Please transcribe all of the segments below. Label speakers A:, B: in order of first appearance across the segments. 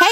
A: Hey,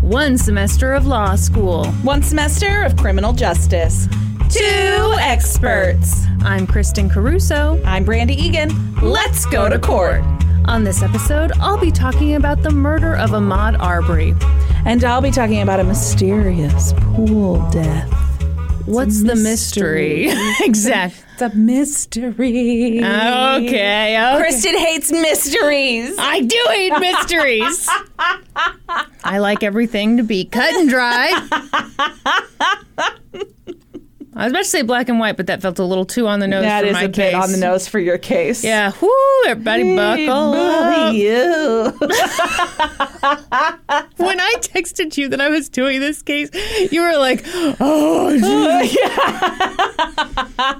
B: One semester of law school.
C: One semester of criminal justice. Two experts.
B: I'm Kristen Caruso.
C: I'm Brandy Egan.
B: Let's go to court. On this episode, I'll be talking about the murder of Ahmad Arbery.
C: And I'll be talking about a mysterious pool death.
B: What's the mystery? exactly.
C: It's a mystery.
B: Oh, Okay, okay.
C: Kristen hates mysteries.
B: I do hate mysteries. I like everything to be cut and dry. I was about to say black and white, but that felt a little too on the nose
C: That
B: for
C: is
B: my
C: a
B: case.
C: bit on the nose for your case.
B: Yeah, whoo, everybody buckle up.
C: you.
B: When I texted you that I was doing this case, you were like, oh, geez."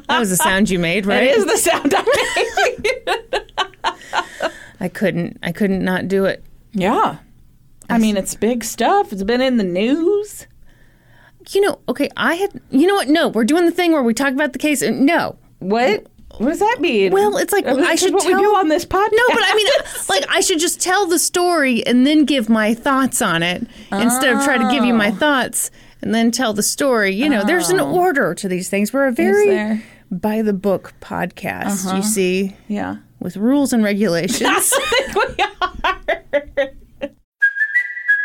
B: That was the sound you made, right?
C: That is the sound I make.
B: I couldn't, I couldn't not do it.
C: yeah. I mean, it's big stuff. It's been in the news.
B: You know, okay, I had, you know what? No, we're doing the thing where we talk about the case. and- No.
C: What? What does that mean?
B: Well, it's like,
C: This
B: I
C: is
B: should
C: what
B: tell-
C: we do on this podcast.
B: No, but I mean,
D: uh,
B: like, I should just tell the story and then give my thoughts on it instead of try to give you
C: Oh.
B: my thoughts and then tell the story. You know, there's an order to these things. We're a very
C: there? Uh-huh.
B: by the book podcast, you see,
C: yeah.
B: with rules and regulations.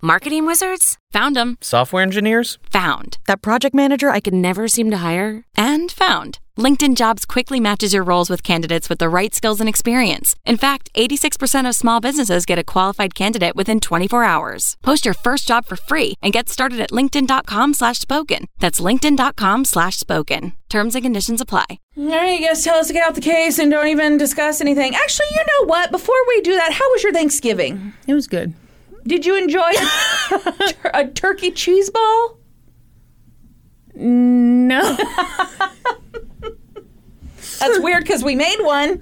E: Marketing wizards? Found them.
F: Software engineers?
E: Found.
G: That project manager I could never seem to hire?
E: And found. LinkedIn Jobs quickly matches your roles with candidates with the right skills and experience. In fact, 86% of small businesses get a qualified candidate within 24 hours. Post your first job for free and get started at linkedin.com slash spoken. That's linkedin.com slash spoken. Terms and conditions apply.
C: All right, you guys tell us to get out the case and don't even discuss anything. Actually, you know what? Before we do that, how was your Thanksgiving?
B: it was good.
C: Did you enjoy a, tur- a turkey cheese ball?
B: No.
C: That's weird because we made one.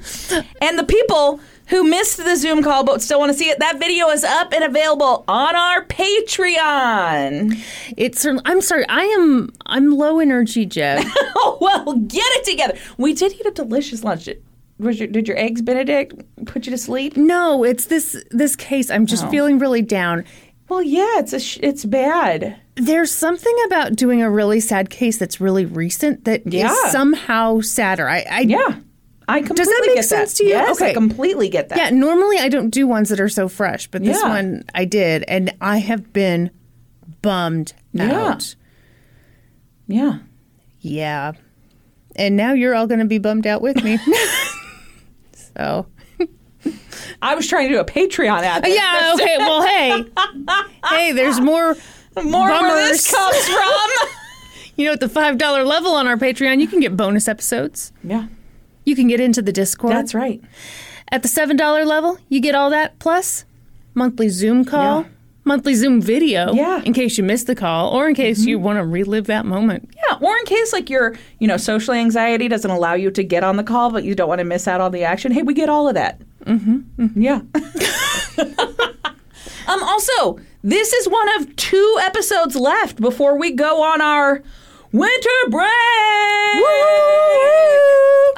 C: And the people who missed the Zoom call but still want to see it, that video is up and available on our Patreon.
B: It's certainly, I'm sorry. I am I'm low energy, Jeb.
C: Oh, well, get it together. We did eat a delicious lunch. Did- Was your, did your eggs Benedict put you to sleep?
B: no, it's this this case. I'm
C: Oh.
B: just feeling really down.
C: Well, yeah, it's a sh- it's bad.
B: There's something about doing a really sad case that's really recent that is
C: Yeah.
B: somehow sadder. I, I
C: Yeah. I completely
B: make
C: get
B: sense
C: that.
B: to you?
C: Yes,
B: Okay.
C: I completely get that.
B: Yeah, normally I don't do ones that are so fresh, but this
C: Yeah.
B: one I did, and I have been bummed
C: Yeah.
B: out.
C: Yeah.
B: Yeah. And now you're all going to be bummed out with me. so.
C: I was trying to do a Patreon ad.
B: Yeah, okay. Well, hey. Hey, there's more.
C: More where this
B: bummers.
C: comes from.
B: You know, at the $5 level on our Patreon, you can get bonus episodes.
C: yeah.
B: You can get into the Discord.
C: That's right.
B: At the $7 level, you get all that plus monthly Zoom call, monthly Zoom video
C: Yeah. Mm-hmm.
B: in case you missed the call or in case you want to relive that moment.
C: Yeah, or in case like your, you know, social anxiety doesn't allow you to get on the call, but you don't want to miss out on the action. Hey, we get all of that. Mm-hmm. Yeah. um. Also, this is one of two episodes left before we go on our winter break.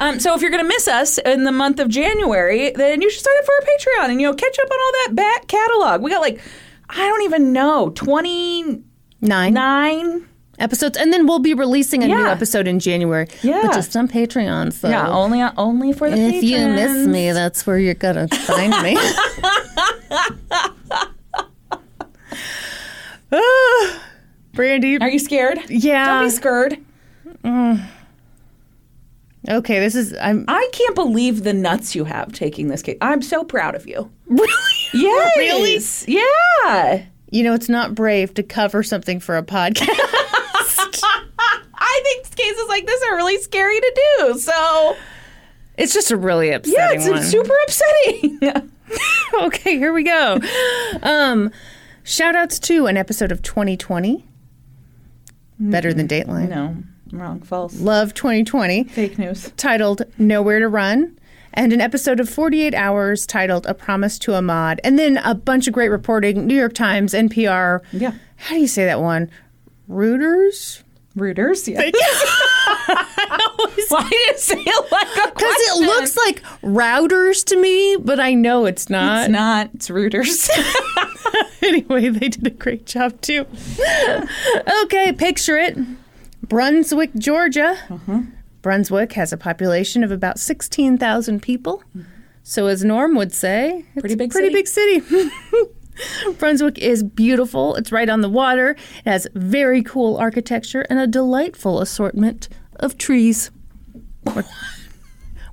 C: Um. So if you're gonna miss us in the month of January, then you should sign up for our Patreon and you know catch up on all that back catalog. We got like, I don't even know, twenty
B: Nine.
C: nine
B: episodes, and then we'll be releasing a new
C: Yeah.
B: episode in January.
C: Yeah.
B: but just on Patreon. So
C: Yeah, only only for the
B: if you miss
C: patrons.
B: me, that's where you're gonna find me. Ah, Brandy,
C: Are you scared?
B: yeah.
C: Don't be scared.
B: Okay, this is I'm
C: I can't believe the nuts you have taking this case. I'm so proud of you.
B: really
C: Yes.
B: Really?
C: Yeah.
B: You know, it's not brave to cover something for a podcast.
C: I think cases like this are really scary to do. So
B: it's just a really upsetting
C: yeah, it's
B: one.
C: super upsetting.
B: okay, here we go. Um, shout outs to an episode of 2020. Better than Dateline.
C: no, wrong, false,
B: Love 2020,
C: fake news.
B: titled Nowhere to Run, and an episode of 48 Hours titled A Promise to Ahmad, and then a bunch of great reporting, New York Times, NPR.
C: Yeah.
B: How do you say that one? Reuters?
C: Reuters. Yeah. Why did it say it like a
B: Because it looks like routers to me, but I know it's not.
C: It's not. It's Reuters.
B: anyway, they did a great job too. okay, picture it Brunswick, Georgia. Brunswick has a population of about 16,000 people. So, as Norm would say, it's
C: Pretty big
B: a Mm-hmm. pretty big city. Brunswick is beautiful. It's right on the water. It has very cool architecture and a delightful assortment of trees. We're,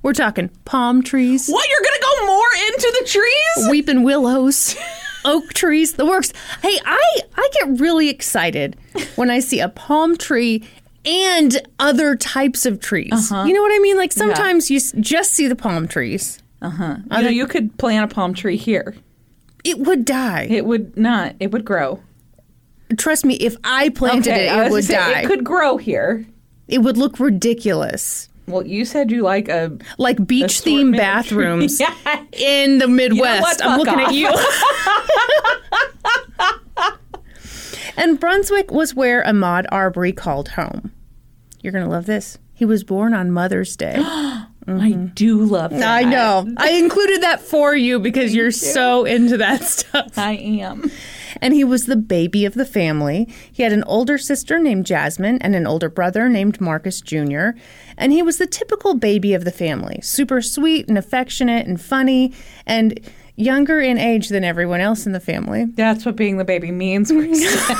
B: we're talking palm trees
C: what? You're gonna go more into the trees?
B: weeping willows, oak trees, the works. Hey, I I get really excited when I see a palm tree and other types of trees.
C: Uh-huh.
B: You know what I mean? Like sometimes you s- just see the palm trees.
C: You know, you could plant a palm tree here.
B: It would die.
C: It would not. It would grow.
B: Trust me, if I planted
C: Okay,
B: it, it
C: I
B: would
C: was gonna say,
B: die.
C: It could grow here.
B: it would look ridiculous.
C: Well, you said you like a
B: Like beach themed
C: assortment of
B: bathrooms
C: trees. Yeah.
B: in the Midwest.
C: what?
B: I'm
C: Fuck
B: looking
C: off.
B: at you. And Brunswick was where Ahmad Arbery called home. You're going to love this. He was born on Mother's Day.
C: I do love that.
B: I know. I included that for you because you're so into that stuff.
C: I am.
B: And he was the baby of the family. He had an older sister named Jasmine and an older brother named Marcus Jr. And he was the typical baby of the family super sweet and affectionate and funny and younger in age than everyone else in the family.
C: That's what being the baby means. Kristen.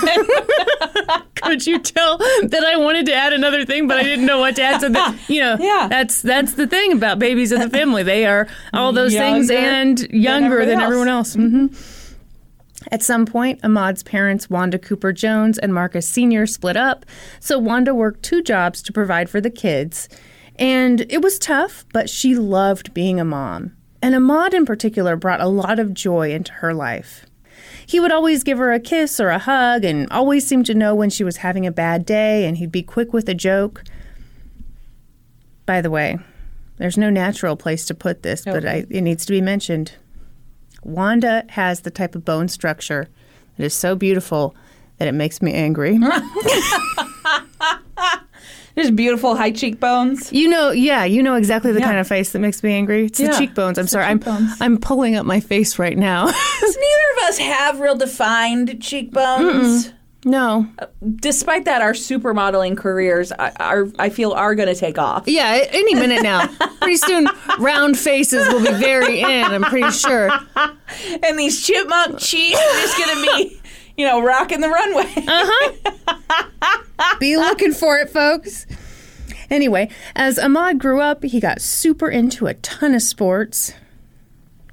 B: Could you tell that I wanted to add another thing, but I didn't know what to add? So that you know,
C: Yeah.
B: that's that's the thing about babies of the family. They are all those things
C: Younger
B: and younger than,
C: everybody
B: everyone else. hmm At some point, Ahmad's parents, Wanda Cooper Jones and Marcus Sr., split up. So Wanda worked two jobs to provide for the kids. And it was tough, but she loved being a mom. And Ahmad, in particular, brought a lot of joy into her life. He would always give her a kiss or a hug and always seemed to know when she was having a bad day, and he'd be quick with a joke. By the way, there's no natural place to put this, but I, it needs to be mentioned. Wanda has the type of bone structure that is so beautiful that it makes me angry.
C: There's beautiful high cheekbones.
B: you know, yeah, you know exactly the kind of face that makes me angry. It's the
C: Yeah,
B: cheekbones. I'm
C: it's the
B: sorry.
C: cheekbones.
B: I'm I'm pulling up my face right now.
C: Neither of us have real defined cheekbones.
B: no.
C: Despite that, our supermodeling careers, I- are, I feel, are going to take off.
B: Yeah, any minute now. pretty soon round faces will be very in, I'm pretty sure.
C: And these chipmunk cheeks are just going to be, Uh. you know, rocking the runway.
B: Uh-huh. Be looking for it, folks. Anyway, as Ahmad grew up, he got super into a ton of sports.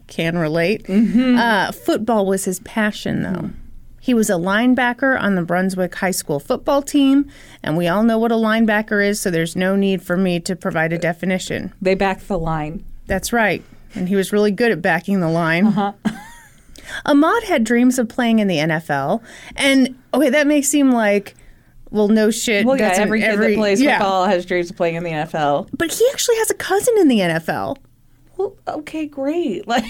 B: Can relate. Uh, football was his passion, though. He was a linebacker on the Brunswick High School football team, and we all know what a linebacker is, so there's no need for me to provide a definition.
C: They back the line.
B: That's right. And he was really good at backing the line.
C: Uh-huh.
B: Ahmad had dreams of playing in the NFL. And okay, that may seem like, well, no shit.
C: Well,
B: that's
C: yeah,
B: an-
C: every kid that plays
B: yeah.
C: football has dreams of playing in the NFL.
B: But he actually has a cousin in the NFL.
C: Well, okay, great. Like,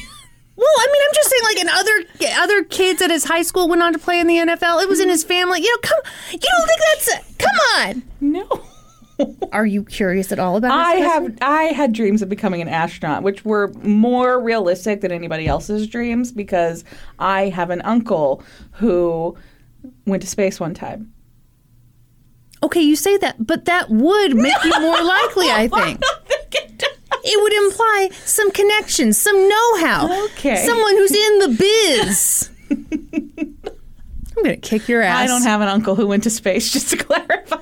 B: Well, I mean, I'm just saying, like, and other other kids at his high school went on to play in the NFL. It was in his family. You know, come, you don't think that's a, come
C: no.
B: on? Are you curious at all about? his
C: I
B: cousin?
C: have I had dreams of becoming an astronaut, which were more realistic than anybody else's dreams because I have an uncle who went to space one time.
B: Okay, you say that, but that would make you more likely, I think. It would imply some connection, some know how.
C: Okay.
B: Someone who's in the biz. I'm going to kick your ass.
C: I don't have an uncle who went to space, just to clarify.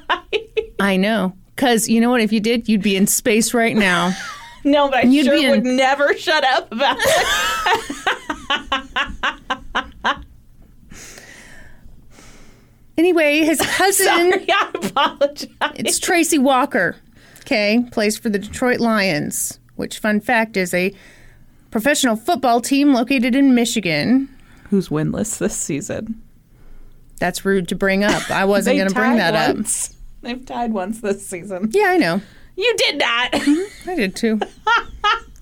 B: I know. Because you know what? If you did, you'd be in space right now.
C: no, but I
B: You'd
C: sure
B: be in-
C: would never shut up about it.
B: Anyway, his cousin.
C: Sorry, I apologize.
B: It's Tracy Walker, okay, plays for the Detroit Lions, which, fun fact, is a professional football team located in Michigan.
C: Who's winless this season?
B: That's rude to bring up. I wasn't going to bring that up.
C: up. They've tied once this season.
B: Yeah, I know.
C: You did not. the
B: I did too.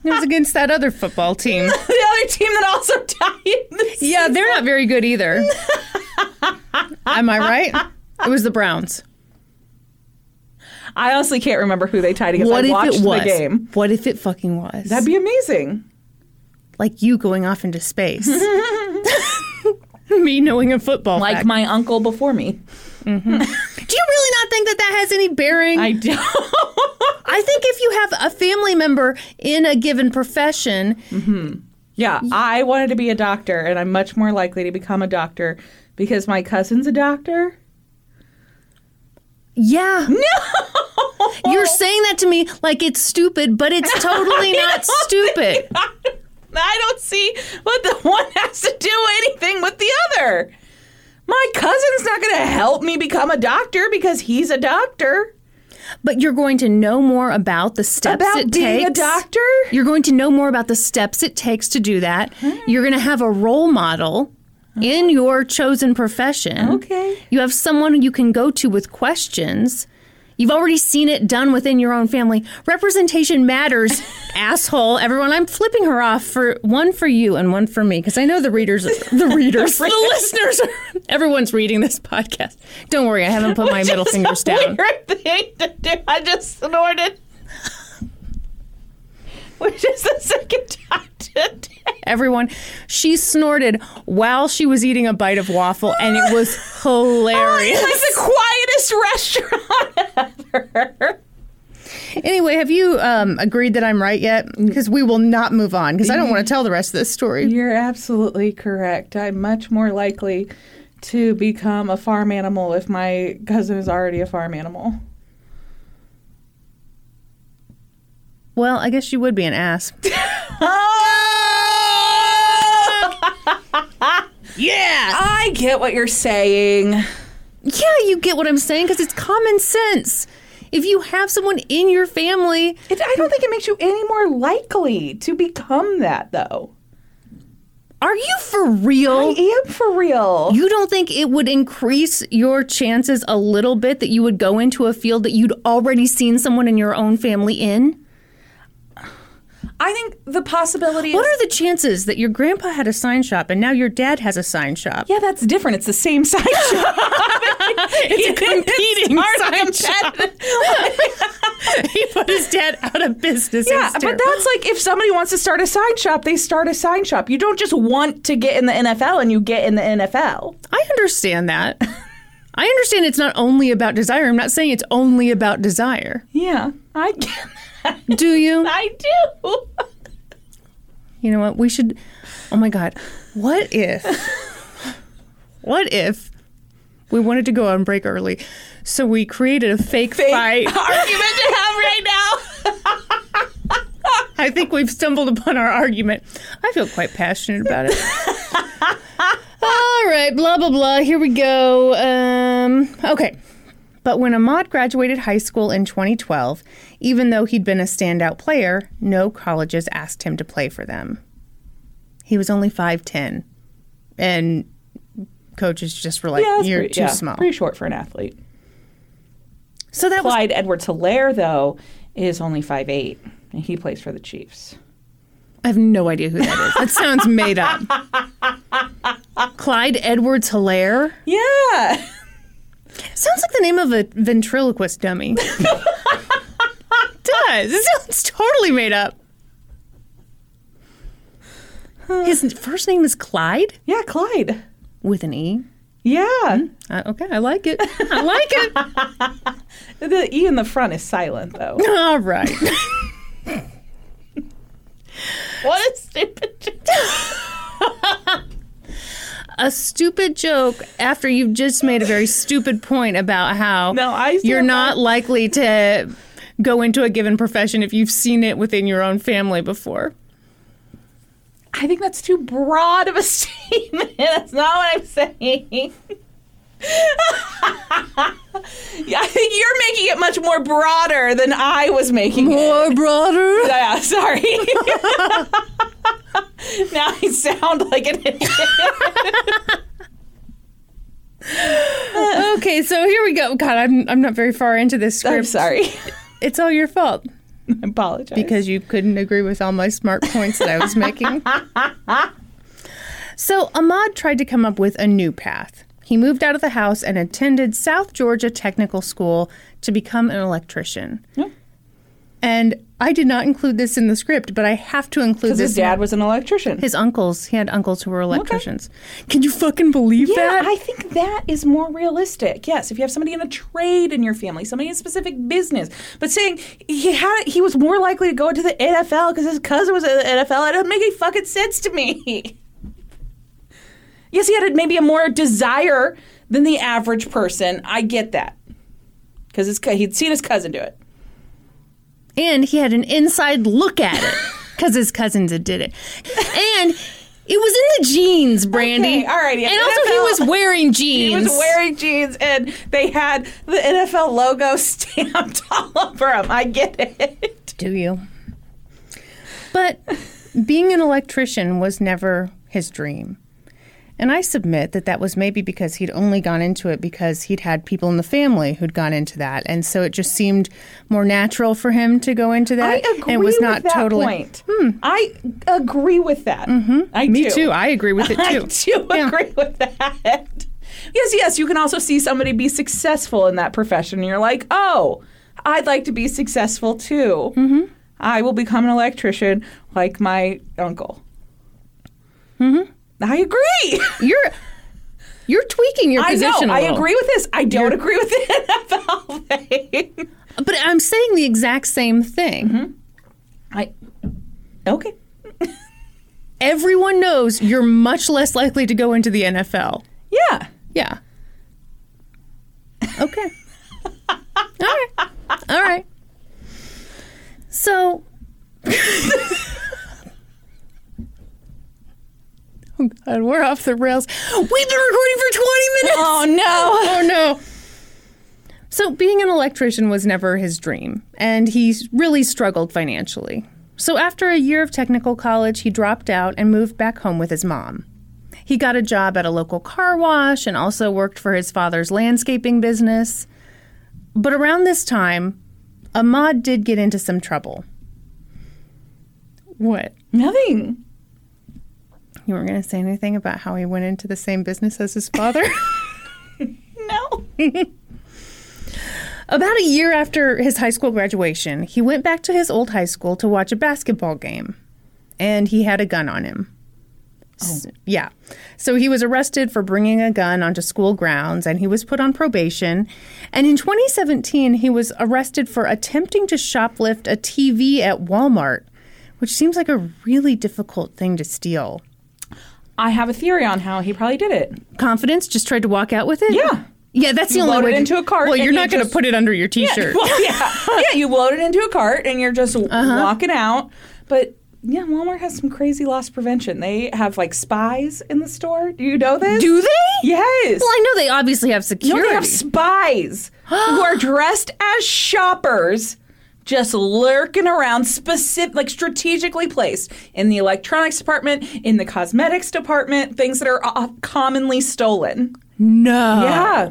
B: It was against that other football team.
C: other team that also tied. This
B: Yeah, they're not very good either. Am I right? It was the Browns.
C: I honestly can't remember who they tied against.
B: What
C: I watched
B: if it was?
C: the game.
B: What if it fucking was?
C: That'd be amazing.
B: like you going off into space. Me knowing a football
C: Like
B: fact.
C: my uncle before me.
B: Do you really not think that that has any bearing?
C: I do.
B: I think if you have a family member in a given profession,
C: yeah, I wanted to be a doctor, and I'm much more likely to become a doctor because my cousin's a doctor.
B: yeah. No! You're saying that to me like it's stupid, but it's totally not stupid.
C: I don't see what the one has to do anything with the other. My cousin's not going to help me become a doctor because he's a doctor.
B: But you're going to know more about the steps
C: About
B: it
C: being
B: takes.
C: a doctor?
B: You're going to know more about the steps it takes to do that.
C: Hmm.
B: You're going to have a role model in your chosen profession.
C: Uh-huh. Okay.
B: You have someone you can go to with questions. You've already seen it done within your own family. Representation matters, asshole. Everyone, I'm flipping her off for one for you and one for me because I know the readers, the readers, the listeners, are, everyone's reading this podcast. Don't worry, I haven't put my middle
C: It's a
B: fingers down.
C: Weird thing to do. I just snorted. Which is the second time today.
B: everyone. She snorted while she was eating a bite of waffle, and it was hilarious.
C: It's like the quietest restaurant ever.
B: anyway, have you um, agreed that I'm right yet? Because we will not move on, because I don't want to tell the rest of this story.
C: You're absolutely correct. I'm much more likely to become a farm animal if my cousin is already a farm animal.
B: Well, I guess you would be an ass. yeah!
C: I get what you're saying.
B: Yeah, you get what I'm saying, because it's common sense. If you have someone in your family,
C: It, I don't think it makes you any more likely to become that, though.
B: are you for real?
C: I am for real.
B: You don't think it would increase your chances a little bit that you would go into a field that you'd already seen someone in your own family in?
C: I think the possibility.
B: What
C: is-
B: are the chances that your grandpa had a sign shop and now your dad has a sign shop?
C: yeah, that's different. It's the same side shop. it's a competing side
B: he put his dad out of business.
C: Yeah, but that's like if somebody wants to start a side shop, they start a side shop. You don't just want to get in the NFL and you get in the NFL.
B: I understand that. I understand it's not only about desire. I'm not saying it's only about desire.
C: Yeah, I
B: Do you?
C: I do.
B: You know what? We should. Oh my God. What if? What if we wanted to go on break early? So we created a fake, fight.
C: Argument to have right now.
B: I think we've stumbled upon our argument. I feel quite passionate about it. All right, blah, blah, blah. Here we go. Um, okay. But when Ahmad graduated high school in 2012, even though he'd been a standout player, no colleges asked him to play for them. He was only 5'10, and coaches just were like,
C: Yeah, that's
B: You're
C: pretty-
B: too
C: yeah,
B: small.
C: Pretty short for an athlete.
B: So that was
C: Clyde Edwards Hilaire, though, is only 5'8, and he plays for the Chiefs.
B: I have no idea who that is. That sounds made up. Clyde Edwards Hilaire.
C: Yeah.
B: Sounds like the name of a ventriloquist dummy. it does. It sounds totally made up. His first name is Clyde
C: Yeah, Clyde.
B: with an E.
C: Yeah.
B: Uh, okay, I like it. I like it.
C: The E in the front is silent, though.
B: All right.
C: what a stupid.
B: A stupid joke after you've just made a very stupid point about how
C: No, I stand
B: you're
C: by-
B: not likely to go into a given profession if you've seen it within your own family before.
C: I think that's too broad of a statement. That's not what I'm saying. Yeah, I think you're making it much more broader than I was making it.
B: Or broader.
C: Yeah, sorry. now I sound like an idiot.
B: Okay, so here we go. God, I'm, I'm not very far into this script.
C: I'm sorry.
B: It's all your fault
C: I apologize.
B: because you couldn't agree with all my smart points that I was making. so Ahmad tried to come up with a new path. He moved out of the house and attended South Georgia Technical School to become an electrician. And I did not include this in the script, but I have to include this.
C: his dad was an electrician.
B: his uncles, he had uncles who were electricians. Can you fucking believe
C: yeah,
B: that?
C: I think that is more realistic. Yes, if you have somebody in a trade in your family, somebody in a specific business, but saying he had he was more likely to go to the NFL because his cousin was in the NFL, it doesn't make any fucking sense to me. yes, he had maybe a more desire than the average person. I get that because he'd seen his cousin do it.
B: And he had an inside look at it because his cousins had did it. And it was in the jeans, Brandy.
C: Okay, all right, yeah,
B: and also, he
C: NFL.
B: was wearing jeans.
C: He was wearing jeans, and they had the NFL logo stamped all over him. I get it.
B: Do you? But being an electrician was never his dream. And I submit that that was maybe because he'd only gone into it because he'd had people in the family who'd gone into that. And so it just seemed more natural for him to go into that. and it was not totally. Hmm.
C: point. I agree with that. I
B: Mm-hmm. Me
C: do.
B: too. I agree with it too.
C: I do
B: Yeah.
C: agree with that. Yes, yes. You can also see somebody be successful in that profession, and you're like, oh, I'd like to be successful too. Mm-hmm. I will become an electrician like my uncle. Mm-hmm. I agree.
B: You're you're tweaking your
C: I know.
B: position. a
C: I
B: little.
C: agree with this. I don't agree with the NFL thing.
B: but I'm saying the exact same thing.
C: Mm-hmm. I okay.
B: Everyone knows you're much less likely to go into the NFL.
C: Yeah.
B: Yeah. Okay. All right. All right. So. oh God, we're off the rails. We've been recording for 20 minutes.
C: Oh no.
B: Oh no. So being an electrician was never his dream, and he really struggled financially. So after a year of technical college, he dropped out and moved back home with his mom. He got a job at a local car wash and also worked for his father's landscaping business. But around this time, Ahmad did get into some trouble. What?
C: Nothing.
B: You weren't going to say anything about how he went into the same business as his father?
C: No.
B: About a year after his high school graduation, he went back to his old high school to watch a basketball game, and he had a gun on him.
C: Oh.
B: S- yeah. So he was arrested for bringing a gun onto school grounds and he was put on probation. And in 2017, he was arrested for attempting to shoplift a TV at Walmart, which seems like a really difficult thing to steal.
C: I have a theory on how he probably did it.
B: Confidence just tried to walk out with it?
C: Yeah.
B: Yeah, that's
C: You
B: the
C: load
B: only
C: it
B: way. to-
C: into a cart
B: Well,
C: and
B: you're
C: you
B: not going to
C: just-
B: put it under your t shirt.
C: Well, yeah. Uh-huh. yeah, you load it into a cart and you're just walking out. But yeah, Walmart has some crazy loss prevention. They have like spies in the store. Do you know this?
B: Do they?
C: Yes.
B: Well, I know they obviously have security.
C: No, they have spies who are dressed as shoppers, just lurking around, specific, like strategically placed in the electronics department, in the cosmetics department, things that are uh, commonly stolen.
B: no.
C: Yeah.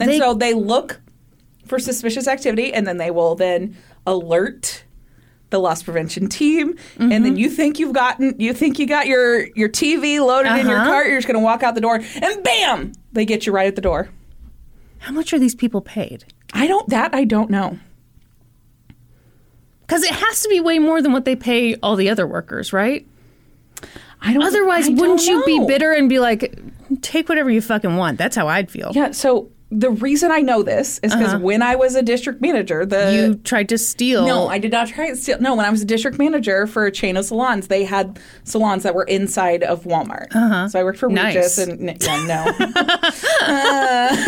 C: And
B: They-
C: Uh, so they look for suspicious activity, and then they will then alert the loss prevention team. And
B: Mm-hmm.
C: then you think you've gotten, you think you got your your TV loaded in
B: Uh-huh.
C: your cart. You're just gonna walk out the door, and bam, they get you right at the door.
B: How much are these people paid?
C: I don't that I don't know.
B: Because it has to be way more than what they pay all the other workers, right?
C: I don't.
B: Otherwise,
C: I don't
B: wouldn't you be
C: know.
B: bitter and be like, take whatever you fucking want. That's how I'd feel.
C: Yeah, so the reason I know this is because when I was a district manager, the
B: Uh-huh. You tried to steal.
C: No, I did not try it. Still, no, when I was a district manager for a chain of salons, they had salons that were inside of Walmart. Uh-huh. So I worked for
B: Nice.
C: Regis, and n- yeah, no. Uh,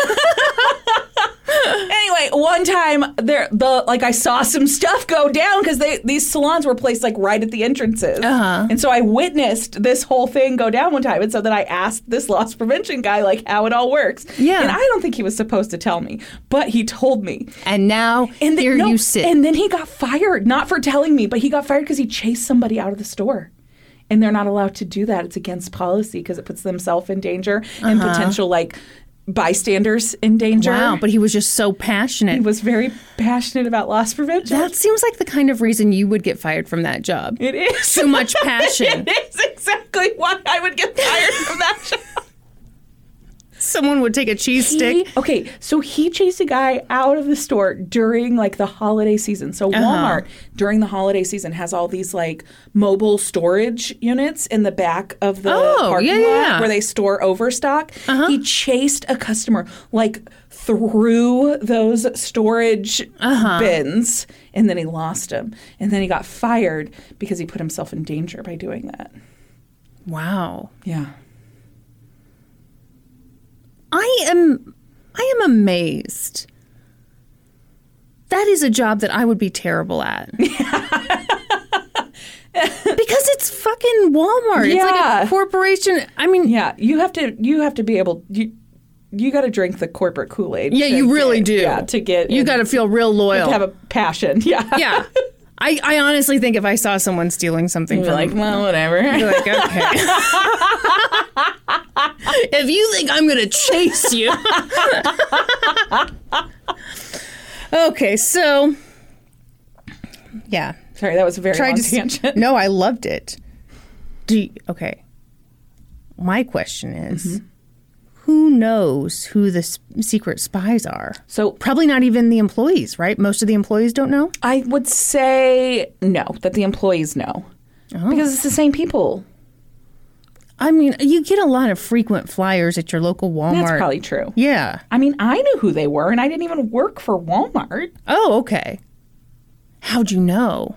C: anyway, one time there, the like I saw some stuff go down because they these salons were placed like right at the entrances, uh-huh. and so I witnessed this whole thing go down one time, and so then I asked this loss prevention guy like how it all works.
B: Yeah.
C: and I don't think he was supposed to tell me, but he told me.
B: and now
C: And then,
B: here
C: no,
B: you sit.
C: And then he got fired, not for telling me, but he got fired because he chased somebody out of the store. And they're not allowed to do that. It's against policy because it puts themselves in danger and potential like bystanders in danger.
B: Uh-huh. wow, but he was just so passionate.
C: he was very passionate about loss prevention.
B: that seems like the kind of reason you would get fired from that job.
C: it is
B: Too much passion.
C: it is exactly why I would get fired from that job.
B: Someone would take a cheese stick.
C: He- okay, so he chased a guy out of the store during like the holiday season. So
B: Uh-huh.
C: Walmart during the holiday season has all these like mobile storage units in the back of the
B: Oh,
C: parking
B: yeah,
C: lot
B: yeah. Uh-huh.
C: where they store overstock. He chased a customer like through those storage
B: Uh-huh.
C: bins and then he lost him. And then he got fired because he put himself in danger by doing that.
B: Wow.
C: Yeah.
B: I am I am amazed. That is a job that I would be terrible at. because it's fucking Walmart. It's like
C: Yeah.
B: a corporation. I mean, yeah,
C: Yeah, you have to you have to be able you you got to drink the corporate Kool Aid.
B: you really do.
C: Yeah, to get
B: You
C: in-
B: got to feel real
C: to
B: loyal.
C: have a passion. Yeah,
B: yeah. I, I honestly think if I saw someone stealing something
C: You're
B: from
C: like well, whatever.
B: You're like, okay. if you think I'm going to chase you. okay, so yeah.
C: Sorry, that was a very
B: Tried
C: long
B: to
C: tangent.
B: No, I loved it. Do you, okay. My question is who knows who the s- secret spies are?
C: So
B: Probably not even the employees, right? Most of the employees don't know.
C: I would say no that the employees know because it's the same people.
B: I mean, you get a lot of frequent flyers at your local Walmart.
C: That's probably true.
B: Yeah.
C: I mean, I knew who they were, and I didn't even work for Walmart
B: Oh, okay. How'd you know?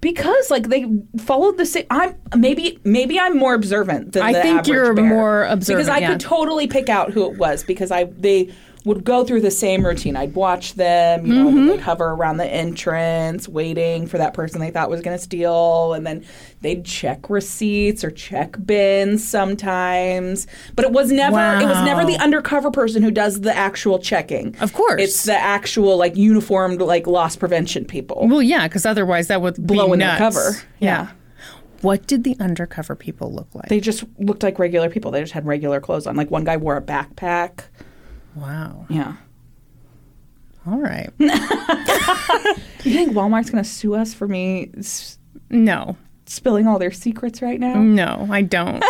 C: because, like, they followed the same. I'm maybe maybe I'm more observant than
B: I
C: the
B: think
C: average
B: you're
C: bear.
B: more
C: because
B: observant,
C: I
B: yeah.
C: could totally pick out who it was because I they would go through the same routine. I'd watch them, you
B: Mm-hmm.
C: know, and then they'd hover around the entrance, waiting for that person they thought was going to steal, and then they'd check receipts or check bins sometimes. But it was never it was never the undercover person who does the actual checking.
B: Of course.
C: it's the actual like uniformed like loss prevention people.
B: Well, yeah, because otherwise that would
C: Blow
B: be
C: in their
B: nuts.
C: cover.
B: Yeah. What did the undercover people look like?
C: They just looked like regular people. They just had regular clothes on. Like one guy wore a backpack.
B: wow.
C: Yeah.
B: All right.
C: You think Walmart's going to sue us for me s-
B: No,
C: spilling all their secrets right now?
B: no, I don't.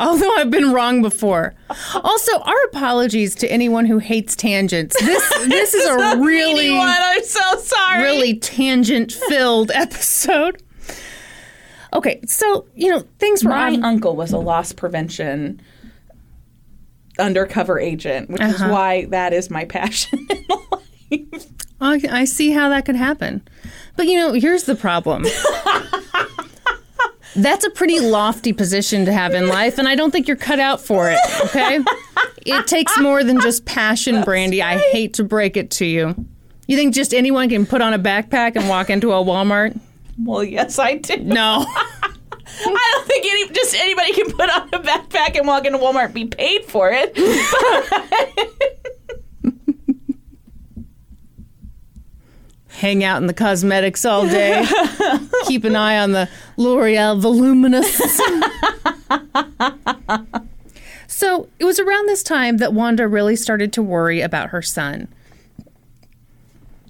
B: Although I've been wrong before. Also, our apologies to anyone who hates tangents. This this is a really
C: I'm so sorry.
B: really tangent filled episode. Okay, so you know things were
C: My
B: ob-
C: uncle was a loss prevention undercover agent, which is why that is my passion.
B: I, I see how that could happen. But you know, here's the problem. That's a pretty lofty position to have in life, and I don't think you're cut out for it, okay? It takes more than just passion, Brandy. I hate to break it to you. You think just anyone can put on a backpack and walk into a Walmart?
C: well, yes, I do.
B: No.
C: I don't think any just anybody can put on a backpack and walk into Walmart and be paid for it.
B: Hang out in the cosmetics all day. Keep an eye on the L'Oreal Voluminous. So it was around this time that Wanda really started to worry about her son.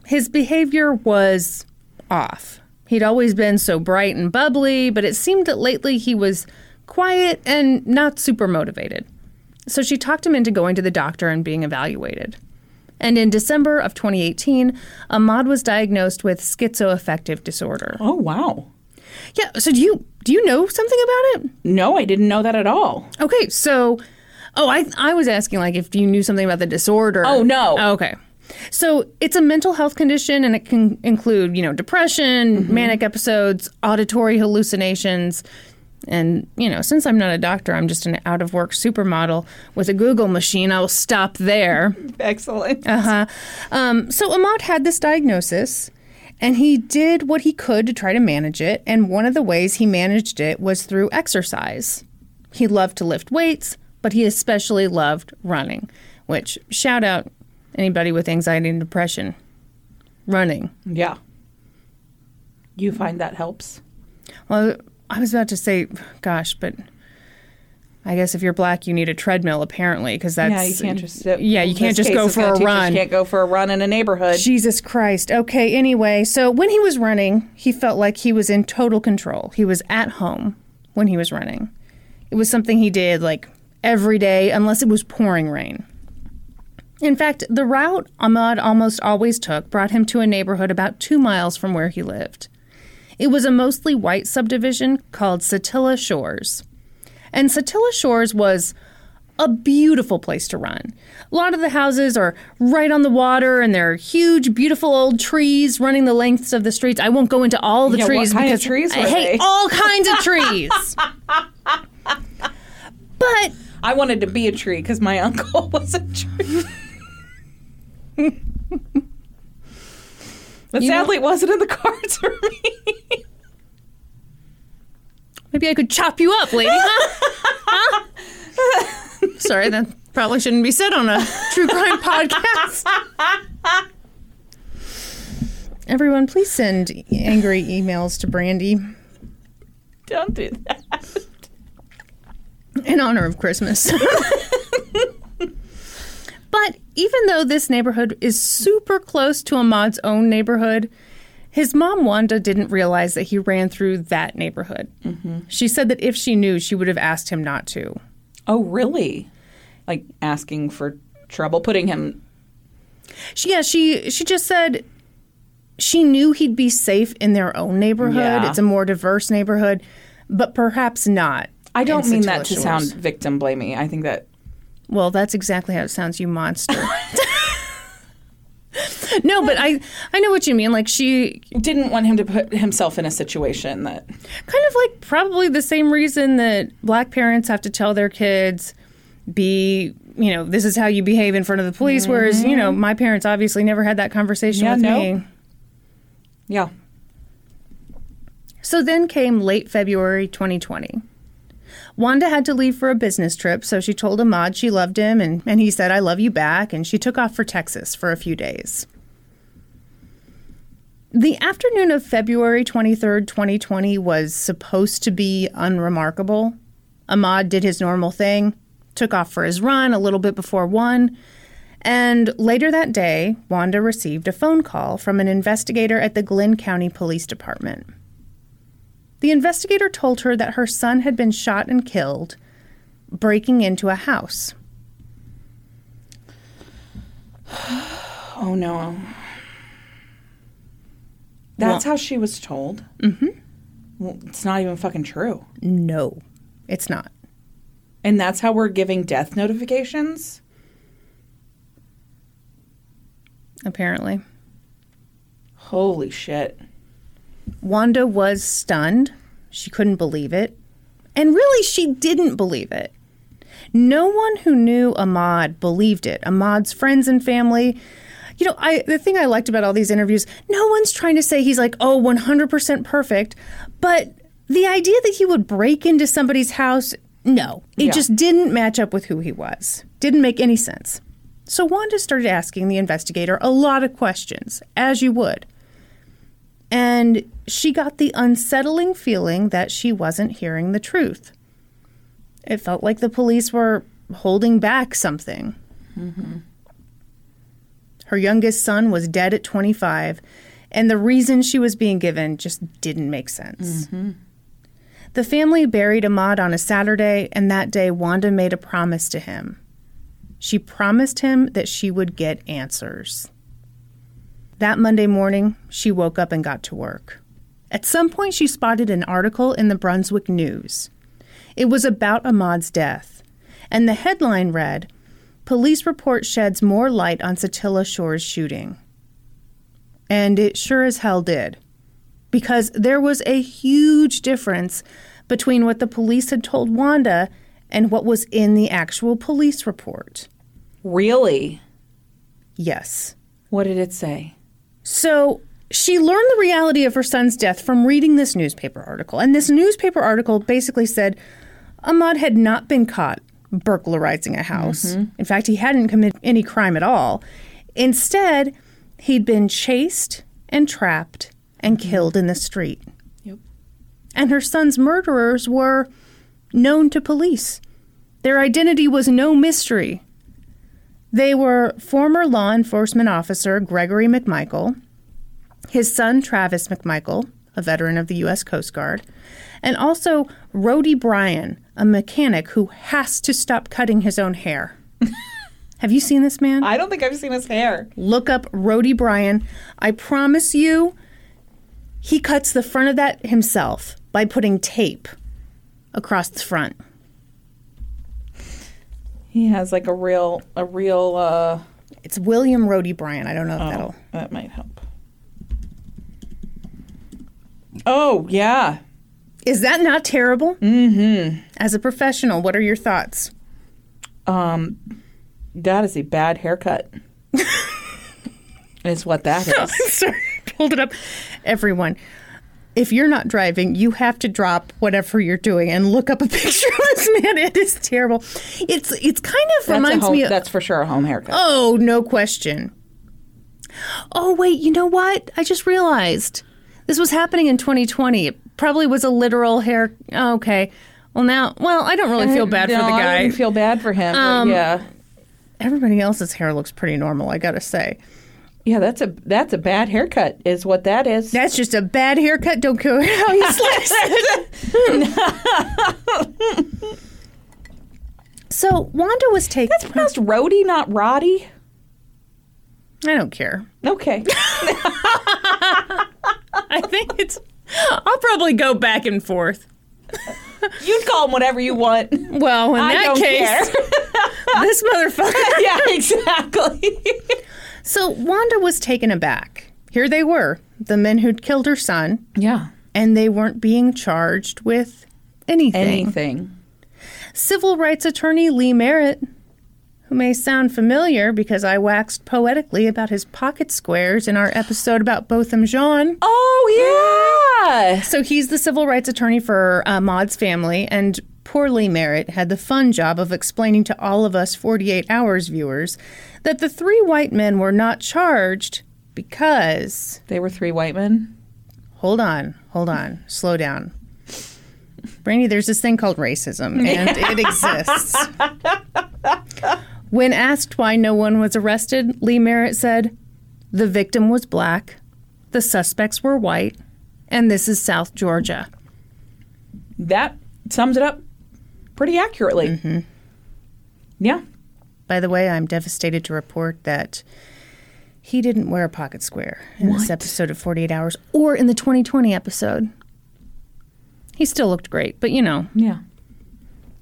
B: His behavior was off. He'd always been so bright and bubbly, but it seemed that lately he was quiet and not super motivated. So she talked him into going to the doctor and being evaluated. And in December of 2018, Ahmad was diagnosed with schizoaffective disorder.
C: Oh, wow.
B: Yeah. So do you do you know something about it?
C: No, I didn't know that at all.
B: Okay. So, oh, I I was asking like if you knew something about the disorder.
C: Oh, no.
B: Okay. So it's a mental health condition, and it can include you know depression, manic episodes, auditory hallucinations. And, you know, since I'm not a doctor, I'm just an out of work supermodel with a Google machine. I will stop there.
C: Excellent.
B: Uh-huh. Um, so Ahmad had this diagnosis, and he did what he could to try to manage it. And one of the ways he managed it was through exercise. He loved to lift weights, but he especially loved running. Which shout out anybody with anxiety and depression. Running.
C: yeah. You find that helps?
B: Well, I was about to say, gosh, but I guess if you're black, you need a treadmill apparently, because that's
C: yeah, you can't just. uh,
B: yeah, you
C: in
B: can't
C: this
B: just
C: case,
B: go
C: it's
B: for
C: gonna
B: a
C: teach us
B: run.
C: You can't go for a run in a neighborhood.
B: Jesus Christ. Okay, anyway, so when he was running, he felt like he was in total control. He was at home when he was running. It was something he did like every day, unless it was pouring rain. In fact, the route Ahmad almost always took brought him to a neighborhood about two miles from where he lived. It was a mostly white subdivision called Satilla Shores. And Satilla Shores was a beautiful place to run. A lot of the houses are right on the water and there are huge, beautiful old trees running the lengths of the streets. I won't go into all the
C: Yeah, what
B: trees
C: kind of
B: because
C: trees
B: I
C: were
B: hate
C: they?
B: all kinds of trees. but
C: I wanted to be a tree because my uncle was a tree. but sadly, it wasn't in the cards for me.
B: Maybe I could chop you up, lady, huh? Huh? Sorry, that probably shouldn't be said on a true crime podcast. Everyone, please send angry emails to Brandy
C: Don't do that.
B: in honor of Christmas. but even though this neighborhood is super close to Ahmad's own neighborhood, his mom Wanda didn't realize that he ran through that neighborhood. She said that if she knew, she would have asked him not to.
C: Oh, really? Like asking for trouble, putting him.
B: She, yeah, she she just said she knew he'd be safe in their own neighborhood.
C: Yeah.
B: It's a more diverse neighborhood, but perhaps not.
C: I don't
B: in
C: mean that to
B: Satilla
C: sound
B: Shores.
C: victim blaming. I think that
B: Well, that's exactly how it sounds, you monster. no, but I I know what you mean. Like she
C: didn't want him to put himself in a situation that.
B: kind of like probably the same reason that black parents have to tell their kids be you know this is how you behave in front of the police whereas you know my parents obviously never had that conversation
C: Mm-hmm. Yeah,
B: with
C: no.
B: me
C: Yeah.
B: So then came late February 2020. Wanda had to leave for a business trip, so she told Ahmad she loved him, and, and he said, I love you back, and she took off for Texas for a few days. The afternoon of February 23rd, 2020 was supposed to be unremarkable. Ahmad did his normal thing, took off for his run a little bit before one, and later that day, Wanda received a phone call from an investigator at the Glynn County Police Department. The investigator told her that her son had been shot and killed breaking into a house.
C: Oh, no. That's how she was told. Mm
B: Mm-hmm.
C: hmm. Well, it's not even fucking true.
B: No, it's not.
C: And that's how we're giving death notifications?
B: Apparently.
C: Holy shit.
B: Wanda was stunned. She couldn't believe it. And really, she didn't believe it. No one who knew Ahmad believed it. Ahmad's friends and family. You know, I the thing I liked about all these interviews, no one's trying to say he's like, oh, 100% perfect, but the idea that he would break into somebody's house, no. It just didn't match up with who he was. Didn't make any sense. So Wanda started asking the investigator a lot of questions, as you would and she got the unsettling feeling that she wasn't hearing the truth. It felt like the police were holding back something. Her youngest son was dead at 25, and the reason she was being given just didn't make sense. The family buried Ahmad on a Saturday, and that day, Wanda made a promise to him. She promised him that she would get answers. That Monday morning, she woke up and got to work. At some point, she spotted an article in the Brunswick News. It was about Ahmad's death, and the headline read Police report sheds more light on Satilla Shore's shooting. And it sure as hell did, because there was a huge difference between what the police had told Wanda and what was in the actual police report.
C: Really?
B: Yes.
C: What did it say?
B: So she learned the reality of her son's death from reading this newspaper article. And this newspaper article basically said Ahmad had not been caught burglarizing a house. In fact, he hadn't committed any crime at all. Instead, he'd been chased and trapped and killed in the street. Yep. And her son's murderers were known to police. Their identity was no mystery. They were former law enforcement officer Gregory McMichael, his son Travis McMichael, a veteran of the U.S. Coast Guard, and also Rhodey Bryan, a mechanic who has to stop cutting his own hair. Have you seen this man?
C: I don't think I've seen his hair.
B: Look up Rhodey Bryan. I promise you, he cuts the front of that himself by putting tape across the front.
C: He has like a real, a real. uh
B: It's William Rhodey Bryan. I don't know if that'll.
C: That might help. Oh yeah,
B: Is that not terrible? Mm-hmm. As a professional, what are your thoughts?
C: Um, that is a bad haircut. is what that is.
B: Sorry, I pulled it up. Everyone, if you're not driving, you have to drop whatever you're doing and look up a picture of this man. It is terrible. It's it's kind of
C: That's, a
B: reminds
C: home,
B: me. Of,
C: that's for sure a home haircut.
B: oh, no question. Oh wait, you know what? I just realized this was happening in 2020. It probably was a literal hair. oh, okay. Well now, well, I don't really feel bad
C: Eh, no,
B: for the
C: I
B: guy. Um,
C: didn't feel bad for him. but yeah,
B: Everybody else's hair looks pretty normal. I gotta say.
C: yeah. That's a that's a bad haircut. Is what that is.
B: That's just a bad haircut. Don't care how you slice it. so Wanda was taken.
C: It's pronounced Rody, not Roddy.
B: I don't care.
C: Okay.
B: I think it's. I'll probably go back and forth.
C: You'd call him whatever you want. In
B: Well, in
C: I
B: that
C: don't
B: case,
C: care.
B: this motherfucker.
C: yeah, exactly.
B: So Wanda was taken aback. Here they were, the men who'd killed her son,
C: yeah.
B: and they weren't being charged with anything.
C: Anything.
B: Civil rights attorney Lee Merritt, who may sound familiar because I waxed poetically about his pocket squares in our episode about Botham Jean.
C: Oh yeah.
B: So he's the civil rights attorney for uh, Maud's family, and poor Lee Merritt had the fun job of explaining to all of us 48 Hours viewers that the three white men were not charged because
C: They were three white men.
B: hold on, hold on, slow down. Brandy, there's this thing called racism, and it exists. When asked why no one was arrested, Lee Merritt said, The victim was black, the suspects were white, and this is South Georgia.
C: That sums it up pretty accurately. Yeah.
B: By the way, I'm devastated to report that he didn't wear a pocket square in this episode of 48 Hours or in the 2020 episode. He still looked great, but you know,
C: Yeah.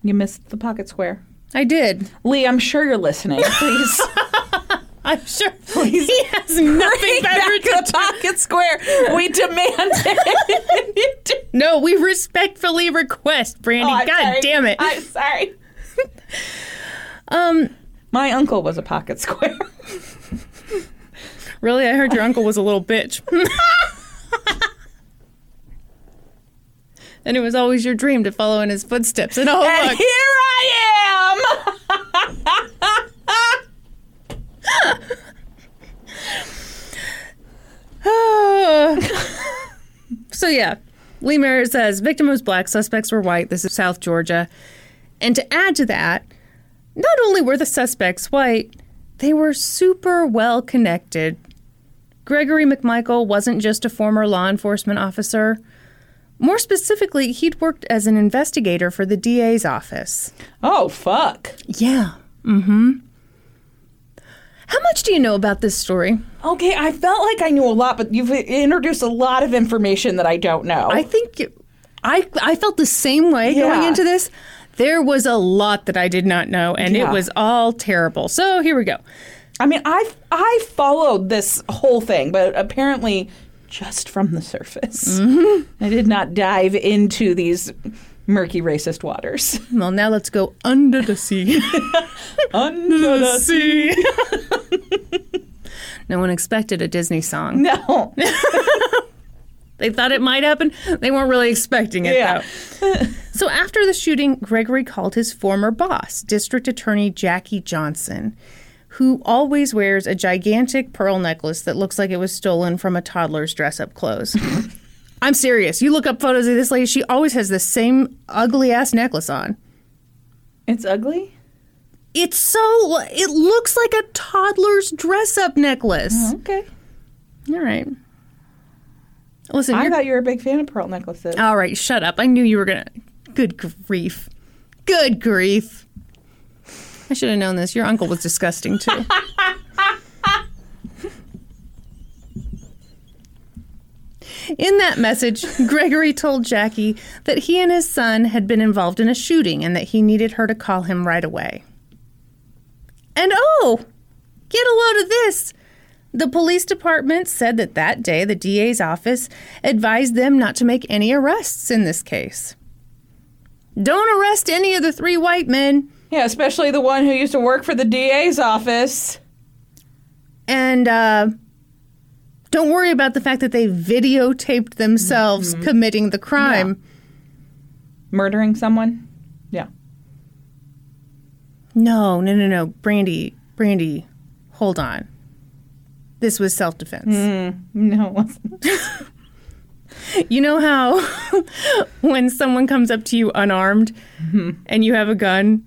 C: You missed the pocket square.
B: I did.
C: Lee, I'm sure you're listening. Please.
B: I'm sure he has nothing better
C: Back
B: to
C: the pocket square. We demand it.
B: No, we respectfully request, Brandy.
C: Oh, I'm
B: God
C: sorry.
B: damn it. Um,
C: I'm sorry. um, my uncle was a pocket square.
B: really? I heard your uncle was a little bitch. and it was always your dream to follow in his footsteps. And oh,
C: and
B: look.
C: here I am.
B: so, yeah. Lee Merritt says victim was black, suspects were white. This is South Georgia. And to add to that, not only were the suspects white, they were super well connected. Gregory McMichael wasn't just a former law enforcement officer. More specifically, he'd worked as an investigator for the DA's office.
C: Oh fuck.
B: Yeah. Mm hmm. Mm-hmm. How much do you know about this story?
C: Okay, I felt like I knew a lot, but you've introduced a lot of information that I don't know.
B: I think you- I I felt the same way going
C: Yeah.
B: into this. There was a lot that I did not know, and it
C: Yeah.
B: was all terrible. So here we go.
C: I mean, I I followed this whole thing, but apparently just from the surface.
B: Mm-hmm.
C: I did not dive into these murky racist waters.
B: Well, now let's go under the sea.
C: Under the
B: sea. no one expected a Disney song.
C: No.
B: They thought it might happen. They weren't really expecting it,
C: Yeah.
B: though. so after the shooting, Gregory called his former boss, District Attorney Jackie Johnson, who always wears a gigantic pearl necklace that looks like it was stolen from a toddler's dress up clothes. I'm serious. You look up photos of this lady, she always has the same ugly ass necklace on.
C: It's ugly?
B: It's so, it looks like a toddler's dress up necklace.
C: Okay.
B: All right. Listen,
C: Mm. I
B: you're
C: thought you were a big fan of pearl necklaces.
B: All right, shut up. I knew you were gonna. Good grief. Good grief. I should have known this. Your uncle was disgusting too. In that message, Gregory told Jackie that he and his son had been involved in a shooting and that he needed her to call him right away. And oh, get a load of this. The police department said that that day the DA's office advised them not to make any arrests in this case. Don't arrest any of the three white men.
C: Yeah, especially the one who used to work for the DA's office.
B: And uh, don't worry about the fact that they videotaped themselves committing the crime.
C: Murdering someone? Yeah.
B: No, no, no, no. Brandy, Brandy, hold on. This was self defense.
C: No, it wasn't.
B: You know how when someone comes up to you unarmed and you have a gun?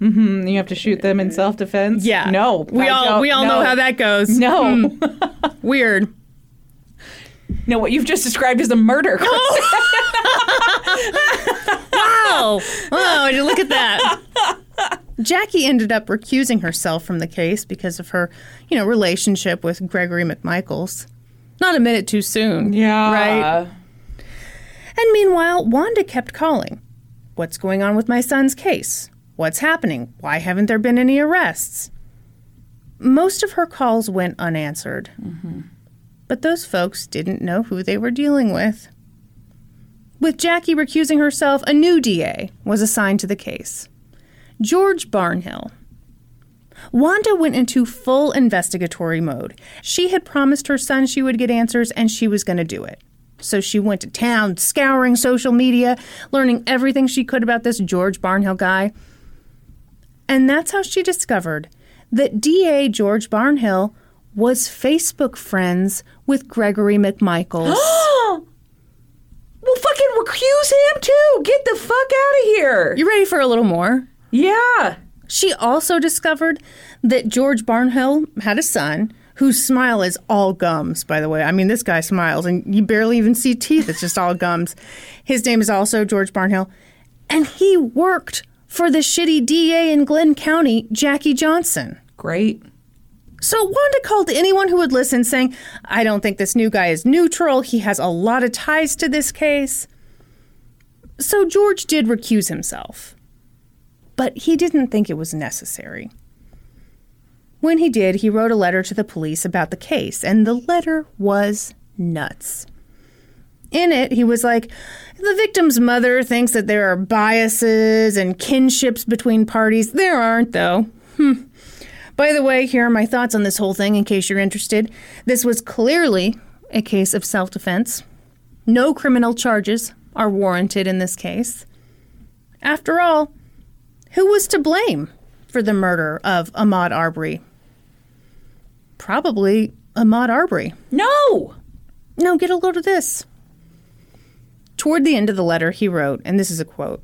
C: You have to shoot them in self defense?
B: Yeah.
C: No.
B: We
C: I
B: all
C: don't-
B: we all
C: no.
B: know how that Hmm. goes.
C: No.
B: Weird.
C: No, what you've just described is a murder.
B: Oh, oh, you look at that. Jackie ended up recusing herself from the case because of her, you know, relationship with Gregory McMichaels. Not a minute too soon.
C: yeah.
B: Right. And meanwhile, Wanda kept calling. What's going on with my son's case? What's happening? Why haven't there been any arrests? Most of her calls went unanswered. But those folks didn't know who they were dealing with. With Jackie recusing herself, a new DA was assigned to the case George Barnhill. Wanda went into full investigatory mode. She had promised her son she would get answers, and she was going to do it. So she went to town, scouring social media, learning everything she could about this George Barnhill guy. And that's how she discovered that DA George Barnhill was Facebook friends with Gregory McMichaels.
C: Well, fucking recuse him too. Get the fuck out of here.
B: you ready for a little more?
C: Yeah.
B: She also discovered that George Barnhill had a son whose smile is all gums, by the way. I mean, this guy smiles and you barely even see teeth, it's just all gums. His name is also George Barnhill. And he worked for the shitty DA in Glenn County, Jackie Johnson.
C: Great.
B: So Wanda called anyone who would listen, saying, I don't think this new guy is neutral. He has a lot of ties to this case. So George did recuse himself, but he didn't think it was necessary. When he did, he wrote a letter to the police about the case, and the letter was nuts. In it, he was like, The victim's mother thinks that there are biases and kinships between parties. There aren't, though. By the way, here are my thoughts on this whole thing in case you're interested. This was clearly a case of self defense. No criminal charges are warranted in this case. After all, who was to blame for the murder of Ahmad Arbery? Probably Ahmad Arbery.
C: No.
B: No, get a load of this. Toward the end of the letter, he wrote, and this is a quote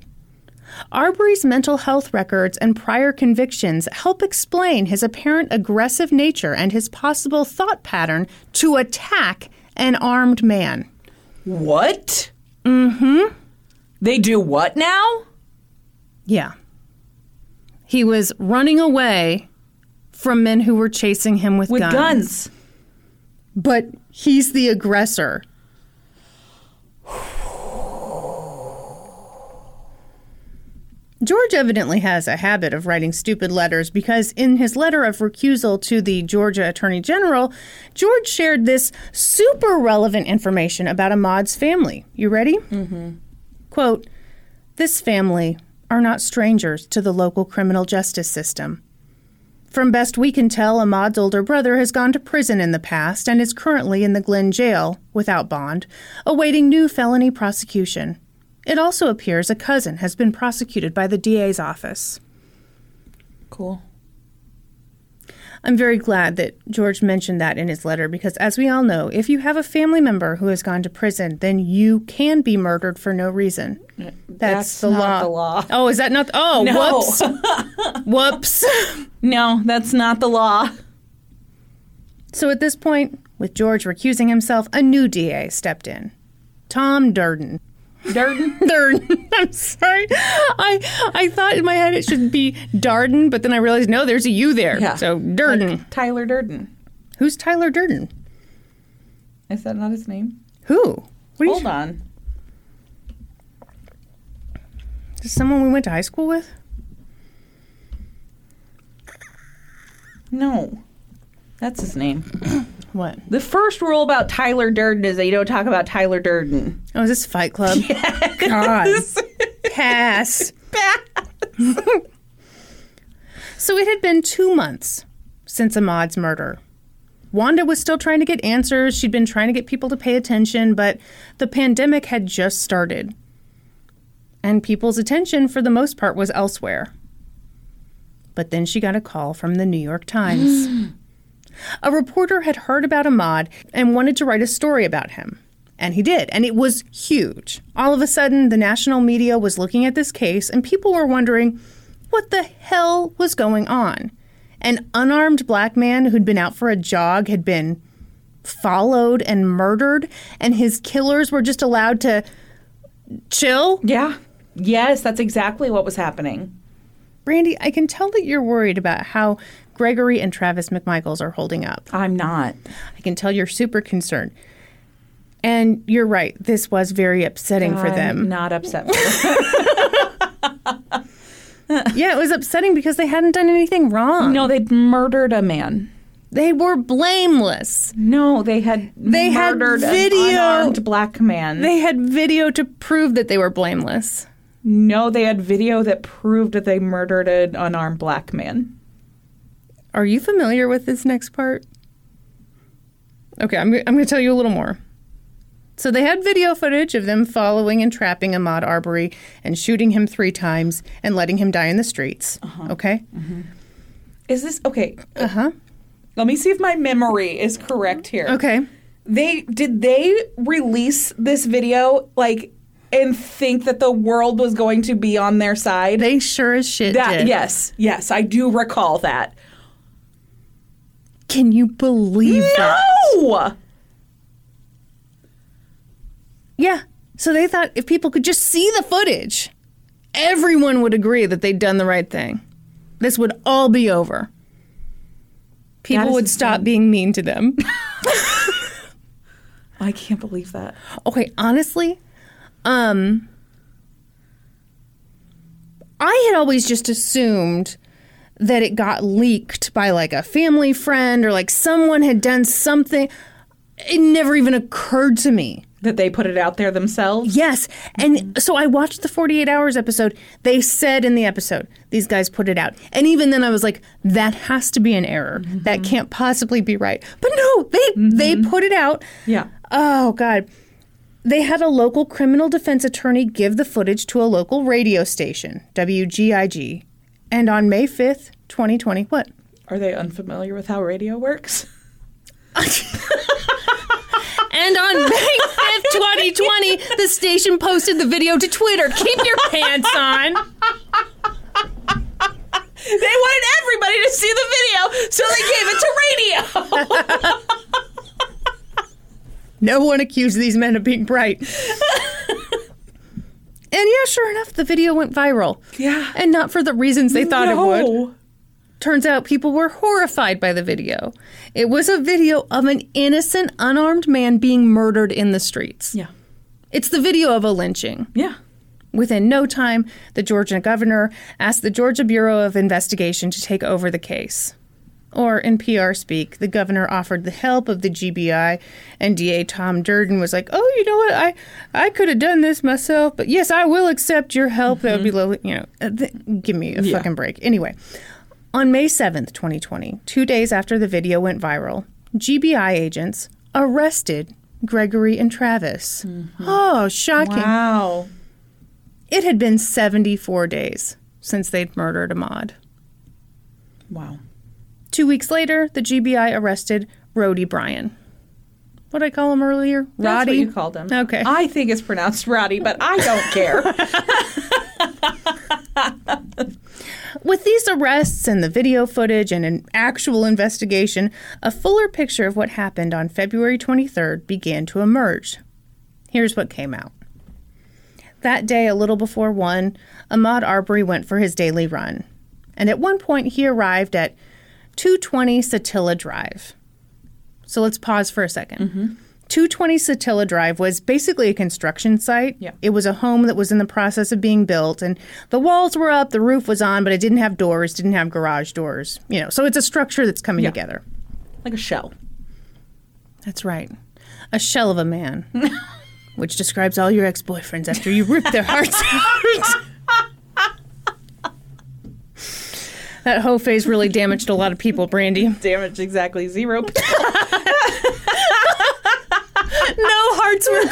B: Arbery's mental health records and prior convictions help explain his apparent aggressive nature and his possible thought pattern to attack an armed man.
C: What? Mm hmm.
B: Mm-hmm.
C: They do what now?
B: Yeah. He was running away from men who were chasing him with,
C: with guns.
B: But he's the aggressor. George evidently has a habit of writing stupid letters because in his letter of recusal to the Georgia Attorney General, George shared this super relevant information about Ahmad's family. You ready? Mm-hmm. Quote This family are not strangers to the local criminal justice system. From best we can tell, Ahmad's older brother has gone to prison in the past and is currently in the Glen jail, without bond, awaiting new felony prosecution. It also appears a cousin has been prosecuted by the DA's office.
C: Cool.
B: I'm very glad that George mentioned that in his letter because, as we all know, if you have a family member who has gone to prison, then you can be murdered for no reason. That's,
C: that's
B: the,
C: not
B: law.
C: the law.
B: Oh, is that not? Oh,
C: No.
B: whoops. whoops.
C: No, that's not the law.
B: So at this point, with George recusing himself, a new DA stepped in. Tom Durden.
C: Durden.
B: Durden. I'm sorry. I I thought in my head it should be Darden, but then I realized no, there's a U there.
C: Yeah.
B: So Durden.
C: Tyler Durden.
B: Who's Tyler Durden?
C: Is that not his name?
B: Who? What are you-
C: Hold on.
B: Is someone we went to high school with?
C: No. That's his name.
B: What?
C: The first rule about Tyler Durden is that you don't talk about Tyler Durden.
B: Oh, is this Fight Club? God. Pass. so it had been two months since Ahmad's murder. Wanda was still trying to get answers. She'd been trying to get people to pay attention, but the pandemic had just started. And people's attention, for the most part, was elsewhere. But then she got a call from the New York Times. A reporter had heard about Ahmad and wanted to write a story about him. And he did, and it was huge. All of a sudden, the national media was looking at this case, and people were wondering what the hell was going on. An unarmed black man who'd been out for a jog had been followed and murdered, and his killers were just allowed to chill.
C: Yeah. Yes, that's exactly what was happening.
B: Brandy, I can tell that you're worried about how Gregory and Travis McMichaels are holding up.
C: I'm not.
B: I can tell you're super concerned. And you're right. This was very upsetting for
C: I'm
B: them.
C: not upset. For them.
B: Yeah, it was upsetting because they hadn't done anything wrong.
C: no, they'd murdered a man.
B: They were blameless.
C: No, they had
B: They had
C: murdered
B: video.
C: an unarmed black man.
B: They had video to prove that they were blameless.
C: no, they had video that proved that they murdered an unarmed black man.
B: Are you familiar with this next part? Okay, I'm, I'm going to tell you a little more. So they had video footage of them following and trapping Ahmad Arbery and shooting him three times and letting him die in the streets.
C: Uh-huh.
B: Okay?
C: Mm-hmm. Is this okay? Uh huh. Let me see if my memory is correct here.
B: Okay.
C: They did they release this video like and think that the world was going to be on their side?
B: They sure as shit
C: that
B: did.
C: yes, yes, I do recall that.
B: Can you believe that?
C: No.
B: Yeah. So they thought if people could just see the footage, everyone would agree that they'd done the right thing. This would all be over. People
C: is
B: would stop being mean to them.
C: I can't believe that.
B: okay, honestly, um I had always just assumed that it got leaked by like a family friend or like someone had done something. It never even occurred to me.
C: That they put it out there themselves.
B: Yes. And so I watched the 48 hours episode. They said in the episode, these guys put it out. And even then I was like, that has to be an error. That can't possibly be right. But no, they they put it out.
C: Yeah.
B: Oh god. They had a local criminal defense attorney give the footage to a local radio station, WGIG. And on May 5th, 2020, what?
C: Are they unfamiliar with how radio works?
B: And on May 5th, 2020, the station posted the video to Twitter. Keep your pants on.
C: They wanted everybody to see the video, so they gave it to radio.
B: No one accused these men of being bright. and yeah, sure enough, the video went viral.
C: Yeah.
B: And not for the reasons they thought it would. Turns out people were horrified by the video. It was a video of an innocent, unarmed man being murdered in the streets.
C: Yeah.
B: It's the video of a lynching.
C: Yeah.
B: Within no time, the Georgia governor asked the Georgia Bureau of Investigation to take over the case. Or, in PR speak, the governor offered the help of the GBI, and DA Tom Durden was like, "Oh, you know what? I, I could have done this myself, but yes, I will accept your help. That would be, lo- you know, uh, th- give me a fucking break." Anyway, on May seventh, 2020, two days after the video went viral, GBI agents arrested Gregory and Travis. Oh, shocking!
C: Wow.
B: It had been 74 days since they'd murdered Ahmad.
C: Wow.
B: Two weeks later, the GBI arrested Roddy Bryan. What did I call him earlier?
C: That's
B: Roddy?
C: what you called him.
B: Okay.
C: I think it's pronounced Roddy, but I don't care.
B: With these arrests and the video footage and an actual investigation, a fuller picture of what happened on February 23rd began to emerge. Here's what came out. That day, a little before one, Ahmad Arbery went for his daily run, and at one point he arrived at 220 Satilla Drive. So let's pause for a 2nd 220 Satilla Drive was basically a construction site.
C: Yeah.
B: It was a home that was in the process of being built, and the walls were up, the roof was on, but it didn't have doors, didn't have garage doors. You know, so it's a structure that's coming together.
C: like a shell.
B: That's right. A shell of a man, which describes all your ex boyfriends after you rip their hearts out. that whole phase really damaged a lot of people, Brandy. No
C: Damage exactly zero.
B: hearts were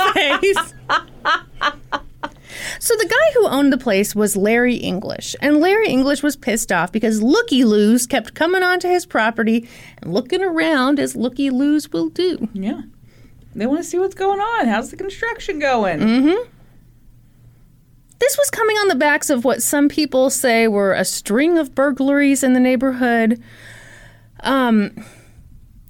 B: crushed in Brandy's whole phase. So the guy who owned the place was Larry English, and Larry English was pissed off because looky loos kept coming onto his property and looking around as looky loos will do.
C: yeah. They want to see what's going on. How's the construction going?
B: Mm. This was coming on the backs of what some people say were a string of burglaries in the neighborhood. Um,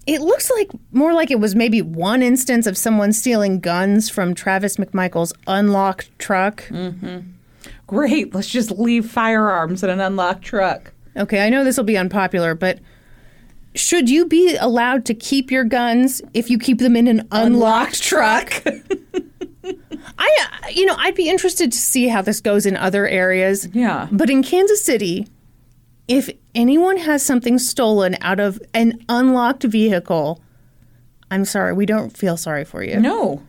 B: it looks like more like it was maybe one instance of someone stealing guns from Travis McMichael's unlocked truck.
C: Great. Let's just leave firearms in an unlocked truck.
B: Okay, I know this will be unpopular, but should you be allowed to keep your guns if you keep them in an unlocked truck? I, uh, you know, I'd be interested to see how this goes in other areas.
C: Yeah.
B: But in Kansas City, if anyone has something stolen out of an unlocked vehicle, I'm sorry, we don't feel sorry for you.
C: No.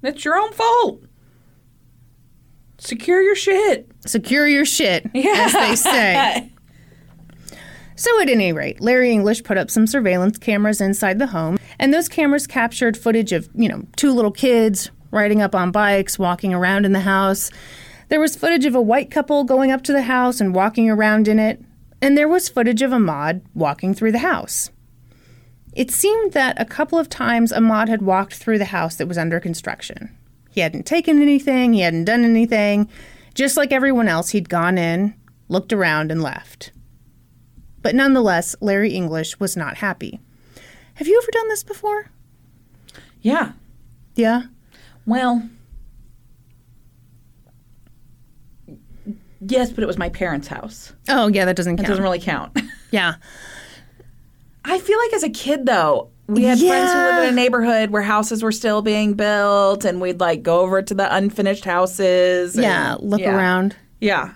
C: That's your own fault. Secure your shit.
B: Secure your shit, as they say. So, at any rate, Larry English put up some surveillance cameras inside the home, and those cameras captured footage of, you know, two little kids riding up on bikes, walking around in the house. There was footage of a white couple going up to the house and walking around in it, and there was footage of Ahmad walking through the house. It seemed that a couple of times Ahmad had walked through the house that was under construction. He hadn't taken anything, he hadn't done anything. Just like everyone else, he'd gone in, looked around, and left. But nonetheless, Larry English was not happy. Have you ever done this before?
C: Yeah.
B: Yeah.
C: Well, yes, but it was my parents' house.
B: Oh, yeah, that doesn't
C: It
B: count.
C: doesn't really count.
B: yeah.
C: I feel like as a kid, though, we had friends who lived in a neighborhood where houses were still being built, and we'd like go over to the unfinished houses. and-
B: Yeah, look
C: yeah.
B: around.
C: Yeah.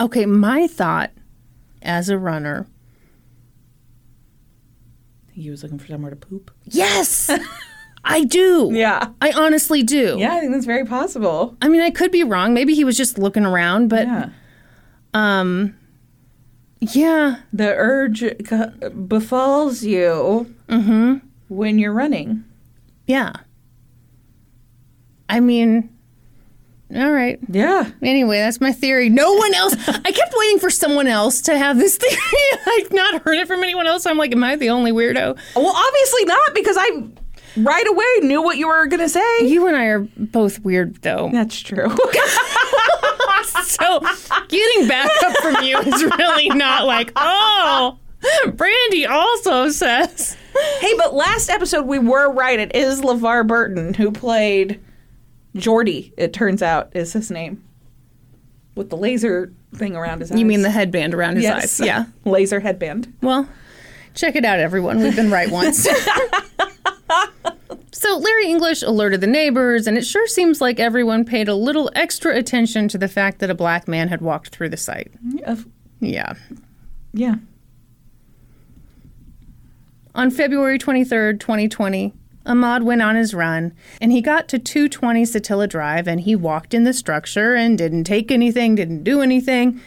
B: Okay, my thought as a runner
C: He was looking for somewhere to poop.
B: yes, I do.
C: Yeah.
B: I honestly do.
C: Yeah, I think that's very possible.
B: I mean, I could be wrong. Maybe he was just looking around, but
C: Yeah.
B: um yeah,
C: The urge c- befalls you
B: Mm-hmm.
C: when you're running.
B: yeah. I mean, all right.
C: Yeah.
B: Anyway, that's my theory. No one else. I kept waiting for someone else to have this theory. I've not heard it from anyone else. I'm like, am I the only weirdo?
C: Well, obviously not, because I right away knew what you were going to say.
B: You and I are both weird, though.
C: That's true.
B: So getting back up from you is really not like, oh, Brandy also says.
C: hey, but last episode we were right. It is LeVar Burton who played Jordy, it turns out, is his name. with the laser thing around his eyes.
B: You mean the headband around his
C: yes.
B: eyes? Yeah.
C: laser headband.
B: Well, check it out, everyone. We've been right once. so Larry English alerted the neighbors, and it sure seems like everyone paid a little extra attention to the fact that a black man had walked through the site.
C: Of-
B: Yeah.
C: yeah.
B: On February 23rd, 2020, Ahmad went on his run and he got to 220 Satilla Drive and he walked in the structure and didn't take anything, didn't do anything.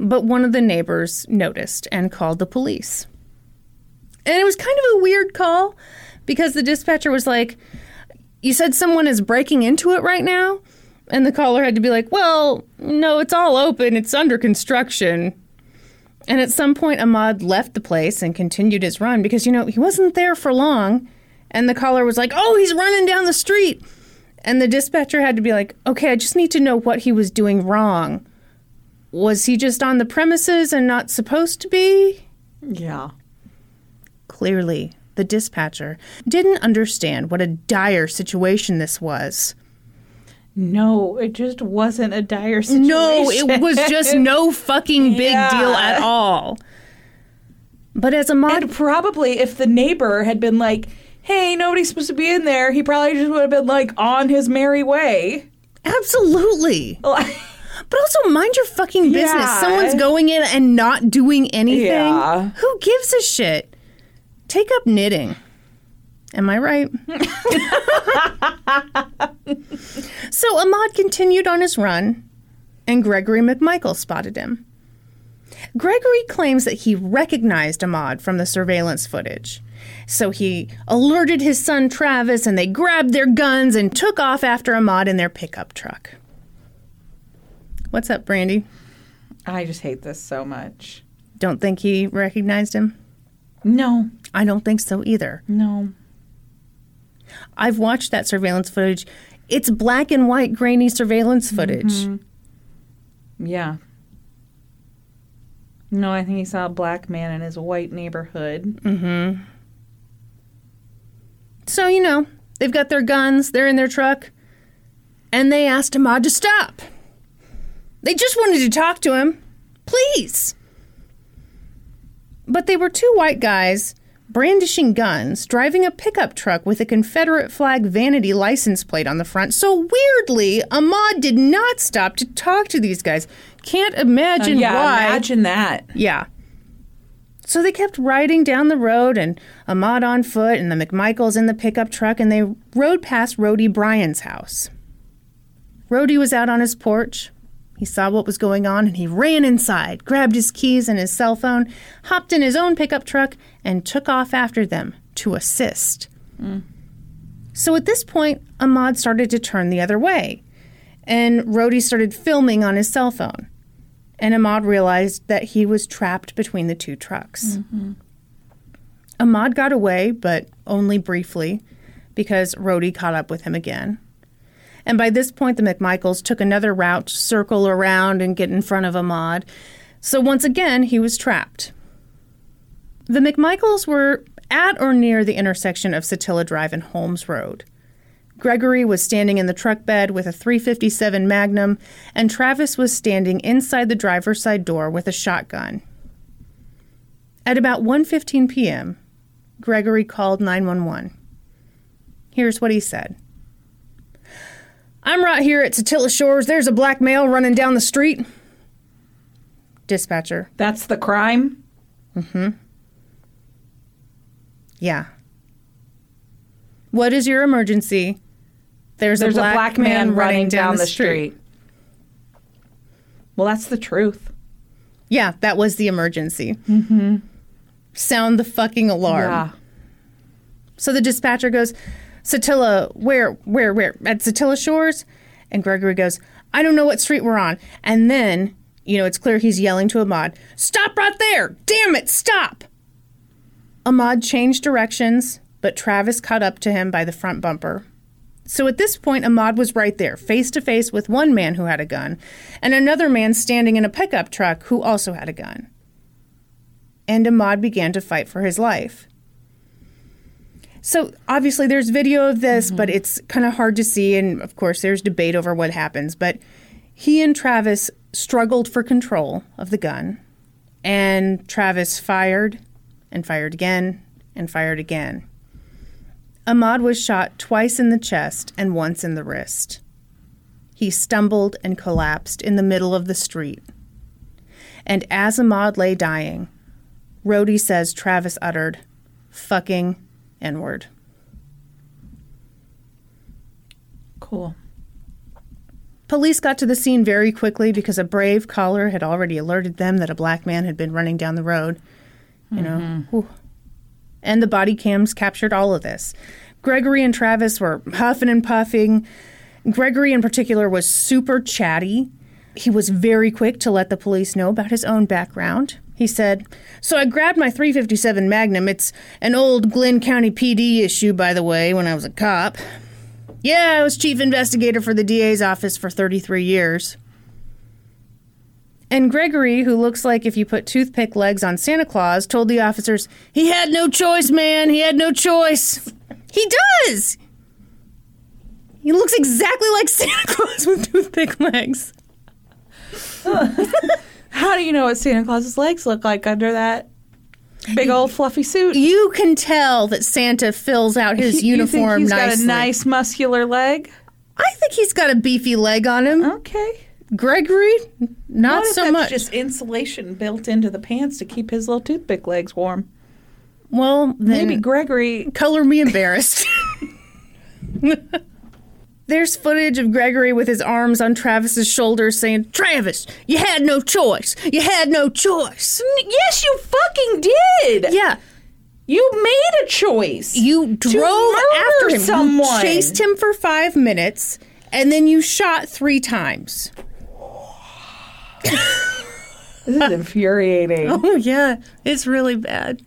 B: But one of the neighbors noticed and called the police. And it was kind of a weird call because the dispatcher was like, You said someone is breaking into it right now? And the caller had to be like, Well, no, it's all open, it's under construction. And at some point, Ahmad left the place and continued his run because, you know, he wasn't there for long. And the caller was like, oh, he's running down the street. And the dispatcher had to be like, okay, I just need to know what he was doing wrong. Was he just on the premises and not supposed to be?
C: Yeah.
B: Clearly, the dispatcher didn't understand what a dire situation this was.
C: No, it just wasn't a dire situation.
B: No, it was just no fucking big
C: Yeah.
B: deal at all. But as Ahmad
C: And probably if the neighbor had been like, hey, nobody's supposed to be in there, he probably just would have been like on his merry way.
B: Absolutely.
C: Like,
B: But also mind your fucking business.
C: Yeah.
B: Someone's going in and not doing anything.
C: Yeah.
B: Who gives a shit? Take up knitting. Am I right? so Ahmad continued on his run, and Gregory McMichael spotted him. Gregory claims that he recognized Ahmad from the surveillance footage. So he alerted his son Travis, and they grabbed their guns and took off after Ahmad in their pickup truck. What's up, Brandy?
C: I just hate this so much.
B: Don't think he recognized him?
C: No,
B: I don't think so either.
C: no.
B: I've watched that surveillance footage. It's black and white, grainy surveillance footage.
C: Mm-hmm. Yeah. No, I think he saw a black man in his white neighborhood.
B: So, you know, they've got their guns, they're in their truck, and they asked Ahmad to stop. They just wanted to talk to him. Please. But they were two white guys brandishing guns, driving a pickup truck with a Confederate flag vanity license plate on the front. So weirdly, Ahmad did not stop to talk to these guys. Can't imagine
C: Uh, yeah,
B: why.
C: imagine that.
B: Yeah. So they kept riding down the road, and Ahmad on foot, and the McMichaels in the pickup truck, and they rode past Rhodey Bryan's house. Rhodey was out on his porch. He saw what was going on, and he ran inside, grabbed his keys and his cell phone, hopped in his own pickup truck, and took off after them to assist. So at this point, Ahmad started to turn the other way, and Rhodey started filming on his cell phone and Ahmad realized that he was trapped between the two trucks. Ahmad got away, but only briefly, because Rhodey caught up with him again. And by this point, the McMichaels took another route to circle around and get in front of Ahmad. So once again, he was trapped. The McMichaels were at or near the intersection of Satilla Drive and Holmes Road. Gregory was standing in the truck bed with a 357 Magnum, and Travis was standing inside the driver's side door with a shotgun. At about 1:15 p.m., Gregory called 911. Here's what he said. I'm right here at Satilla Shores. There's a black male running down the street. Dispatcher.
C: That's the crime.
B: Yeah. What is your emergency? There's,
C: There's
B: a, black man, running down, the street.
C: Well, that's the truth.
B: Yeah, that was the emergency. Mm-hmm. Sound the fucking alarm.
C: Yeah.
B: So the dispatcher goes, Satilla, where, where, where? At Satilla Shores? And Gregory goes, I don't know what street we're on. And then, you know, it's clear he's yelling to Ahmad, Stop right there! Damn it, stop! Ahmad changed directions, but Travis caught up to him by the front bumper. So at this point, Ahmad was right there, face to face with one man who had a gun and another man standing in a pickup truck who also had a gun. And Ahmad began to fight for his life. So obviously, there's video of this, but it's kind of hard to see. And of course, there's debate over what happens. But he and Travis struggled for control of the gun, and Travis fired and fired again and fired again. Ahmad was shot twice in the chest and once in the wrist. He stumbled and collapsed in the middle of the street. And as Ahmad lay dying, Rhodey says Travis uttered, fucking N word.
C: Cool.
B: Police got to the scene very quickly because a brave caller had already alerted them that a black man had been running down the road. You know, whew. and the body cams captured all of this. Gregory and Travis were huffing and puffing. Gregory, in particular, was super chatty. He was very quick to let the police know about his own background. He said, "So I grabbed my 357 Magnum. It's an old Glenn County PD issue, by the way, when I was a cop." Yeah, I was chief investigator for the DA's office for 33 years. And Gregory, who looks like if you put toothpick legs on Santa Claus, told the officers, he had no choice, man. He had no choice. He does! He looks exactly like Santa Claus with toothpick legs.
C: How do you know what Santa Claus's legs look like under that big old fluffy suit?
B: You can tell that Santa fills out his
C: You think
B: uniform
C: he's
B: nicely.
C: got a nice muscular leg.
B: I think he's got a beefy leg on him.
C: Okay.
B: Gregory, not
C: Uh, What if
B: so
C: that's
B: much.
C: just insulation built into the pants to keep his little toothpick legs warm?
B: well, then
C: Maybe Gregory.
B: color me embarrassed. There's footage of Gregory with his arms on Travis's shoulders saying, Travis, you had no choice. You had no choice.
C: Yes, you fucking did.
B: Yeah,
C: You made a choice.
B: you drove after
C: murder
B: him.
C: someone.
B: You chased him for five minutes, and then you shot three times.
C: This is infuriating.
B: Oh, yeah, it's really bad.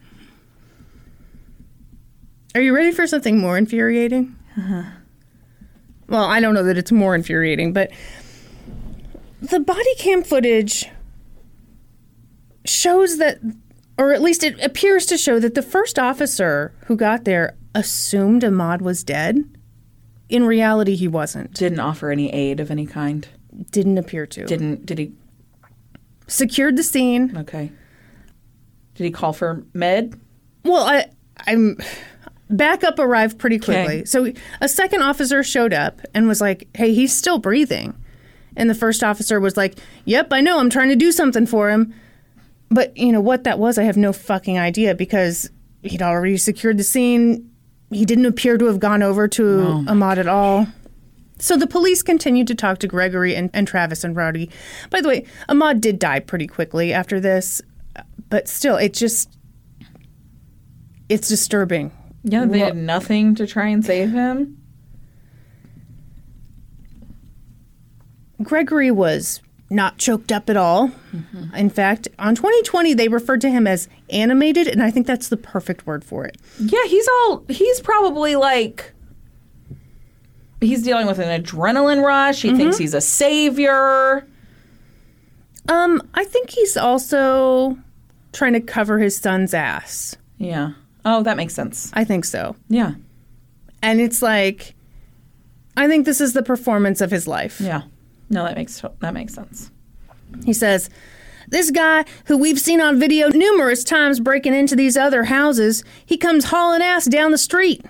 B: Are you ready for something more infuriating? Well, I don't know that it's more infuriating, but the body cam footage shows that, or at least it appears to show that the first officer who got there assumed Ahmad was dead. In reality, he wasn't.
C: Didn't offer any aid of any kind.
B: Didn't appear to.
C: Didn't. Did he?
B: Secured the scene.
C: Okay. Did he call for med?
B: Well, I, I'm backup arrived pretty quickly.
C: Okay.
B: So a second officer showed up and was like, "Hey, he's still breathing," and the first officer was like, "Yep, I know. I'm trying to do something for him." But you know what that was? I have no fucking idea because he'd already secured the scene. He didn't appear to have gone over to Ahmad at all. So the police continued to talk to Gregory and, and Travis and Rowdy. By the way, Ahmad did die pretty quickly after this, but still, it just it's disturbing.
C: Yeah, they had nothing to try and save him.
B: Gregory was not choked up at all. In fact, on 2020, they referred to him as animated, and I think that's the perfect word for it.
C: Yeah, he's all. He's probably like. He's dealing with an adrenaline rush. He thinks he's a savior.
B: Um, I think he's also trying to cover his son's ass.
C: Yeah. Oh, that makes sense.
B: I think so.
C: Yeah.
B: And it's like, I think this is the performance of his life.
C: Yeah. No, that makes that makes sense.
B: He says, This guy, who we've seen on video numerous times breaking into these other houses, he comes hauling ass down the street.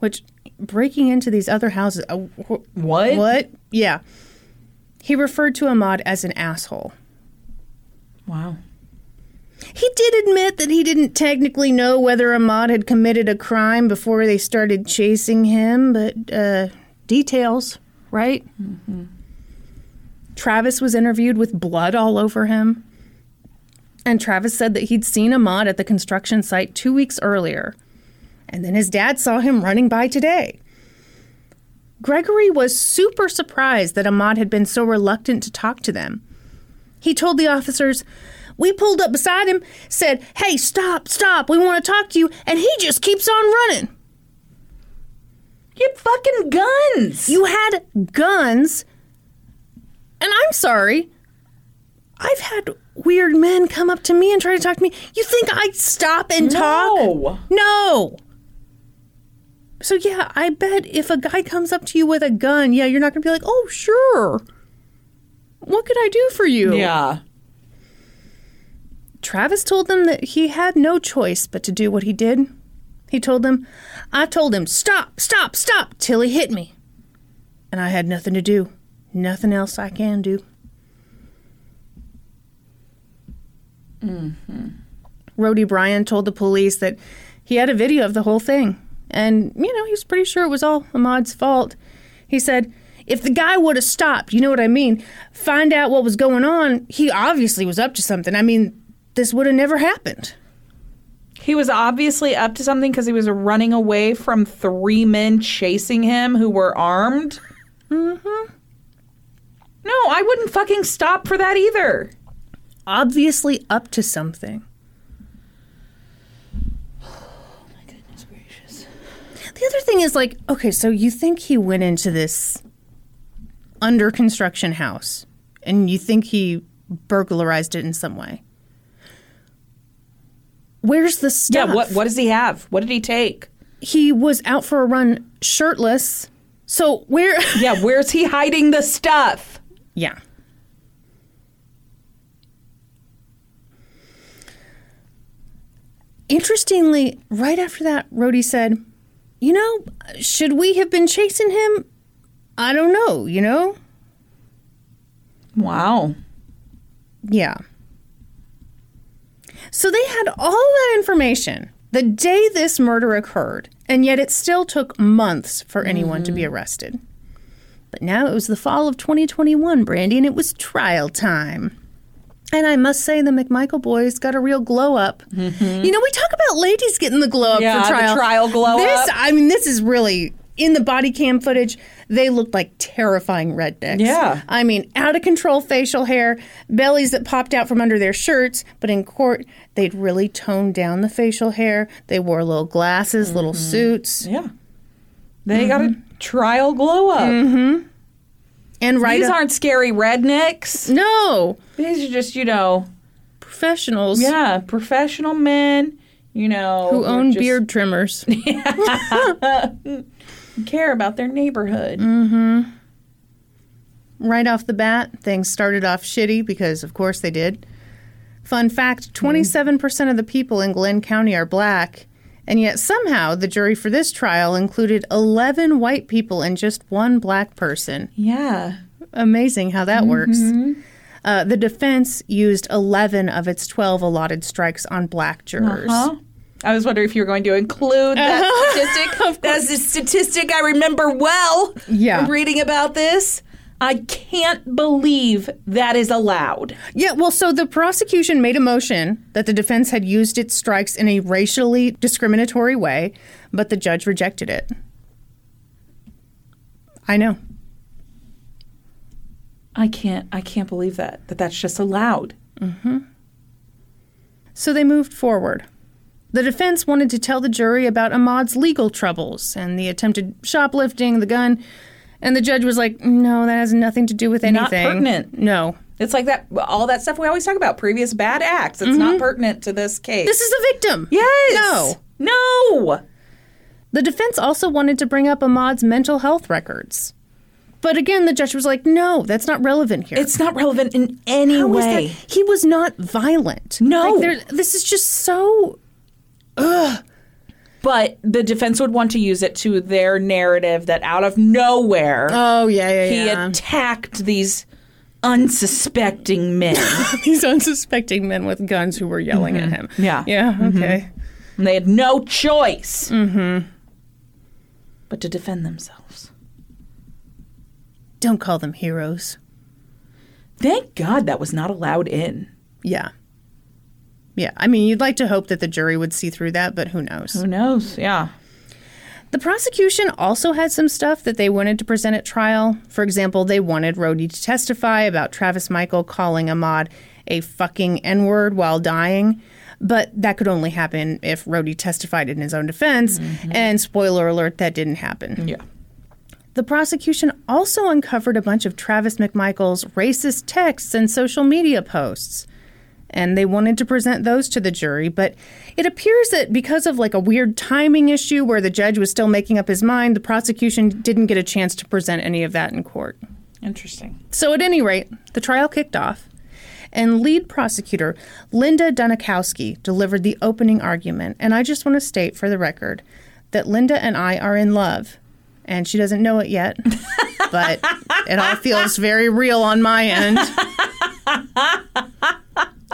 B: Which, breaking into these other houses. uh, wh-
C: What?
B: What? Yeah. He referred to Ahmad as an asshole.
C: Wow.
B: He did admit that he didn't technically know whether Ahmad had committed a crime before they started chasing him, but uh, details, right? Travis was interviewed with blood all over him. And Travis said that he'd seen Ahmad at the construction site two weeks earlier. And then his dad saw him running by today. Gregory was super surprised that Ahmad had been so reluctant to talk to them. He told the officers, We pulled up beside him, said, Hey, stop, stop, we want to talk to you, and he just keeps on running.
C: Get fucking guns.
B: You had guns, and I'm sorry, I've had weird men come up to me and try to talk to me. You think I'd stop and talk?
C: No.
B: No. So, yeah, I bet if a guy comes up to you with a gun, yeah, you're not going to be like, Oh, sure. What could I do for you?
C: Yeah.
B: Travis told them that he had no choice but to do what he did. He told them, I told him, stop, stop, stop, till he hit me. And I had nothing to do, nothing else I can do. Mm-hmm. Rhodey Bryan told the police that he had a video of the whole thing. And, you know, he was pretty sure it was all Ahmad's fault. He said, if the guy would have stopped, you know what I mean, find out what was going on, he obviously was up to something. I mean, this would have never happened.
C: He was obviously up to something because he was running away from three men chasing him who were armed. Mm-hmm. No, I wouldn't fucking stop for that either.
B: Obviously up to something. The other thing is like, okay, so you think he went into this under construction house and you think he burglarized it in some way. Where's the stuff?
C: Yeah, what what does he have? What did he take?
B: He was out for a run shirtless. So where
C: Yeah, where's he hiding the stuff?
B: Yeah. Interestingly, right after that, Rhodey said, You know, should we have been chasing him? I don't know, you know?
C: Wow.
B: Yeah. So they had all that information the day this murder occurred, and yet it still took months for anyone to
C: Mm-hmm.
B: be arrested. But now it was the fall of 2021, Brandy, and it was trial time. And I must say, the McMichael boys got a real glow up. You know, we talk about ladies getting the glow up
C: Mm-hmm. Yeah,
B: for
C: the
B: trial.
C: trial glow
B: this,
C: up.
B: I mean, this is really in the body cam footage. They looked like terrifying rednecks.
C: Yeah.
B: I mean, out of control facial hair, bellies that popped out from under their shirts. But in court, they'd really toned down the facial hair. They wore little glasses,
C: Mm-hmm.
B: little suits,
C: Yeah. Mm-hmm. They got a trial glow up.
B: and right.
C: These
B: up-
C: aren't scary rednecks.
B: no
C: These are just, you know,
B: professionals
C: yeah, professional men, you know,
B: who own
C: just
B: beard trimmers.
C: care about their neighborhood.
B: right off the bat, things started off shitty because, of course, they did. Fun fact
C: Mm-hmm.
B: 27% of the people in Glenn County are black, and yet somehow the jury for this trial included 11 white people and just one black person.
C: Yeah.
B: Amazing how that
C: Mm-hmm.
B: works. Uh, the defense used 11 of its 12 allotted strikes on black jurors.
C: Huh? I was wondering if you were going to include that statistic. That's a statistic I remember well.
B: Yeah.
C: from Reading about this. I can't believe that is allowed.
B: Yeah, well, so the prosecution made a motion that the defense had used its strikes in a racially discriminatory way, but the judge rejected it. I know.
C: I can't I can't believe that that that's just allowed.
B: So they moved forward. The defense wanted to tell the jury about Ahmad's legal troubles and the attempted shoplifting, the gun, and the judge was like, "No, that has nothing to do with anything."
C: Not pertinent.
B: No.
C: It's like that all that stuff we always talk about previous bad acts. It's not pertinent to this case.
B: Mm-hmm. This is a victim.
C: yes.
B: No.
C: No.
B: The defense also wanted to bring up Ahmad's mental health records. But again, the judge was like, no, that's not relevant here.
C: It's not relevant in any
B: How is that-
C: way.
B: He was not violent.
C: No.
B: Like, there- this is just so.
C: But the defense would want to use it to their narrative that out of nowhere
B: Oh, yeah, yeah,
C: he attacked these unsuspecting men.
B: These unsuspecting men with guns who were yelling at him.
C: Yeah.
B: Mm-hmm. Yeah, Mm-hmm. okay.
C: and they had no choice but to defend themselves.
B: Don't call them heroes.
C: Thank God that was not allowed in.
B: Yeah. Yeah, I mean, you'd like to hope that the jury would see through that, but who knows?
C: Who knows? Yeah.
B: The prosecution also had some stuff that they wanted to present at trial. For example, they wanted Rhodey to testify about Travis Michael calling Ahmad a fucking N word while dying, but that could only happen if Rhodey testified in his own defense. And spoiler alert, that didn't happen.
C: Yeah.
B: The prosecution also uncovered a bunch of Travis McMichael's racist texts and social media posts. And they wanted to present those to the jury, but it appears that because of like a weird timing issue where the judge was still making up his mind, the prosecution didn't get a chance to present any of that in court.
C: Interesting.
B: So, at any rate, the trial kicked off, and lead prosecutor Linda Dunikowski delivered the opening argument. And I just want to state for the record that Linda and I are in love, and she doesn't know it yet, but it all feels very real on my end.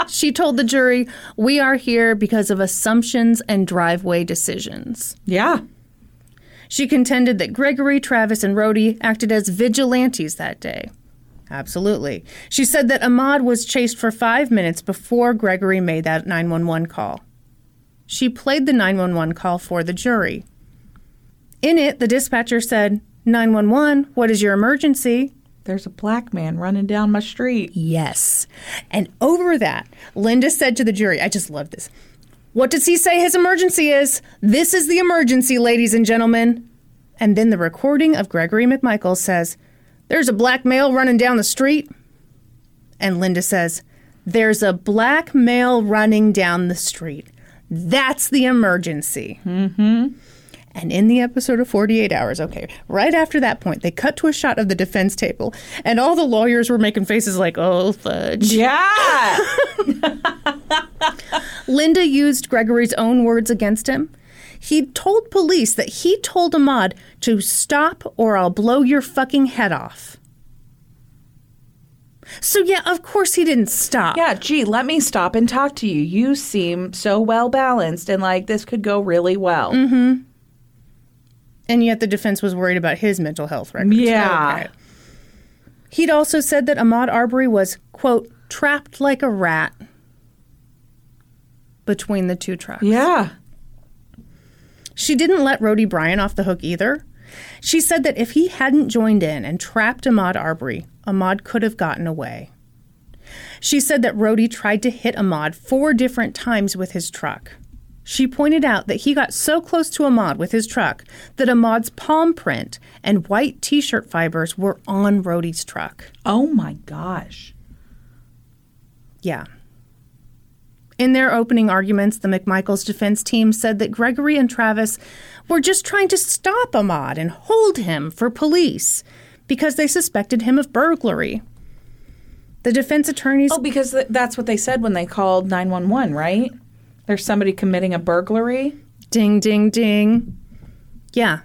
B: She told the jury, We are here because of assumptions and driveway decisions.
C: Yeah.
B: She contended that Gregory, Travis, and Rhodey acted as vigilantes that day. Absolutely. She said that Ahmad was chased for five minutes before Gregory made that 911 call. She played the 911 call for the jury. In it, the dispatcher said, 911, what is your emergency?
C: There's a black man running down my street.
B: Yes. And over that, Linda said to the jury, I just love this. What does he say his emergency is? This is the emergency, ladies and gentlemen. And then the recording of Gregory McMichael says, There's a black male running down the street. And Linda says, There's a black male running down the street. That's the emergency. And in the episode of 48 Hours, okay, right after that point, they cut to a shot of the defense table, and all the lawyers were making faces like, oh, fudge.
C: Yeah.
B: Linda used Gregory's own words against him. He told police that he told Ahmad to stop or I'll blow your fucking head off. So, yeah, of course he didn't stop.
C: yeah, gee, let me stop and talk to you. You seem so well balanced and like this could go really well.
B: And yet the defense was worried about his mental health records. Oh,
C: Yeah.
B: Okay. He'd also said that Ahmad Arbery was, quote, trapped like a rat between the two trucks.
C: Yeah.
B: She didn't let Rhodey Bryan off the hook either. She said that if he hadn't joined in and trapped Ahmad Arbery, Ahmad could have gotten away. She said that Rhodey tried to hit Ahmad four different times with his truck. She pointed out that he got so close to Ahmad with his truck that Ahmad's palm print and white t shirt fibers were on Rhodey's truck.
C: Oh my gosh.
B: Yeah. In their opening arguments, the McMichaels defense team said that Gregory and Travis were just trying to stop Ahmad and hold him for police because they suspected him of burglary. The defense attorneys.
C: Oh, because th- that's what they said when they called 911, right? There's somebody committing a burglary.
B: Ding, ding, ding. Yeah.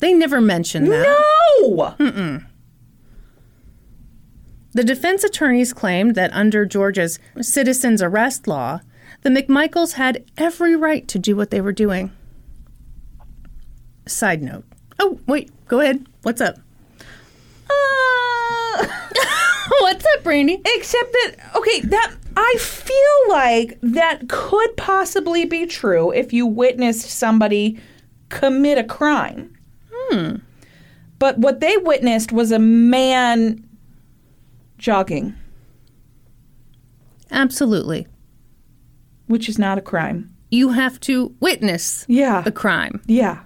B: They never mentioned that.
C: No!
B: The defense attorneys claimed that under Georgia's citizen's arrest law, the McMichaels had every right to do what they were doing. Side note. Oh, wait, go ahead. What's up? Ah, What's up, Brandy?
C: Except that, okay, that I feel like that could possibly be true if you witnessed somebody commit a crime. Hmm. But what they witnessed was a man jogging,
B: Absolutely.
C: which is not a crime.
B: You have to witness
C: Yeah.
B: the crime.
C: Yeah.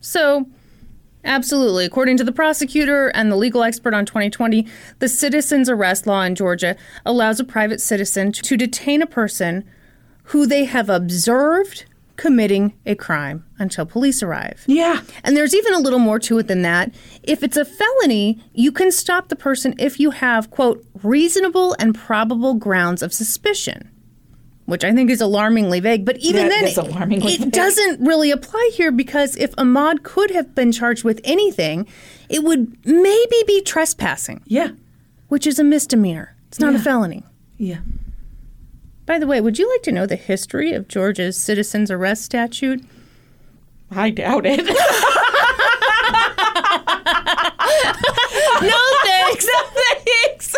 B: So, absolutely. According to the prosecutor and the legal expert on 2020, the citizen's arrest law in Georgia allows a private citizen to detain a person who they have observed committing a crime until police arrive.
C: Yeah.
B: And there's even a little more to it than that. If it's a felony, you can stop the person if you have, quote, reasonable and probable grounds of suspicion, which I think is alarmingly vague. But even
C: That
B: then,
C: is alarmingly
B: it
C: vague.
B: doesn't really apply here because if Ahmad could have been charged with anything, it would maybe be trespassing,
C: Yeah.
B: which is a misdemeanor. It's not a felony.
C: Yeah.
B: By the way, would you like to know the history of Georgia's citizen's arrest statute?
C: I doubt it.
B: No thanks.
C: Thanks.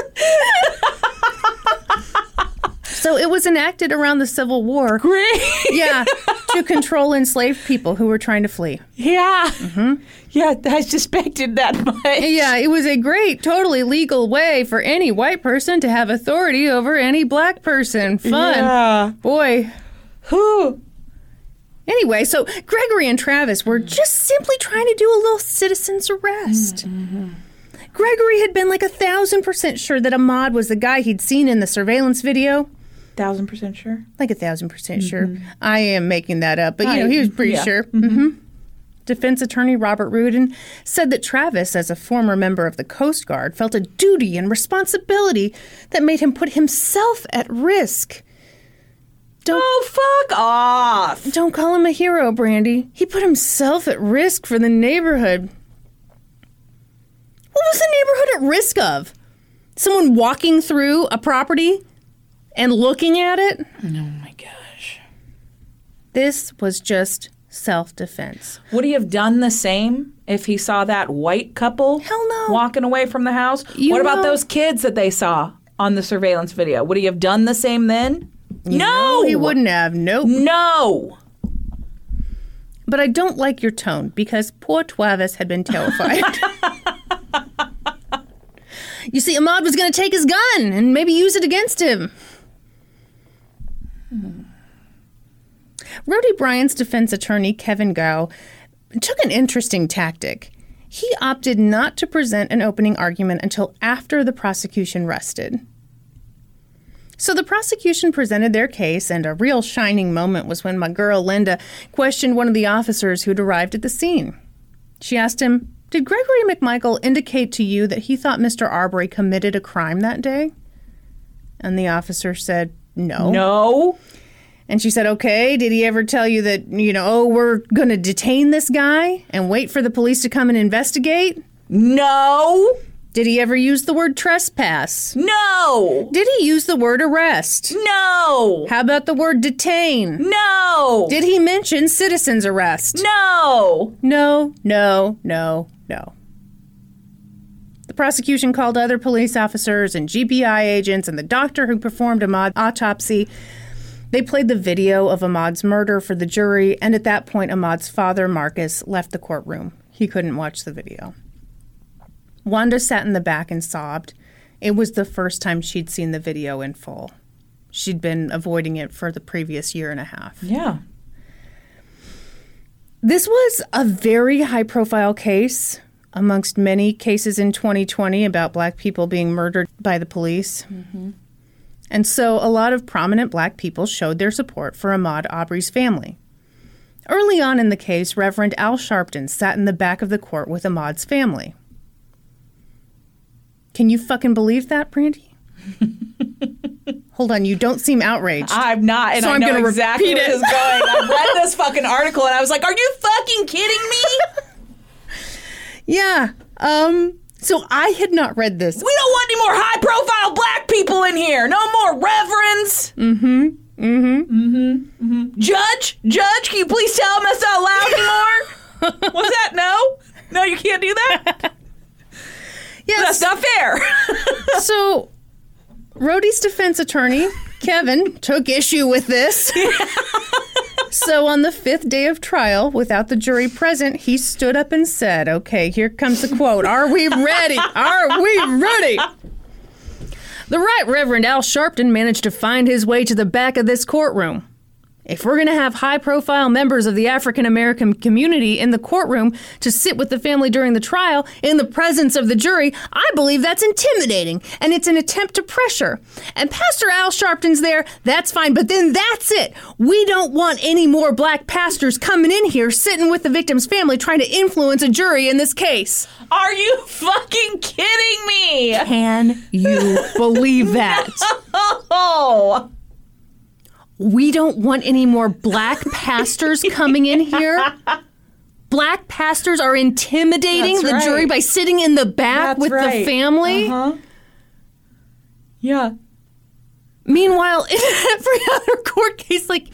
B: So it was enacted around the Civil War.
C: Great.
B: yeah, to control enslaved people who were trying to flee.
C: Yeah. Yeah, I suspected that much.
B: Mm-hmm. Yeah, it was a great, totally legal way for any white person to have authority over any black person. Fun.
C: Yeah.
B: Boy.
C: Whew.
B: Anyway, so Gregory and Travis were just simply trying to do a little citizen's arrest.
C: Mm-hmm,
B: Gregory had been like a thousand percent sure that Ahmad was the guy he'd seen in the surveillance video.
C: Thousand percent sure.
B: like a thousand percent sure. I am making that up, but you know,
C: Mm-hmm. I-
B: he was pretty
C: yeah. Mm-hmm.
B: sure. hmm Defense attorney Robert Rudin said that Travis, as a former member of the Coast Guard, felt a duty and responsibility that made him put himself at risk. Don't
C: Oh, fuck off.
B: don't call him a hero, Brandy. He put himself at risk for the neighborhood. What was the neighborhood at risk of? Someone walking through a property and looking at it?
C: Oh my gosh.
B: This was just self defense.
C: Would he have done the same if he saw that white couple
B: Hell no.
C: walking away from the house?
B: You
C: what about
B: know-
C: those kids that they saw on the surveillance video? Would he have done the same then? no.
B: He wouldn't have, nope.
C: No.
B: But I don't like your tone because poor Travis had been terrified. you see, Ahmad was going to take his gun and maybe use it against him. Rhodey Bryan's defense attorney, Kevin Gao, took an interesting tactic. He opted not to present an opening argument until after the prosecution rested. So the prosecution presented their case, and a real shining moment was when my girl Linda questioned one of the officers who'd arrived at the scene. She asked him, Did Gregory McMichael indicate to you that he thought Mr. Arbery committed a crime that day? And the officer said, No.
C: No.
B: And she said, Okay, did he ever tell you that, you know, oh, we're going to detain this guy and wait for the police to come and investigate?
C: No.
B: Did he ever use the word trespass?
C: No.
B: Did he use the word arrest?
C: No.
B: How about the word detain?
C: No.
B: Did he mention citizens arrest?
C: no.
B: No, no, no, no. The prosecution called other police officers and GBI agents and the doctor who performed Ahmad's autopsy. They played the video of Ahmad's murder for the jury, and at that point, Ahmad's father, Marcus, left the courtroom. He couldn't watch the video. Wanda sat in the back and sobbed. It was the first time she'd seen the video in full. She'd been avoiding it for the previous year and a half.
C: Yeah.
B: This was a very high profile case amongst many cases in 2020 about black people being murdered by the police.
C: Mm-hmm.
B: And so a lot of prominent black people showed their support for Ahmaud Aubrey's family. Early on in the case, Reverend Al Sharpton sat in the back of the court with Ahmaud's family. Can you fucking believe that, Brandy? Hold on, you don't seem outraged.
C: I'm not, and
B: So
C: I
B: I'm
C: know
B: gonna
C: exactly
B: repeat
C: where
B: it.
C: this is going. I read this fucking article, and I was like, "Are you fucking kidding me?
B: yeah. Um so I had not read this.
C: We don't want any more high-profile black people in here. No more reverends." Mm-hmm. Mm-hmm. Mm-hmm. Judge, judge, can you please tell them that's not allowed anymore? What's that? No, no, you can't do that.
B: Yes.
C: That's not fair.
B: So, Rhodey's defense attorney, Kevin, took issue with this. so, on the fifth day of trial, without the jury present, he stood up and said, Okay, here comes the quote Are we ready? Are we ready? The Right Reverend Al Sharpton managed to find his way to the back of this courtroom. If we're going to have high profile members of the African American community in the courtroom to sit with the family during the trial in the presence of the jury, I believe that's intimidating and it's an attempt to pressure. And Pastor Al Sharpton's there, that's fine, but then that's it. We don't want any more black pastors coming in here sitting with the victim's family trying to influence a jury in this case.
C: Are you fucking kidding me?
B: Can you believe that?
C: Oh.
B: we don't want any more black pastors coming in here. Black pastors are intimidating
C: That's
B: the
C: right.
B: jury by sitting in the back
C: That's
B: with the
C: right. Uh-huh.
B: family.
C: Yeah.
B: Meanwhile, in every other court case, like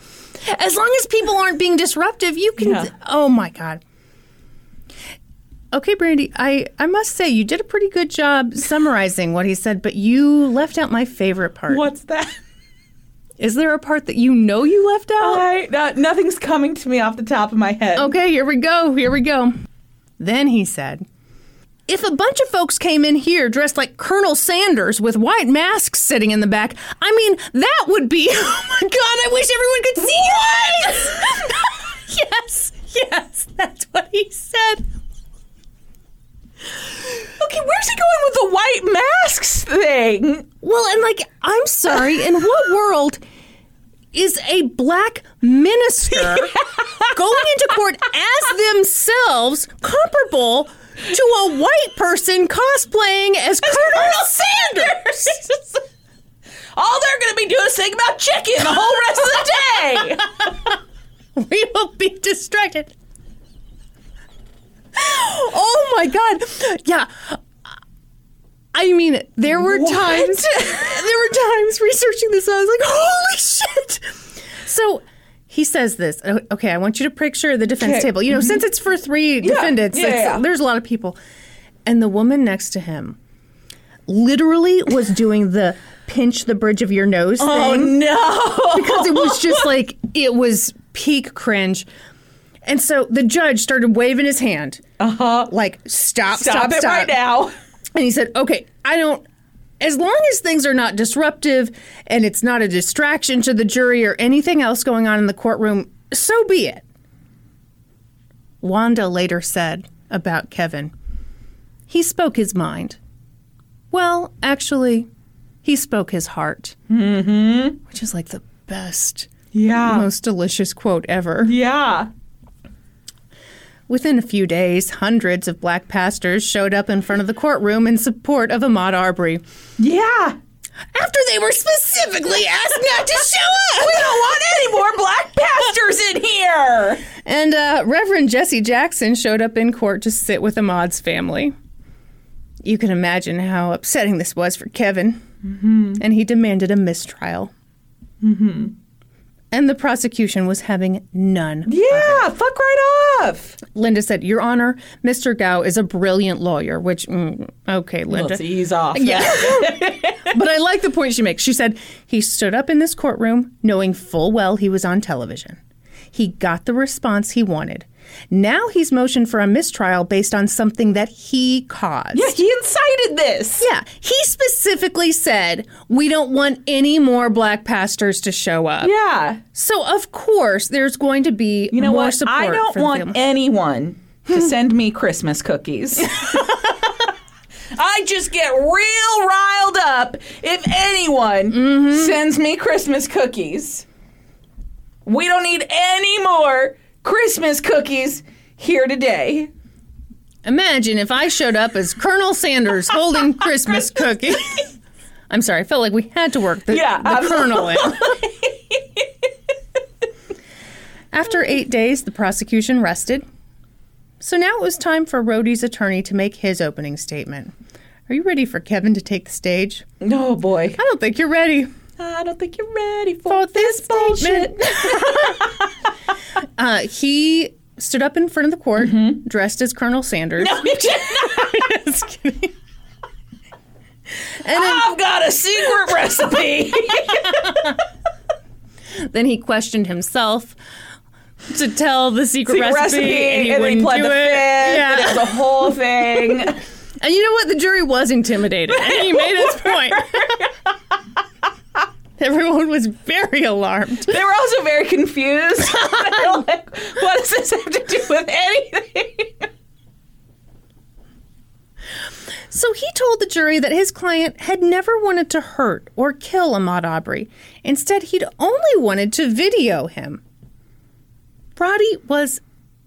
B: as long as people aren't being disruptive, you can.
C: Yeah.
B: Oh my god. Okay, Brandy, I, I must say you did a pretty good job summarizing what he said, but you left out my favorite part.
C: What's that?
B: Is there a part that you know you left out?
C: I, no, nothing's coming to me off the top of my head.
B: Okay, here we go, here we go. Then he said, If a bunch of folks came in here dressed like Colonel Sanders with white masks sitting in the back, I mean, that would be. Oh my God, I wish everyone could see what? yes, yes, that's what he said.
C: Okay, where's he going with the white masks thing?
B: Well, and like, I'm sorry, in what world is a black minister going into court as themselves comparable to a white person cosplaying as Colonel Sanders.
C: All they're going to be doing is thinking about chicken the whole rest of the day.
B: we will be distracted. Oh my god. Yeah. I mean, there were times there were times researching this and I was like, "Holy shit." So he says this. O- Okay, I want you to picture the defense
C: Okay. Mm-hmm.
B: table. You know, since it's for 3 defendants,
C: Yeah,
B: it's-
C: yeah.
B: there's a lot of people. And the woman next to him literally was doing the pinch the bridge of your nose
C: Oh,
B: thing
C: no.
B: because it was just like it was peak cringe. And so the judge started waving his hand. Uh-huh. Like stop,
C: Stop
B: stop,
C: it right now.
B: And he said, "Okay, I don't as long as things are not disruptive and it's not a distraction to the jury or anything else going on in the courtroom, so be it." Wanda later said about Kevin, "He spoke his mind." Well, actually, he spoke his heart. Mhm. Which is like the best
C: Yeah.
B: most delicious quote ever.
C: Yeah.
B: Within a few days, hundreds of black pastors showed up in front of the courtroom in support of Ahmaud Arbery.
C: Yeah.
B: After they were specifically asked not to show up!
C: We don't want any more black pastors in here.
B: And uh, Reverend Jesse Jackson showed up in court to sit with Ahmad's family. You can imagine how upsetting this was for Kevin. And he demanded a mistrial. And the prosecution was having none
C: Yeah. Fuck right off.
B: Linda said, Your Honor, Mr. Gao is a brilliant lawyer, which, mm, okay, Linda.
C: Let's ease off.
B: but I like the point she makes. She said, He stood up in this courtroom knowing full well he was on television. He got the response he wanted. Now he's motioned for a mistrial based on something that he caused.
C: Yeah, he incited this.
B: Yeah, he specifically said, We don't want any more black pastors to show up.
C: Yeah.
B: So, of course, there's going to be
C: You know
B: more
C: what?
B: support.
C: I don't
B: for the
C: want
B: family.
C: anyone to send me Christmas cookies. I just get real riled up if anyone
B: Mm-hmm.
C: sends me Christmas cookies. We don't need any more Christmas cookies here today.
B: Imagine if I showed up as Colonel Sanders holding Christmas cookies. I'm sorry, I felt like we had to work the,
C: Yeah,
B: the Colonel in. After eight days, the prosecution rested. So now it was time for Rhodey's attorney to make his opening statement. Are you ready for Kevin to take the stage?
C: Oh boy.
B: I don't think you're ready.
C: I don't think you're ready
B: For
C: for this bullshit.
B: Uh, he stood up in front of the court,
C: Mm-hmm.
B: dressed as Colonel Sanders. Just kidding. And then
C: I've got a secret recipe.
B: Then he questioned himself to tell the secret,
C: secret
B: recipe,
C: recipe,
B: and he
C: and then
B: wouldn't
C: he pled
B: do
C: the
B: it.
C: fifth.
B: Yeah.
C: And it was a whole thing.
B: And you know what? The jury was intimidated, and he made his point. Everyone was very alarmed.
C: They were also very confused. They were like, what does this have to do with anything?
B: So he told the jury that his client had never wanted to hurt or kill Ahmad Aubrey. Instead, he'd only wanted to video him. Roddy was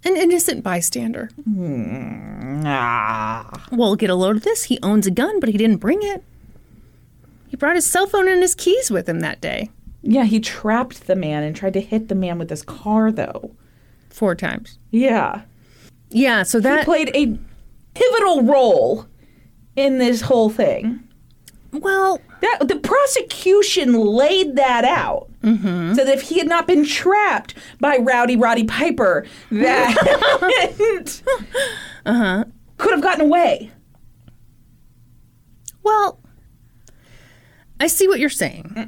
B: an innocent bystander. Well, get a load of this. He owns a gun, but he didn't bring it. He brought his cell phone and his keys with him that day.
C: Yeah, he trapped the man and tried to hit the man with his car, though.
B: Four times.
C: Yeah.
B: Yeah, so
C: He
B: that.
C: played a pivotal role in this whole thing.
B: well,
C: That the prosecution laid that out. Mm-hmm. So that if he had not been trapped by Rowdy Roddy Piper, that could have gotten away.
B: Well, I see what you're saying.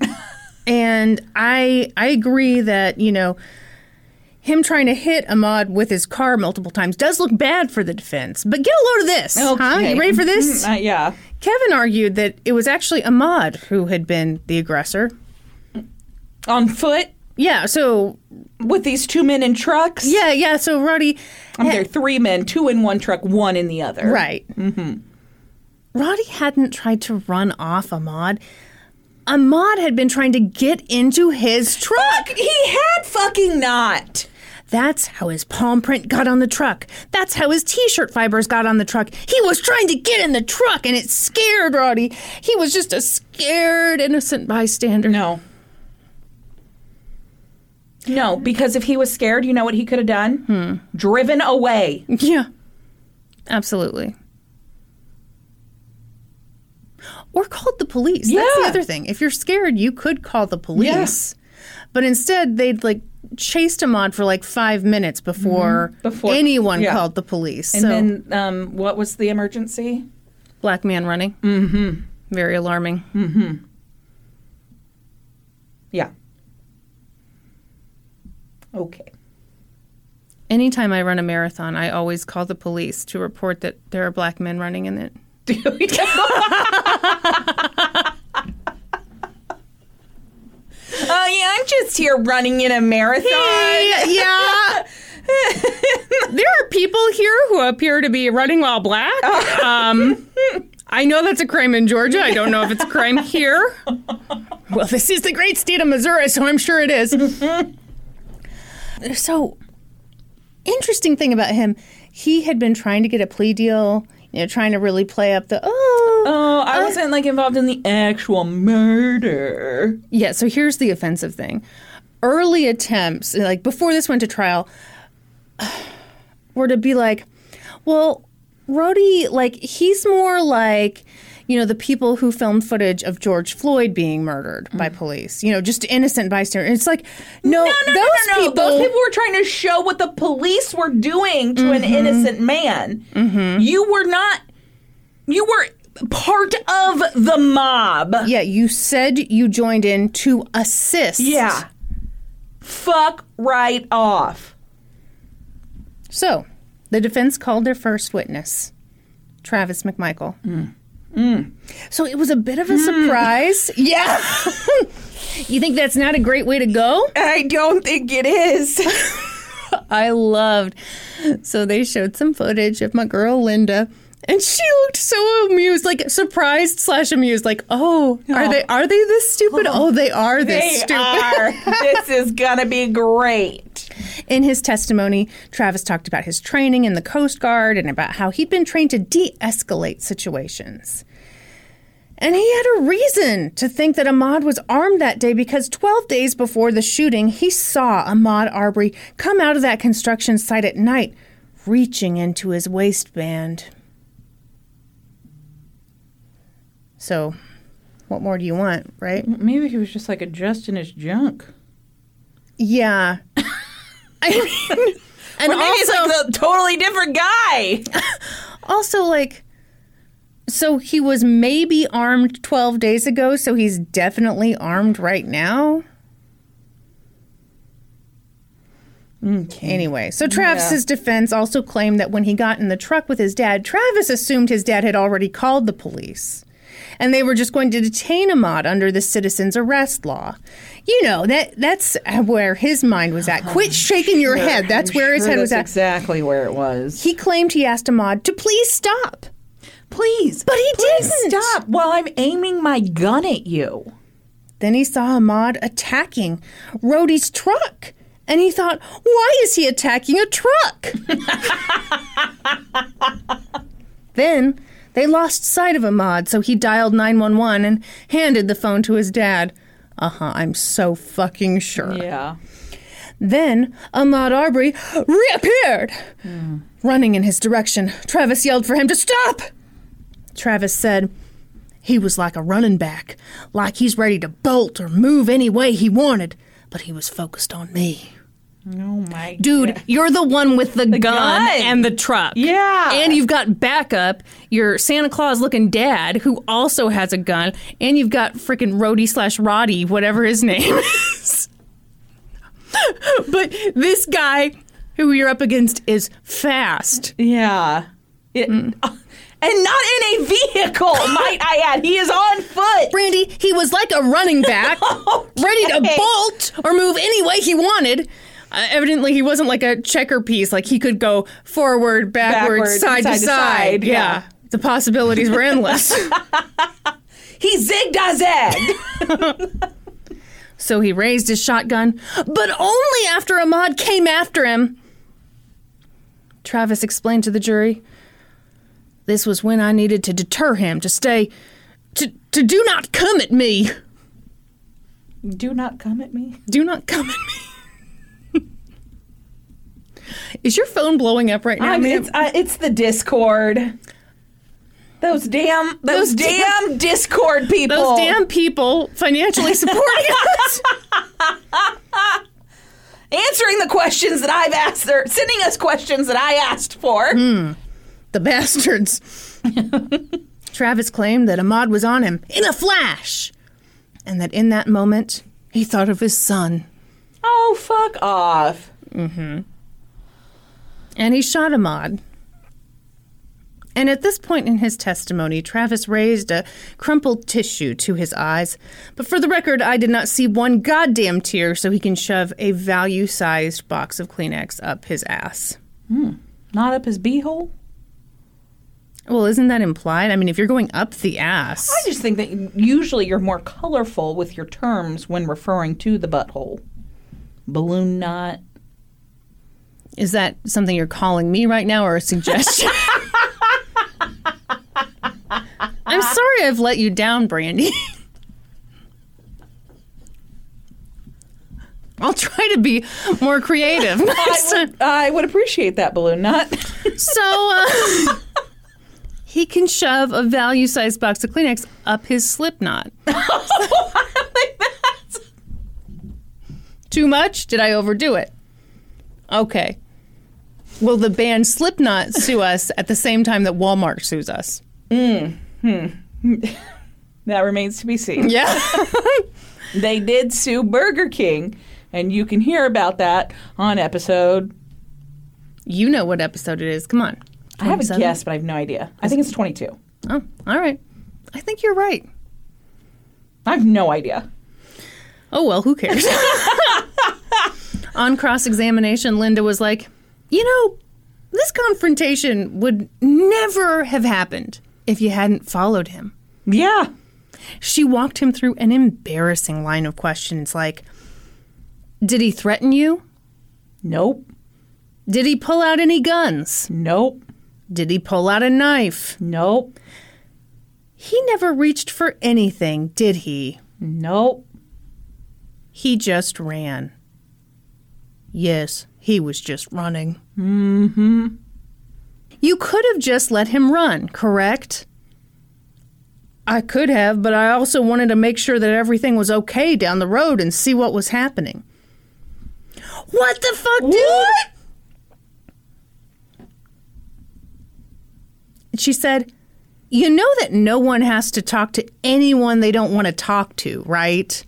B: and I I agree that, you know, him trying to hit Ahmad with his car multiple times does look bad for the defense. But get a load of this. Huh?
C: Okay.
B: You ready for this?
C: Uh, yeah.
B: Kevin argued that it was actually Ahmad who had been the aggressor.
C: On foot
B: Yeah, so
C: with these two men in trucks.
B: yeah, yeah, so Roddy
C: Um, there are three men, two in one truck, one in the other.
B: Right. Mm-hmm. Roddy hadn't tried to run off Ahmad. Ahmad had been trying to get into his truck.
C: Fuck, he had fucking not.
B: That's how his palm print got on the truck. That's how his t shirt fibers got on the truck. He was trying to get in the truck and it scared Roddy. He was just a scared, innocent bystander.
C: No. No, because if he was scared, you know what he could have done?
B: Hmm.
C: Driven away.
B: Yeah. Absolutely. Or called the police. That's the
C: Yeah.
B: other thing. If you're scared, you could call the police. But instead, they'd like chased Ahmad for like five minutes before,
C: Mm-hmm. Before-
B: anyone
C: yeah.
B: called the police.
C: And
B: so,
C: then um, what was the emergency?
B: black man running. Mm-hmm. Very alarming.
C: Yeah. Okay.
B: Anytime I run a marathon, I always call the police to report that there are black men running in it.
C: Oh yeah, I'm just here running in a marathon.
B: yeah. there are people here who appear to be running while black. Um, I know that's a crime in Georgia. I don't know if it's a crime here. Well, this is the great state of Missouri, so I'm sure it is. so, interesting thing about him, he had been trying to get a plea deal, you know, trying to really play up the, oh,
C: Oh, I wasn't like involved in the actual murder.
B: Yeah, so here's the offensive thing. Early attempts, like before this went to trial, were to be like, well, Rhodey, like, he's more like, you know, the people who filmed footage of George Floyd being murdered by police, you know, just innocent bystander. It's like, Mm-hmm. no, those, People,
C: Those people were trying to show what the police were doing to an innocent man. You were not. You were part of the mob.
B: Yeah, you said you joined in to assist.
C: Yeah. Fuck right off.
B: So the defense called their first witness, Travis McMichael. Hmm. So it was a bit of a surprise. Yeah. you think that's not a great way to go?
C: I don't think it is.
B: I loved. So they showed some footage of my girl Linda. And she looked so amused, like surprised slash amused, like, oh, are they are they this stupid? Oh, they are this
C: They
B: stupid.
C: are. this is gonna be great.
B: In his testimony, Travis talked about his training in the Coast Guard and about how he'd been trained to de escalate situations. And he had a reason to think that Ahmad was armed that day because 12 days before the shooting, he saw Ahmad Arbery come out of that construction site at night, reaching into his waistband. So, what more do you want, right?
C: Maybe he was just like adjusting his junk.
B: Yeah. I mean, and
C: Maybe he's like a totally different guy.
B: also like so he was maybe armed 12 days ago so he's definitely armed right now Anyway, so Travis's defense also claimed that when he got in the truck with his dad, Travis assumed his dad had already called the police. And they were just going to detain Ahmad under the citizen's arrest law. You know, that that's where his mind was at. Quit shaking your head. That's where his head was at.
C: exactly where it was.
B: He claimed he asked Ahmad to please stop.
C: Please.
B: But he
C: please
B: didn't.
C: Stop while I'm aiming my gun at you.
B: Then he saw Ahmad attacking Rhodey's truck. And he thought, why is he attacking a truck? then they lost sight of Ahmad, so he dialed 911 and handed the phone to his dad. Uh huh, I'm so fucking sure.
C: Yeah.
B: Then Ahmad Arbery reappeared. Running in his direction, Travis yelled for him to stop. Travis said, He was like a running back, like he's ready to bolt or move any way he wanted, but he was focused on me.
C: Oh my
B: Dude, you're the one with the, gun,
C: gun.
B: and the truck.
C: Yeah.
B: And you've got backup, your Santa Claus looking dad, who also has a gun, and you've got freaking Rody slash Roddy, whatever his name is. but this guy who you're up against is fast.
C: Yeah. It- and not in a vehicle, might I add. He is on foot.
B: Brandy, he was like a running back, ready to bolt or move any way he wanted. Uh, evidently, he wasn't like a checker piece. Like he could go forward, backwards,
C: Backward,
B: side, to side. Yeah. the possibilities were endless.
C: He zigged, I zagged.
B: So he raised his shotgun, but only after Ahmad came after him. Travis explained to the jury this was when I needed to deter him to stay, to, to do not come at me.
C: Do not come at me.
B: Do not come at me. Is your phone blowing up right now?
C: I'm-
B: ma'am?
C: it's, uh, it's the Discord. Those damn,
B: Those
C: those, damn, Discord people.
B: Those damn people financially supporting us.
C: answering the questions that I've asked. They're sending us questions that I asked for.
B: The bastards. Travis claimed that Ahmad was on him in a flash, and that in that moment, he thought of his son.
C: Oh, fuck off.
B: And he shot Ahmad. And at this point in his testimony, Travis raised a crumpled tissue to his eyes. But for the record, I did not see one goddamn tear, so he can shove a value sized box of Kleenex up his ass.
C: Not up his beehole.
B: Well, isn't that implied? I mean, if you're going up the ass.
C: I just think that usually you're more colorful with your terms when referring to the butthole. Balloon knot.
B: Is that something you're calling me right now or a suggestion? I'm sorry I've let you down, Brandy. I'll try to be more creative. next time.
C: I would appreciate that balloon knot.
B: so uh, he can shove a value sized box of Kleenex up his slip knot. Too much? Did I overdo it? Okay. Will the band Slipknot sue us at the same time that Walmart sues us?
C: that remains to be seen.
B: Yeah.
C: They did sue Burger King, and you can hear about that on episode.
B: you know what episode it is. Come on.
C: I have a
B: 27?
C: guess, but I have no idea. I think it's 22.
B: Oh, all right. I think you're right.
C: I have no idea.
B: Oh, well, who cares? On cross examination, Linda was like, You know, this confrontation would never have happened if you hadn't followed him.
C: Yeah.
B: She walked him through an embarrassing line of questions like Did he threaten you?
C: Nope.
B: Did he pull out any guns?
C: Nope.
B: Did he pull out a knife?
C: Nope.
B: He never reached for anything, did he?
C: Nope.
B: He just ran. Yes, he was just running. Mm hmm. You could have just let him run, correct? I could have, but I also wanted to make sure that everything was okay down the road and see what was happening. What the fuck, dude? She said, You know that no one has to talk to anyone they don't want to talk to, right?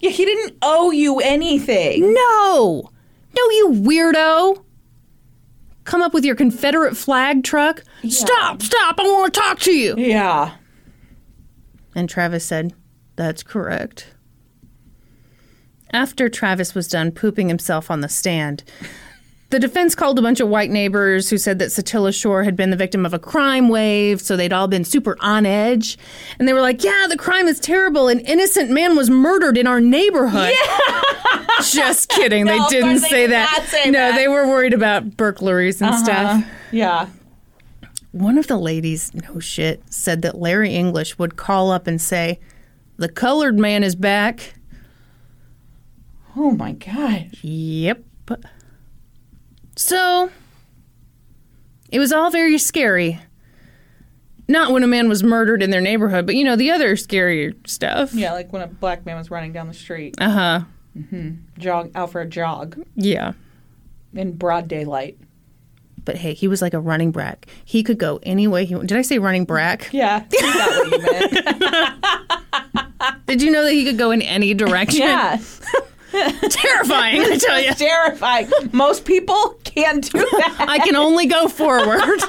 C: Yeah, he didn't owe you anything.
B: No! No, you weirdo! Come up with your Confederate flag truck. Stop, stop, I want to talk to you.
C: Yeah.
B: And Travis said, That's correct. After Travis was done pooping himself on the stand, the defense called a bunch of white neighbors who said that Satilla Shore had been the victim of a crime wave, so they'd all been super on edge. And they were like, Yeah, the crime is terrible. An innocent man was murdered in our neighborhood. Just kidding.
C: No,
B: they
C: of
B: didn't
C: course they
B: say,
C: did
B: that.
C: not say
B: no,
C: that. Uh-huh.
B: they were worried about burglaries and stuff.
C: Yeah.
B: One of the ladies, no shit, said that Larry English would call up and say, The colored man is back.
C: Oh my gosh.
B: Yep. So, it was all very scary. Not when a man was murdered in their neighborhood, but you know, the other scarier stuff.
C: Yeah, like when a black man was running down the street,
B: Uh huh.
C: jog out for a jog
B: Yeah.
C: in broad daylight.
B: But hey, he was like a running brack. He could go any way he Did I say running brack?
C: Yeah. Is that what you meant?
B: Did you know that he could go in any direction?
C: yeah.
B: Terrifying, I tell you.
C: Terrifying. Most people can do that.
B: I can only go forward.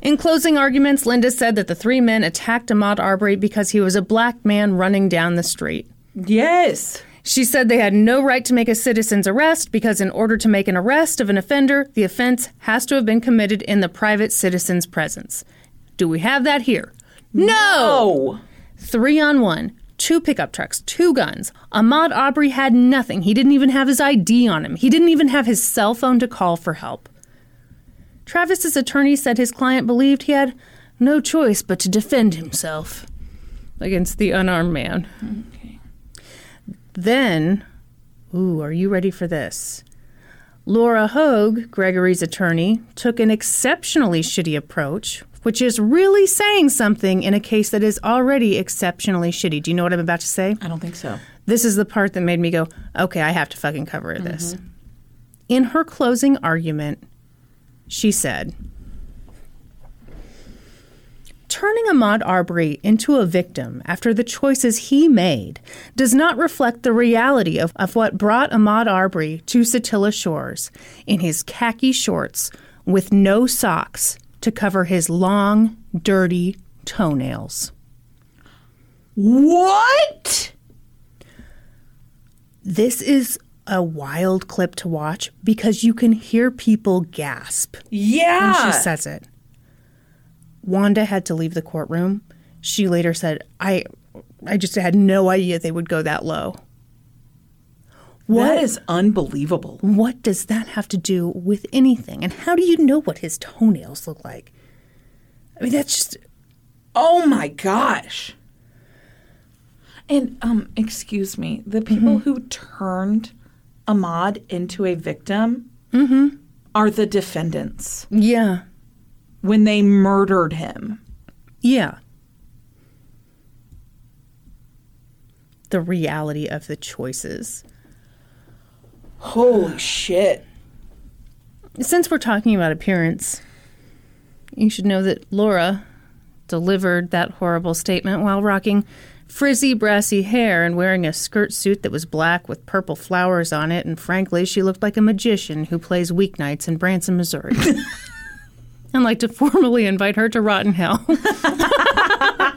B: In closing arguments, Linda said that the three men attacked Ahmad Arbery because he was a black man running down the street.
C: Yes.
B: She said they had no right to make a citizen's arrest because, in order to make an arrest of an offender, the offense has to have been committed in the private citizen's presence. Do we have that here? No!
C: Oh.
B: Three on one, two pickup trucks, two guns. Ahmad Aubrey had nothing. He didn't even have his ID on him. He didn't even have his cell phone to call for help. Travis's attorney said his client believed he had no choice but to defend himself against the unarmed man. Then, ooh, are you ready for this? Laura Hogue, Gregory's attorney, took an exceptionally shitty approach, which is really saying something in a case that is already exceptionally shitty. Do you know what I'm about to say?
C: I don't think so.
B: This is the part that made me go, okay, I have to fucking cover this. In her closing argument, she said, Turning Ahmad Arbery into a victim after the choices he made does not reflect the reality of, of what brought Ahmad Arbery to Satilla Shores in his khaki shorts with no socks to cover his long, dirty toenails.
C: What?
B: This is a wild clip to watch because you can hear people gasp. when she
C: Yeah.
B: says it. Wanda had to leave the courtroom. She later said, "I, I just had no idea they would go that low." What
C: That is unbelievable.
B: what does that have to do with anything? And how do you know what his toenails look like? I mean, that's just
C: Oh my gosh. And um, excuse me, the people who turned Ahmad into a victim Mm-hmm. are the defendants
B: yeah,
C: when they murdered him.
B: yeah. The reality of the choices.
C: Holy shit.
B: since we're talking about appearance, you should know that Laura delivered that horrible statement while rocking frizzy, brassy hair and wearing a skirt suit that was black with purple flowers on it. And frankly, she looked like a magician who plays weeknights in Branson, Missouri. I'd like to formally invite her to Rotten Hell. I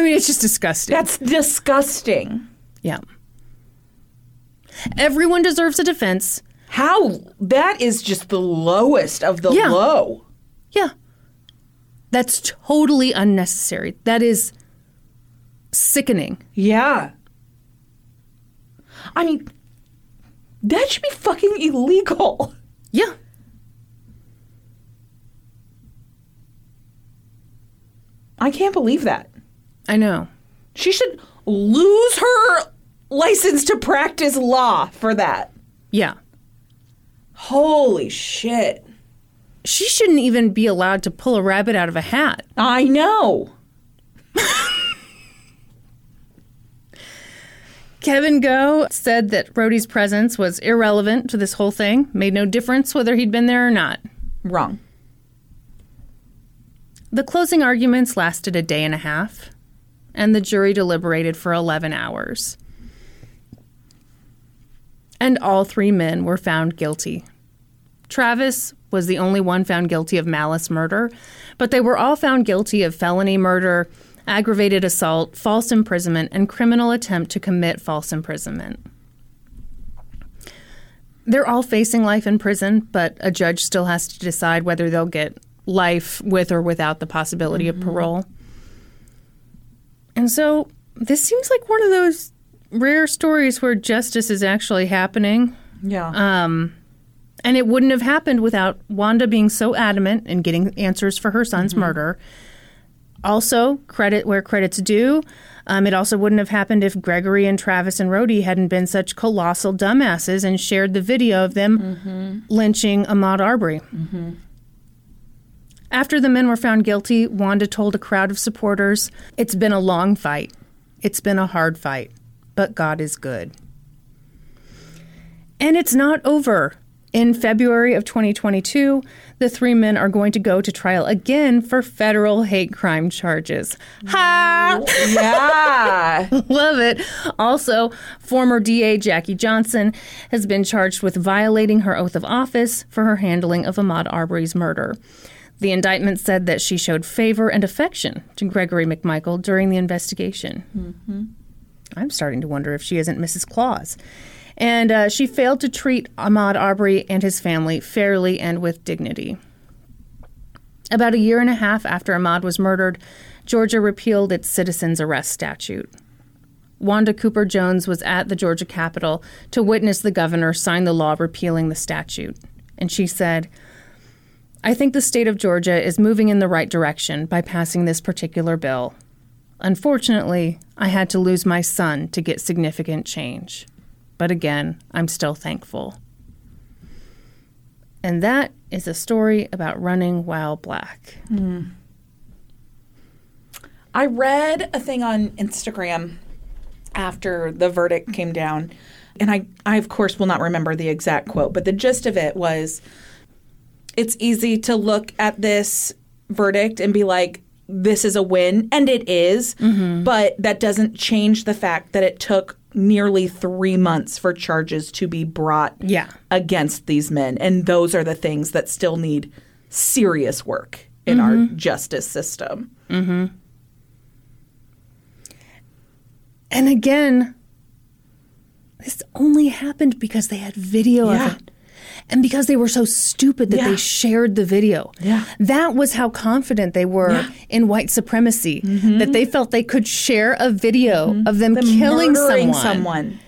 B: mean, it's just disgusting.
C: That's disgusting.
B: yeah. Everyone deserves a defense.
C: How that is just the lowest of the
B: Yeah.
C: low.
B: Yeah. That's totally unnecessary. That is sickening.
C: Yeah. I mean, that should be fucking illegal.
B: Yeah.
C: I can't believe that.
B: I know.
C: She should lose her license to practice law for that.
B: Yeah.
C: Holy shit.
B: She shouldn't even be allowed to pull a rabbit out of a hat.
C: I know.
B: Kevin Go said that Rhodey's presence was irrelevant to this whole thing, made no difference whether he'd been there or not.
C: Wrong.
B: The closing arguments lasted a day and a half, and the jury deliberated for 11 hours. And all three men were found guilty. Travis was the only one found guilty of malice murder, but they were all found guilty of felony murder, aggravated assault, false imprisonment, and criminal attempt to commit false imprisonment. They're all facing life in prison, but a judge still has to decide whether they'll get life with or without the possibility of parole. And so this seems like one of those rare stories where justice is actually happening.
C: Yeah.
B: And it wouldn't have happened without Wanda being so adamant and getting answers for her son's murder. Also, credit where credit's due. Um, it also wouldn't have happened if Gregory and Travis and Rhodey hadn't been such colossal dumbasses and shared the video of them lynching Ahmad Arbery. After the men were found guilty, Wanda told a crowd of supporters, It's been a long fight. It's been a hard fight, but God is good. And it's not over. In February of 2022, the three men are going to go to trial again for federal hate crime charges. Ha!
C: yeah.
B: Love it. Also, former DA Jackie Johnson has been charged with violating her oath of office for her handling of Ahmad Arbery's murder. The indictment said that she showed favor and affection to Gregory McMichael during the investigation. I'm starting to wonder if she isn't Mrs. Claus. And uh, she failed to treat Ahmad Arbery and his family fairly and with dignity. About a year and a half after Ahmad was murdered, Georgia repealed its citizen's arrest statute. Wanda Cooper Jones was at the Georgia Capitol to witness the governor sign the law repealing the statute. And she said, I think the state of Georgia is moving in the right direction by passing this particular bill. Unfortunately, I had to lose my son to get significant change. But again, I'm still thankful. And that is a story about running while black.
C: I read a thing on Instagram after the verdict came down, and I, I of course will not remember the exact quote, but the gist of it was it's easy to look at this verdict and be like, this is a win, and it is, but that doesn't change the fact that it took nearly three months for charges to be brought
B: Yeah.
C: against these men. And those are the things that still need serious work in our justice system.
B: And again, this only happened because they had video
C: Yeah.
B: of it. And because they were so stupid that they
C: Yeah.
B: shared the video.
C: Yeah.
B: That was how confident they were
C: Yeah. Mm-hmm.
B: in white supremacy, that they felt they could share a video of them killing
C: Murdering
B: someone.
C: someone.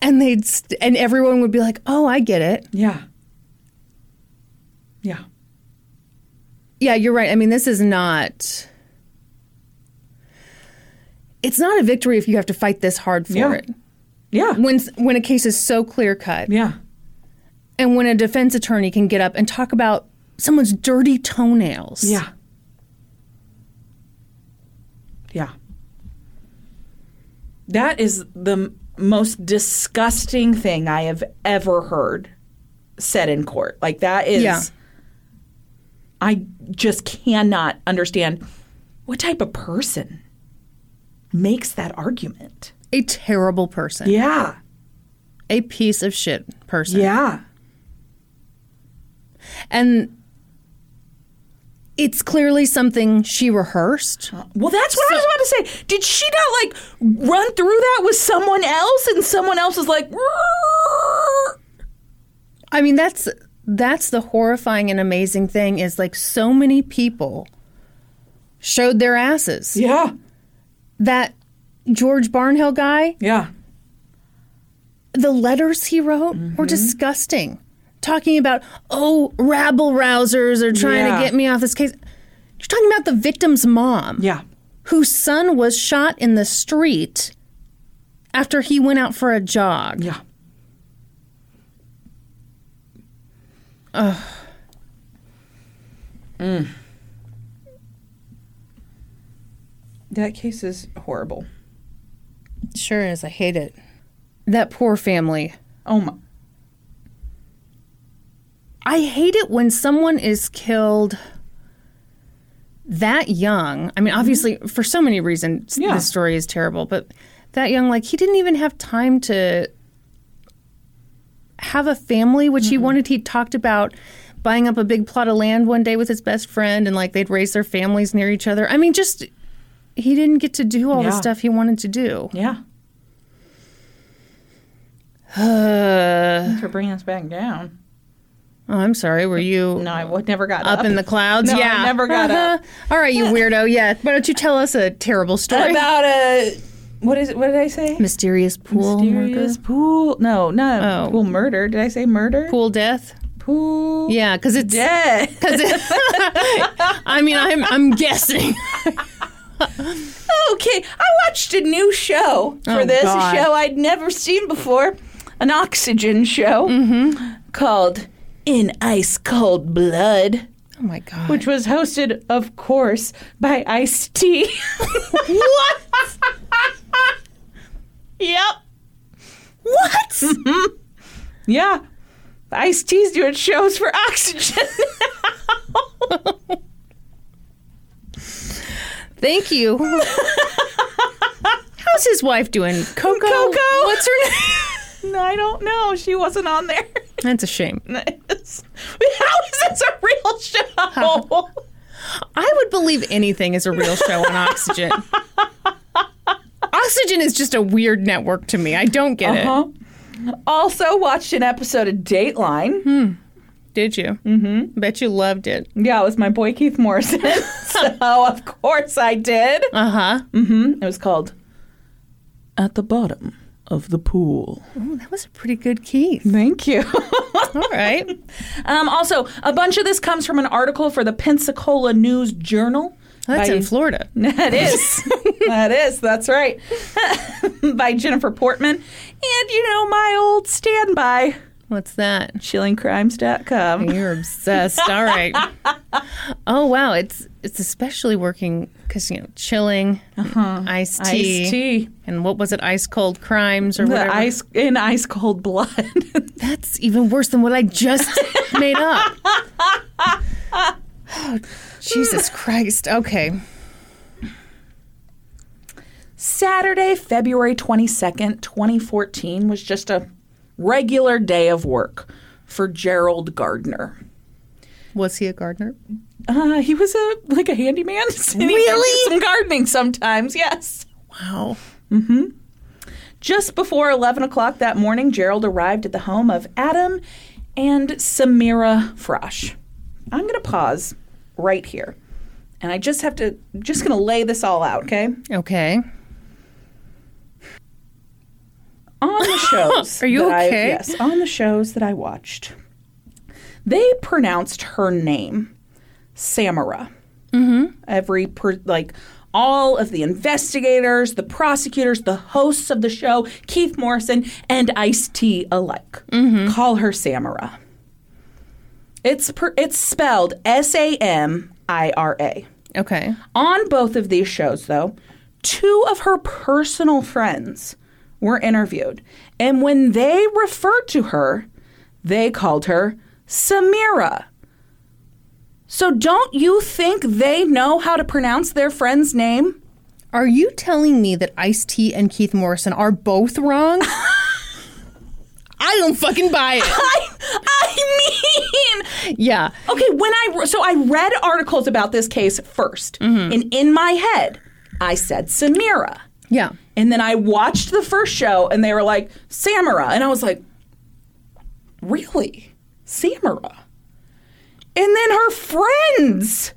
B: And they'd st- and everyone would be like, "Oh, I get it.
C: Yeah. Yeah.
B: Yeah, you're right. I mean, this is not. It's not a victory if you have to fight this hard for
C: Yeah.
B: it.
C: Yeah.
B: When s- when a case is so clear cut,
C: yeah.
B: and when a defense attorney can get up and talk about someone's dirty toenails.
C: Yeah. Yeah. That is the m- most disgusting thing I have ever heard said in court. Like that is
B: Yeah.
C: I just cannot understand what type of person makes that argument.
B: a terrible person,
C: Yeah.
B: a piece of shit person,
C: Yeah.
B: and it's clearly something she rehearsed.
C: Well, that's what I was about to say. Did she not like run through that with someone else and someone else is like "Rrrr"?
B: I mean, that's that's the horrifying and amazing thing is like so many people showed their asses.
C: Yeah.
B: that George Barnhill guy,
C: Yeah.
B: the letters he wrote were disgusting. Talking about, oh, rabble rousers are trying
C: Yeah.
B: to get me off this case. You're talking about the victim's mom,
C: Yeah.
B: whose son was shot in the street after he went out for a jog.
C: Yeah. Mm. That case is horrible.
B: Sure is. I hate it. That poor family.
C: Oh my.
B: I hate it when someone is killed that young. I mean, obviously, for so many reasons,
C: Yeah.
B: this story is terrible, but that young, like, he didn't even have time to have a family, which he wanted. He talked about buying up a big plot of land one day with his best friend, and like they'd raise their families near each other. I mean, just he didn't get to do all the
C: Yeah.
B: stuff he wanted to do.
C: Yeah. Thanks for bringing us back down.
B: Oh, I'm sorry. Were you
C: No, I would never got
B: up in the clouds.
C: No, I
B: yeah, Uh-huh.
C: never got up.
B: All right, you weirdo. Yeah, why don't you tell us a terrible story?
C: about a what is it? What did I say?
B: mysterious pool
C: Mysterious pool. No, not
B: Oh.
C: pool murder. Did I say murder?
B: pool death.
C: Pool.
B: Yeah, because it's.
C: Dead.
B: I mean, I'm I'm guessing.
C: Okay, I watched a new show for
B: Oh,
C: this,
B: God.
C: a show I'd never seen before, an oxygen show
B: Mm-hmm.
C: called In Ice Cold Blood,
B: Oh my god.
C: which was hosted, of course, by Ice T. what? yep. What? Yeah. Ice T's doing shows for oxygen.
B: Thank you. How's his wife doing? Coco.
C: Coco.
B: What's her name?
C: No, I don't know. She wasn't on there.
B: That's a shame.
C: this. How is this a real show?
B: I would believe anything is a real show on Oxygen. Oxygen is just a weird network
C: Uh-huh.
B: to me. I don't get it.
C: also watched an episode of Dateline.
B: Did you? Mm-hmm. Bet you loved it.
C: Yeah, it was my boy Keith Morrison. so of course I did. Mm-hmm.
B: Uh huh.
C: It was called At the Bottom of the Pool.
B: That was a pretty good Keith.
C: Thank you.
B: All right.
C: um, also, a bunch of this comes from an article for the Pensacola News Journal.
B: That's
C: by-
B: in Florida.
C: That is. that is. That's right. by Jennifer Portman. And, you know, my old standby,
B: What's that?
C: chillingcrimes.com.
B: You're obsessed. All right. Oh wow, it's it's especially working because you know chilling, Uh-huh. iced tea,
C: Iced tea.
B: and what was it? Ice cold crimes or
C: The
B: whatever.
C: ice in ice cold blood.
B: That's even worse than what I just made up. Oh, Jesus Christ. Okay.
C: Saturday, February 22nd, 2014 was just a regular day of work for Gerald Gardner.
B: Was he a gardener?
C: Uh, he was a like a handyman. really? Some gardening sometimes, yes.
B: Wow.
C: Just before 11 o'clock that morning, Gerald arrived at the home of Adam and Samira Frosh. I'm going to pause right here. And I just have to, just going to lay this all out, okay?
B: Okay.
C: On the shows.
B: Are you
C: that I-
B: okay?
C: yes, on the shows that I watched, they pronounced her name Samara.
B: Mm-hmm.
C: every per, like all of the investigators, the prosecutors, the hosts of the show, Keith Morrison and Ice T alike,
B: Mm-hmm.
C: call her Samara. It's per, it's spelled S A M I R A.
B: Okay.
C: On both of these shows, though, two of her personal friends were interviewed, and when they referred to her, they called her Samira. So, don't you think they know how to pronounce their friend's name?
B: Are you telling me that Ice T and Keith Morrison are both wrong? I don't fucking buy it.
C: I, I mean,
B: Yeah.
C: okay. When I re- so I read articles about this case 1st and in my head, I said Samira.
B: Yeah.
C: And then I watched the first show and they were like, Samara. And I was like, really? Samara? And then her friends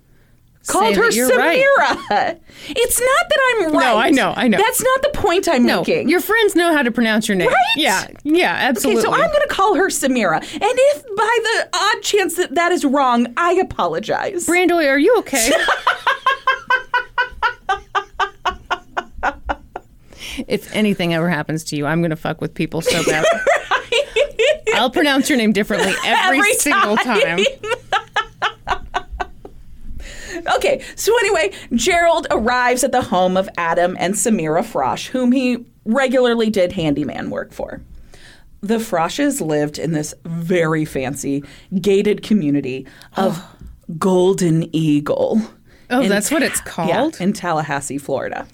C: called
B: Say
C: her
B: that you're
C: Samira.
B: right.
C: It's not that I'm right.
B: No, I know, I know.
C: That's not the point I'm
B: No,
C: making.
B: your friends know how to pronounce your name.
C: Right?
B: Yeah. Yeah,
C: Okay,
B: absolutely.
C: so I'm going to call her Samira. And if by the odd chance that that is wrong, I apologize.
B: Brandoy, are you okay? if anything ever happens to you, I'm going to fuck with people so bad. I'll pronounce your name differently every,
C: Every
B: single time.
C: Okay, so anyway, Gerald arrives at the home of Adam and Samira Frosh, whom he regularly did handyman work for. The Froshes lived in this very fancy gated community of Golden Eagle.
B: Oh,
C: in
B: that's what it's
C: Ta- yeah,
B: called?
C: in Tallahassee, Florida.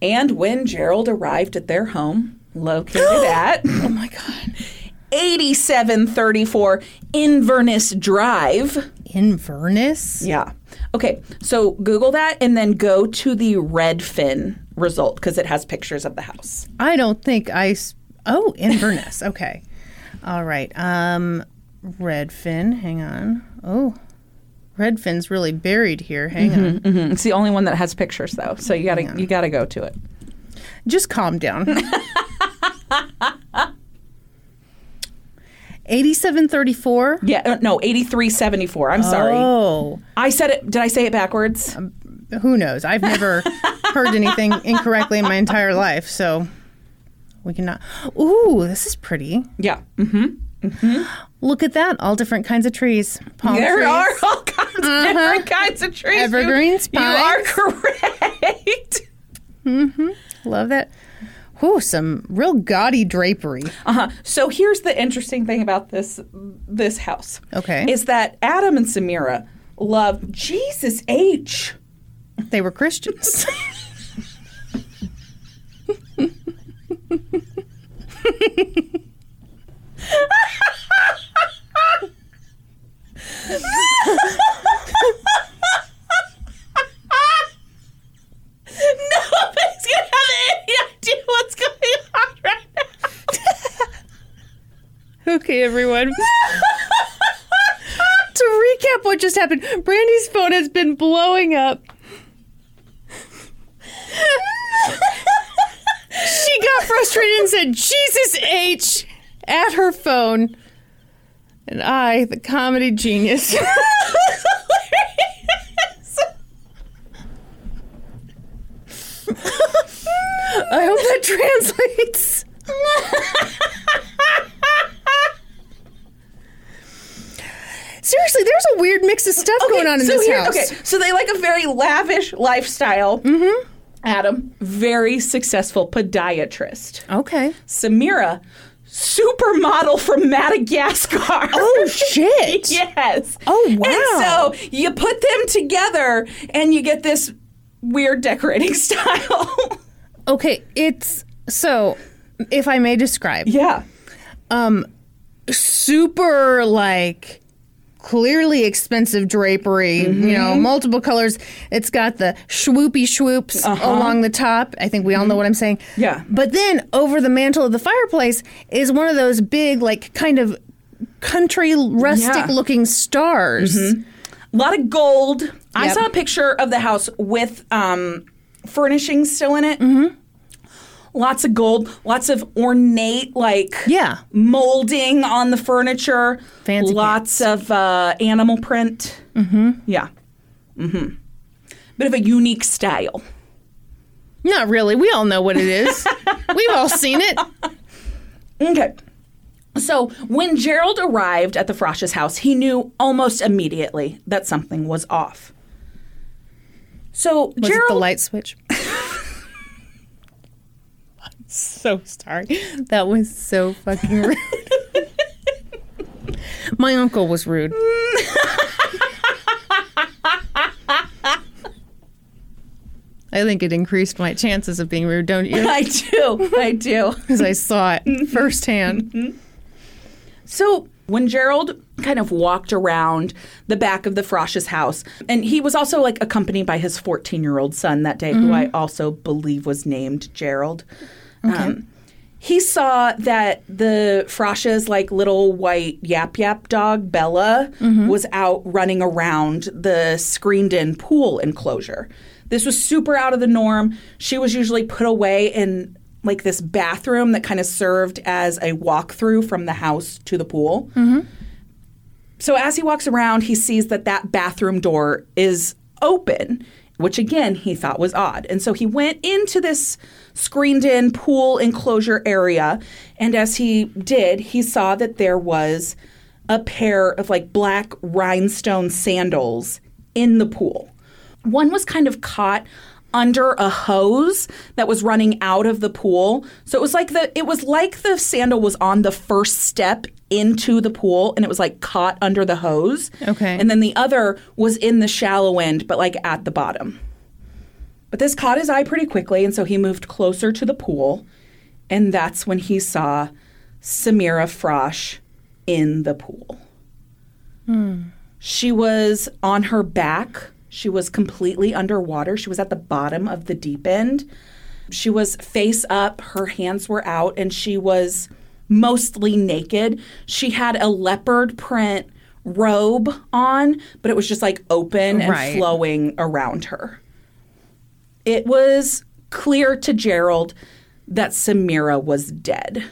C: And when Gerald arrived at their home, located at oh my god, 8734 Inverness Drive.
B: Inverness?
C: Yeah. Okay. So Google that and then go to the Redfin result because it has pictures of the house.
B: I don't think I. s- Oh, Inverness. Okay. All right. Um, Redfin. Hang on. Oh, Redfin's really buried here. Hang on.
C: It's the only one that has pictures though, so you gotta you gotta go to it.
B: Just calm down. 8734.
C: Yeah. uh, No, eighty three seventy four. I'm sorry.
B: Oh,
C: I said it. Did I say it backwards?
B: who knows? I've never heard anything incorrectly in my entire life, so we cannot. Ooh, this is pretty.
C: yeah. Mhm.
B: Look at that. All different kinds of trees. Palm
C: There
B: trees.
C: are all kinds of different kinds of trees. You-
B: Evergreens,
C: You, are
B: pines.
C: correct.
B: Love that. Ooh, some real gaudy drapery.
C: Uh-huh. So here's the interesting thing about this this house.
B: Okay.
C: Is that Adam and Samira love Jesus H.
B: They were Christians.
C: Nobody's gonna have any idea what's going on right now.
B: okay, everyone. what just happened. Brandy's phone has been blowing up. she got frustrated and said, Jesus H, at her phone. And I, the comedy genius. I hope that translates. Seriously, there's a weird mix of stuff going on in
C: so
B: this
C: here-
B: house.
C: Okay, so they like a very lavish lifestyle.
B: Mm-hmm.
C: Adam, very successful podiatrist.
B: Okay.
C: Samira, supermodel from Madagascar.
B: Oh shit.
C: yes.
B: Oh, wow.
C: And so you put them together and you get this weird decorating style.
B: Okay, it's so if I may describe, um,
C: yeah.
B: super like clearly expensive drapery, you
C: Mm-hmm.
B: know, multiple colors. It's got the swoopy swoops along the top. I think we all know what I'm saying.
C: Uh-huh. Mm-hmm. Yeah.
B: But then over the mantle of the fireplace is one of those big like kind of country rustic
C: Yeah. Mm-hmm.
B: looking stars.
C: A lot of gold. I
B: Yep.
C: saw a picture of the house with um, furnishings still in it.
B: Mm-hmm.
C: Lots of gold, lots of ornate, like
B: Yeah.
C: molding on the furniture.
B: Fancy
C: Lots of uh, animal print. Mm-hmm. Yeah. Mm-hmm. Bit of a unique style.
B: Not really. We all know what it is. We've all seen it.
C: Okay. So when Gerald arrived at the Frosh's house, he knew almost immediately that something was off. So
B: Was
C: Gerald,
B: it the light switch? I'm so sorry. That was so fucking rude. My uncle was rude. I think it increased my chances of being rude, don't you?
C: I do, I do.
B: Because I saw it firsthand.
C: So when Gerald kind of walked around the back of the Frosh's house, and he was also like accompanied by his 14 year old son that day, who I also believe was named Gerald. Um, he saw that the Frosh's like little white yap yap dog Bella was out running around the screened in pool enclosure. This was super out of the norm. She was usually put away in like this bathroom that kind of served as a walkthrough from the house to the pool. So as he walks around, he sees that that bathroom door is open, which again he thought was odd. And so he went into this screened in pool enclosure area. And as he did, he saw that there was a pair of like black rhinestone sandals in the pool. One was kind of caught under a hose that was running out of the pool. So it was like the it was like the sandal was on the first step into the pool and it was like caught under the hose.
B: Okay.
C: And then the other was in the shallow end but like at the bottom. But this caught his eye pretty quickly and so he moved closer to the pool and that's when he saw Samira Frosh in the pool. She was on her back. She was completely underwater. She was at the bottom of the deep end. She was face up, her hands were out, and she was mostly naked. She had a leopard print robe on, but it was just like open and
B: Right.
C: flowing around her. It was clear to Gerald that Samira was dead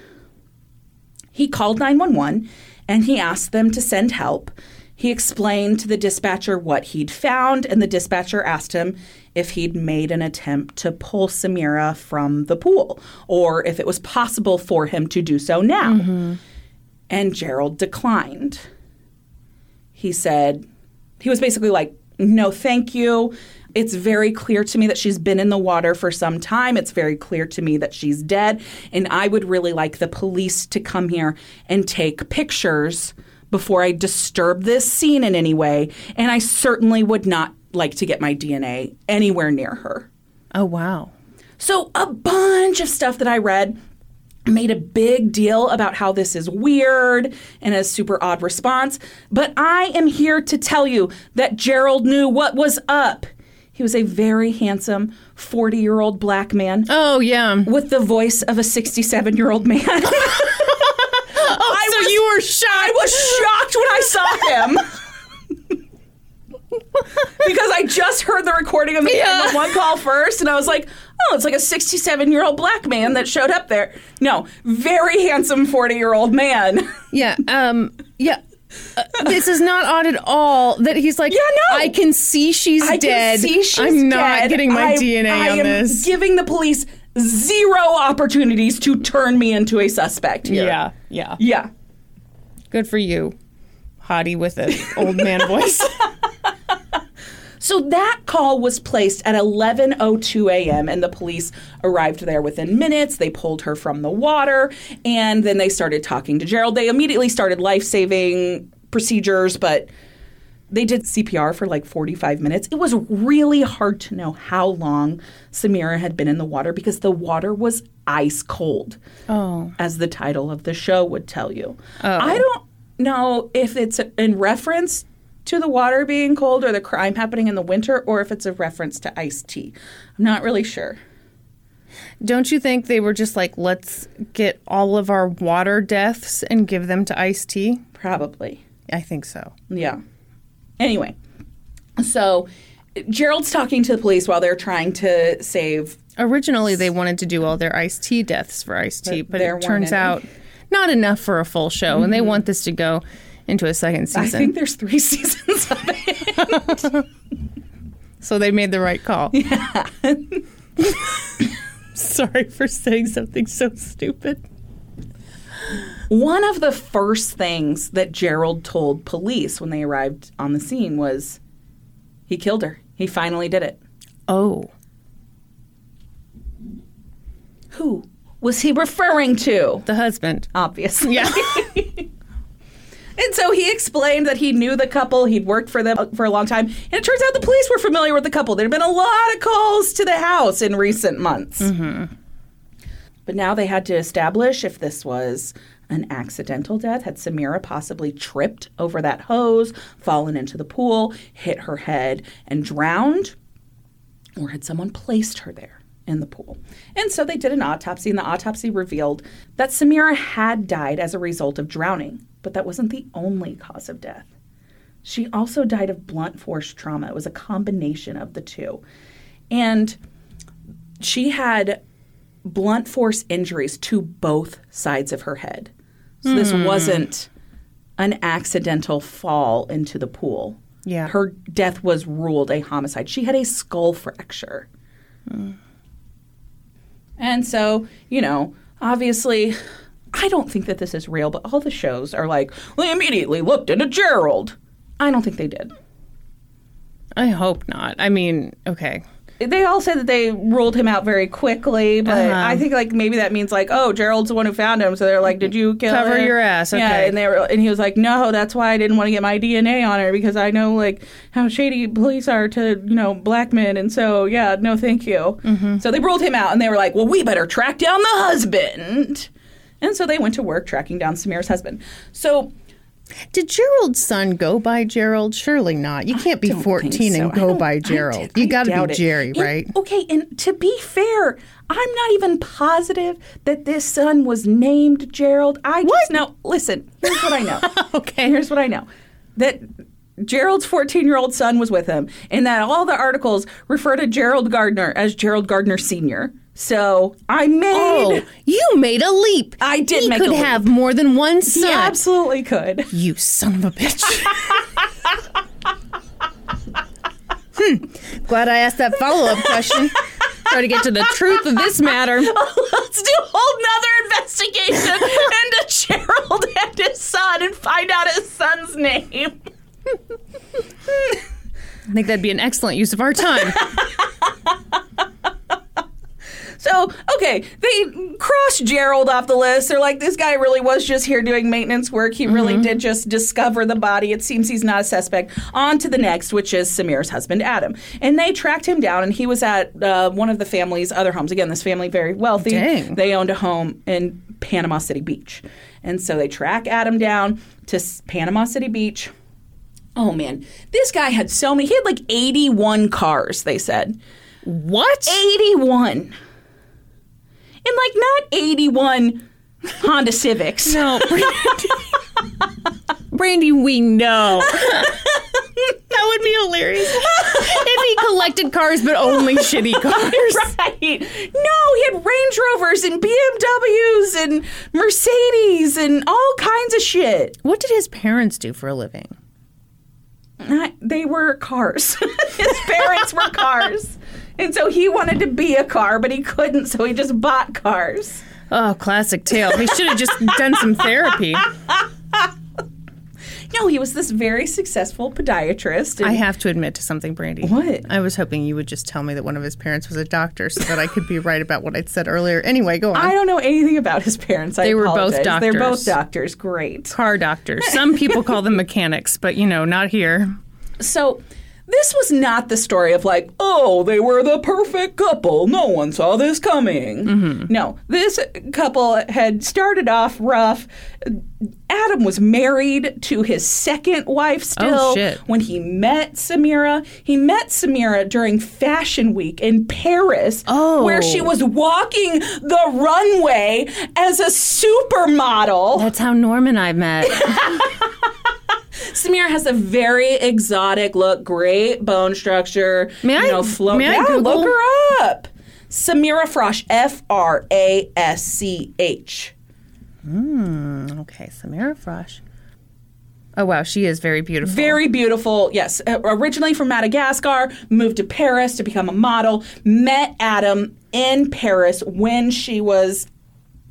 C: he called 911 and he asked them to send help. He explained to the dispatcher what he'd found, and the dispatcher asked him if he'd made an attempt to pull Samira from the pool or if it was possible for him to do so now. And Gerald declined. He said, he was basically like, no, thank you. It's very clear to me that she's been in the water for some time. It's very clear to me that she's dead. And I would really like the police to come here and take pictures before I disturb this scene in any way. And I certainly would not like to get my DNA anywhere near her.
B: Oh, wow.
C: So, a bunch of stuff that I read made a big deal about how this is weird and a super odd response. But I am here to tell you that Gerald knew what was up. He was a very handsome 40 year old black man
B: Oh, yeah.
C: with the voice of a 67 year old man. oh, I
B: so you were shocked.
C: I was shocked when I saw him. because I just heard the recording of the, the one call first, and I was like, oh, it's like a 67 year old black man that showed up there. No, very handsome 40 year old man.
B: Yeah. Um. Yeah. Uh, this is not odd at all that he's like,
C: no.
B: I can see she's
C: I
B: dead.
C: Can see she's
B: I'm not
C: dead.
B: getting my
C: I-
B: DNA
C: I
B: on
C: am
B: this.
C: Giving the police zero opportunities to turn me into a suspect. Here.
B: yeah, yeah.
C: Yeah.
B: Good for you, hottie with an old man voice.
C: So that call was placed at 11:02 a.m. and the police arrived there within minutes. They pulled her from the water and then they started talking to Gerald. They immediately started life-saving procedures, but they did CPR for like 45 minutes. It was really hard to know how long Samira had been in the water because the water was ice cold. Oh. As the title of the show would tell you. I don't know if it's in reference to the water being cold or the crime happening in the winter or if it's a reference to iced tea. I'm not really sure.
B: Don't you think they were just like, let's get all of our water deaths and give them to iced tea?
C: Probably.
B: I think so.
C: Yeah. Anyway, so Gerald's talking to the police while they're trying to save
B: Originally, they wanted to do all their iced tea deaths for iced tea, but,
C: there
B: it turns
C: weren't any. Mm-hmm.
B: out not enough for a full show, and they want this to go into a second
C: I
B: season.
C: think there's three seasons of it.
B: so they made the right call. Yeah. Sorry for saying something so stupid.
C: One of the first things that Gerald told police when they arrived on the scene was he killed her. He finally did it.
B: Oh.
C: Who was he referring to?
B: The husband.
C: Obviously. Yeah. and so he explained that he knew the couple, he'd worked for them uh, for a long time. And it turns out the police were familiar with the couple. There'd been a lot of calls to the house in recent months. But now they had to establish if this was an accidental death. Had Samira possibly tripped over that hose, fallen into the pool, hit her head, and drowned? Or had someone placed her there in the pool? And so they did an autopsy, and the autopsy revealed that Samira had died as a result of drowning, but that wasn't the only cause of death. She also died of blunt force trauma. It was a combination of the two. And she had blunt force injuries to both sides of her head. So this wasn't an accidental fall into the pool.
B: Yeah.
C: Her death was ruled a homicide. She had a skull fracture. And so, you know, obviously, I don't think that this is real, but all the shows are like, we immediately looked into Gerald. I don't think they did.
B: I hope not. I mean, okay.
C: They all said that they ruled him out very quickly, but
B: Uh-huh.
C: I think like maybe that means like, oh, Gerald's the one who found him, so they're like, did you kill
B: Cover
C: him?
B: your ass,
C: Yeah,
B: okay.
C: and they were, and he was like, no, that's why I didn't want to get my DNA on her because I know like how shady police are to you know black men, and so yeah, no, thank you.
B: Mm-hmm.
C: So they ruled him out, and they were like, well, we better track down the husband, and so they went to work tracking down Samira's husband. So
B: Did Gerald's son go by Gerald? Surely not. You can't be
C: don't think
B: 14
C: so.
B: and
C: I
B: go
C: don't-
B: by
C: I
B: Gerald.
C: d- I
B: you got to
C: doubt
B: be
C: it.
B: Jerry,
C: And-
B: right?
C: Okay, and to be fair, I'm not even positive that this son was named Gerald. I just know. Listen, here's what I know.
B: Okay.
C: here's what I know that. Gerald's 14 year old son was with him, and that all the articles refer to Gerald Gardner as Gerald Gardner Sr. So I made.
B: Oh, you made a leap.
C: I did
B: He
C: make
B: could
C: a leap.
B: have more than one
C: He
B: son.
C: absolutely could.
B: You son of a bitch. hmm. Hmm. Glad I asked that follow up question. Try to get to the truth of this matter.
C: Let's do a whole nother investigation into Gerald and his son and find out his son's name.
B: I think that'd be an excellent use of our time.
C: So, okay, they cross Gerald off the list. They're like, this guy really was just here doing maintenance work. He really did just discover the body. It seems he's not a suspect. On to the next, which is Samira's husband, Adam. And they tracked him down, and he was at uh, one of the family's other homes. Again, this family very wealthy.
B: Dang.
C: They owned a home in Panama City Beach. And so they track Adam down to S- Panama City Beach. Oh man, this guy had so many. He had like 81 cars, they said.
B: What?
C: 81. And like not 81 Honda Civics.
B: No, Brandy. Brandy, we know. that would be hilarious. selected cars, but only shitty cars.
C: Right. No, he had Range Rovers and BMWs and Mercedes and all kinds of shit.
B: What did his parents do for a living?
C: Not- they were cars. His parents were cars. And so he wanted to be a car, but he couldn't, so he just bought cars.
B: Oh, classic tale. He should have just done some therapy.
C: No, he was this very successful podiatrist. and-
B: I have to admit to something, Brandy.
C: What?
B: I was hoping you would just tell me that one of his parents was a doctor so that I could be right about what I'd said earlier. Anyway, go on.
C: I don't know anything about his parents. I
B: They were both
C: apologize. They're both
B: doctors.
C: doctors. Great.
B: Car doctors. Some people call them mechanics, but you know, not here.
C: So this was not the story of like, oh, they were the perfect couple. No one saw this coming.
B: Mm-hmm.
C: No, this couple had started off rough. Adam was married to his second wife still
B: Oh, shit.
C: when he met Samira. He met Samira during Fashion Week in Paris,
B: Oh.
C: where she was walking the runway as a supermodel.
B: That's how Norm and I met.
C: Samir has a very exotic look, great bone structure.
B: May
C: you
B: I-
C: know, flow.
B: may I
C: yeah,
B: Google-
C: look her up. Samira Frosh, F R A S C H.
B: okay, Samira Frosh. Oh, wow. She is very beautiful.
C: Very beautiful. Yes, uh, originally from Madagascar, moved to Paris to become a model. Met Adam in Paris when she was,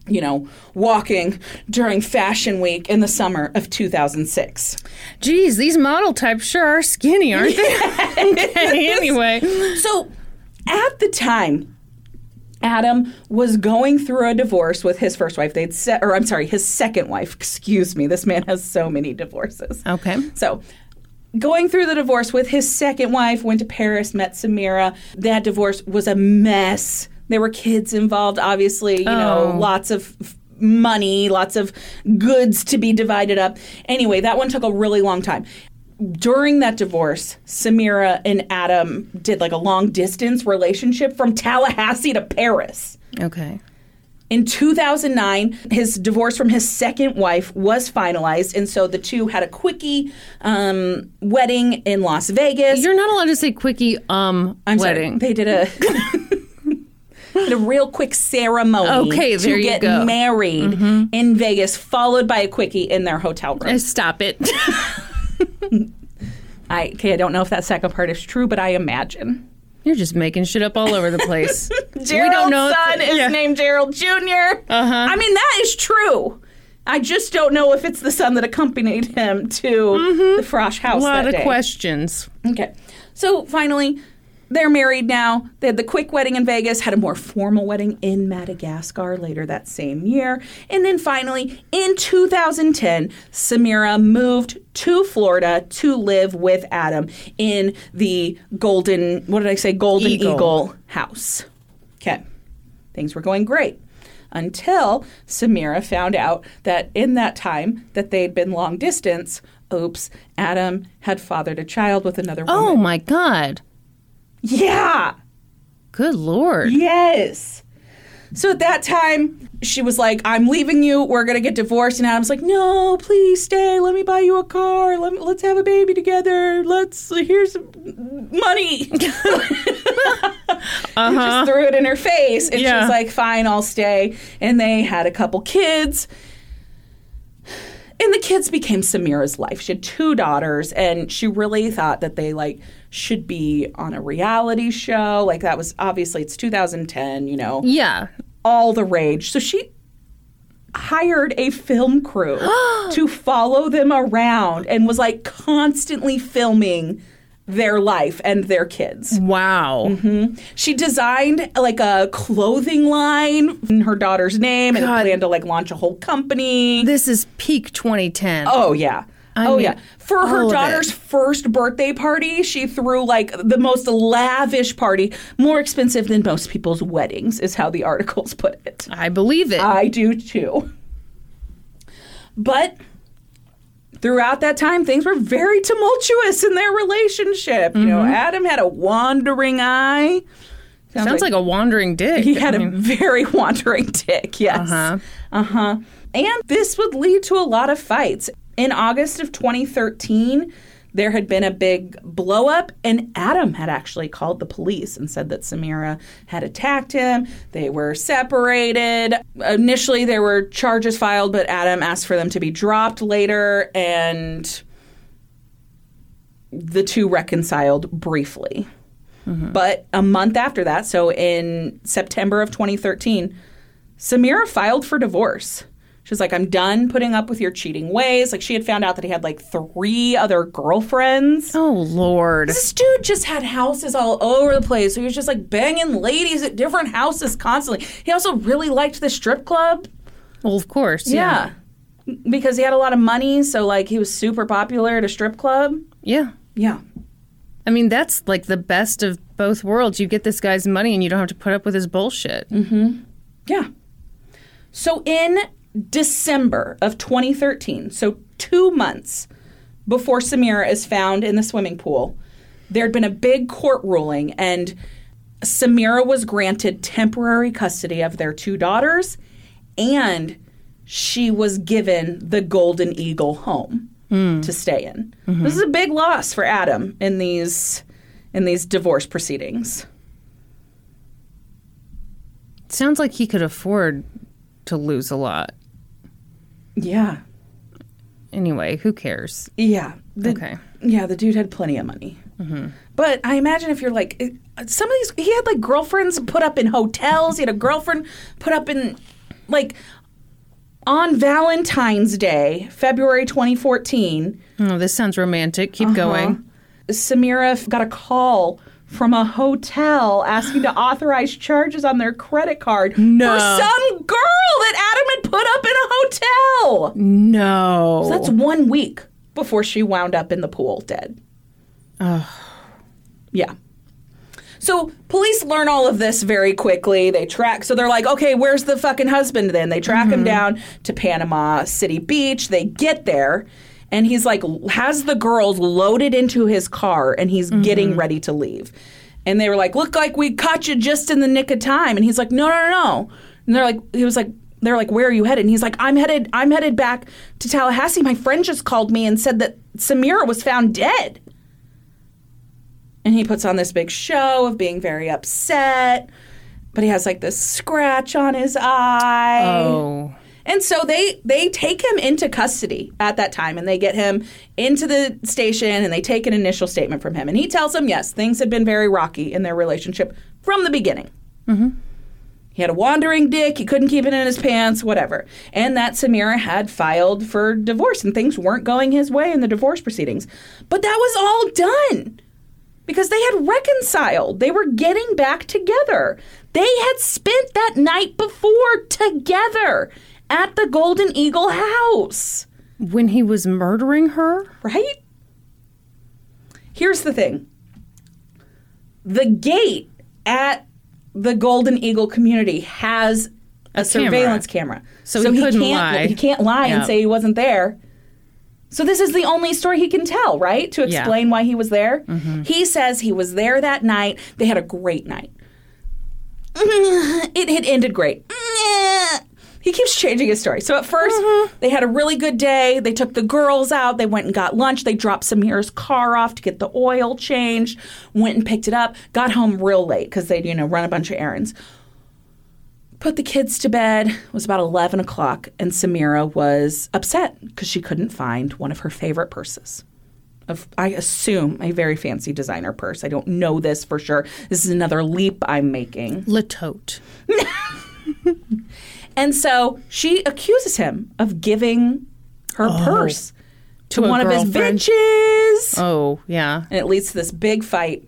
C: you know, walking during Fashion Week in the summer of 2006.
B: Geez, these model types sure are skinny, aren't they? okay, anyway.
C: So at the time, Adam was going through a divorce with his first wife. They'd se- or I'm sorry, his second wife. Excuse me. This man has so many divorces.
B: Okay.
C: So going through the divorce with his second wife, went to Paris, met Samira. That divorce was a mess. There were kids involved, obviously, you know, lots of f- money, lots of goods to be divided up. Anyway, that one took a really long time during that divorce, Samira and Adam did like a long distance relationship from Tallahassee to Paris.
B: Okay.
C: In 2009, his divorce from his second wife was finalized, and so the two had a quickie um, wedding in Las Vegas.
B: You're not allowed to say quickie um
C: I'm sorry,
B: wedding.
C: they did a did a real quick ceremony.
B: Okay, there
C: to
B: you
C: get
B: go. Mm-hmm.
C: married in Vegas, followed by a quickie in their hotel room.
B: Uh, Stop it.
C: I okay, I don't know if that second part is true, but I imagine.
B: You're just making shit up all over the place.
C: Gerald's
B: don't know-
C: son is
B: yeah. Uh-huh.
C: named Gerald junior I mean, that is true. I just don't know if it's the son that accompanied him to the Frosh
B: A
C: house.
B: Mm-hmm. lot
C: that
B: of
C: day.
B: questions.
C: Okay. So finally, they're married now. They had the quick wedding in Vegas, had a more formal wedding in Madagascar later that same year. And then finally, in 2010, Samira moved to Florida to live with Adam in the Golden, what did I say? Golden
B: Eagle.
C: Eagle house. Okay. Things were going great until Samira found out that in that time that they'd been long distance, oops, Adam had fathered a child with another woman.
B: Oh my god.
C: Yeah.
B: Good lord.
C: Yes. So at that time, she was like, I'm leaving you. We're going to get divorced. And Adam's like, No, please stay. Let me buy you a car. Let me, let's have a baby together. Let's, here's money. He just threw it in her face. And she
B: Yeah.
C: was like, Fine, I'll stay. And they had a couple kids. And the kids became Samira's life. She had two daughters, and she really thought that they like should be on a reality show. Like that was obviously it's 2010, you know,
B: Yeah.
C: all the rage. So she hired a film crew to follow them around and was like constantly filming their life and their kids.
B: Wow.
C: She designed like a clothing line in her daughter's name and planned to like launch a whole company.
B: This is peak 2010.
C: Oh yeah. oh
B: mean,
C: yeah. For her
B: all of
C: daughter's
B: it.
C: first birthday party, she threw like the most lavish party, more expensive than most people's weddings is how the articles put it.
B: I believe it.
C: I do too. But throughout that time, things were very tumultuous in their relationship. You know, Adam had a wandering eye.
B: Mm-hmm. Sounds like, a wandering dick.
C: He had a very wandering dick, yes. Uh-huh. And this would lead to a lot of fights. In August of 2013, there had been a big blow up, and Adam had actually called the police and said that Samira had attacked him. They were separated. Initially, there were charges filed, but Adam asked for them to be dropped later, and the two reconciled briefly. But a month after that, so in September of 2013, Samira filed for divorce. She's like, I'm done putting up with your cheating ways. Like, she had found out that he had like three other girlfriends.
B: Oh, Lord.
C: This dude just had houses all over the place. So he was just like banging ladies at different houses constantly. He also really liked the strip club.
B: Well, of course.
C: Yeah. Because he had a lot of money. So, like, he was super popular at a strip club.
B: Yeah. Yeah.
C: Yeah.
B: I mean, that's like the best of both worlds. You get this guy's money and you don't have to put up with his bullshit.
C: Yeah. So in December of 2013, so two months before Samira is found in the swimming pool, there had been a big court ruling, and Samira was granted temporary custody of their two daughters, and she was given the Golden Eagle home to stay in. This is a big loss for Adam in these in these divorce proceedings.
B: Sounds like he could afford to lose a lot.
C: Yeah.
B: Anyway, who cares?
C: Yeah. The-
B: Okay.
C: Yeah, the dude had plenty of money. But I imagine if you're like it- some of these, he had like girlfriends put up in hotels. He had a girlfriend put up in like on Valentine's Day, February 2014.
B: Oh, this sounds romantic. Keep going.
C: Samira f- got a call from a hotel asking to authorize charges on their credit card for some girl that Adam had put up in a hotel.
B: No.
C: That's one week before she wound up in the pool dead. Yeah. So police learn all of this very quickly. They track. So they're like, okay, where's the fucking husband then? They track him down to Panama City Beach. They get there. And he's like, has the girls loaded into his car and he's getting ready to leave. And they were like, look like we caught you just in the nick of time. And he's like, no, no, no, no. And they're like, he was like, they're like, where are you headed? And he's like, I'm headed, I'm headed back to Tallahassee. My friend just called me and said that Samira was found dead. And he puts on this big show of being very upset, but he has like this scratch on his eye.
B: oh.
C: And so they they take him into custody at that time and they get him into the station and they take an initial statement from him and he tells them yes, things had been very rocky in their relationship from the beginning. He had a wandering dick, he couldn't keep it in his pants, whatever. And that Samira had filed for divorce and things weren't going his way in the divorce proceedings. But that was all done because they had reconciled. They were getting back together. They had spent that night before together at the Golden Eagle house,
B: When he was murdering her?
C: right? Here's the thing the gate at the Golden Eagle community has a, surveillance camera.
B: So he couldn't
C: can't,
B: lie.
C: He can't lie and
B: Yeah.
C: say he wasn't there. So this is the only story he can tell, right? To explain why he was there. He says he was there that night. They had a great night. It had ended great. He keeps changing his story. So at 1st they had a really good day. They took the girls out. They went and got lunch. They dropped Samir's car off to get the oil changed. Went and picked it up. Got home real late because they'd you know run a bunch of errands put the kids to bed. It was about 11 o'clock, and Samira was upset because she couldn't find one of her favorite purses. Of, I assume a very fancy designer purse. I don't know this for sure. This is another leap I'm making.
B: Latote.
C: And so she accuses him of giving her purse to,
B: Oh. a
C: one of his
B: girlfriend.
C: bitches.
B: Oh, yeah.
C: and it leads to this big fight.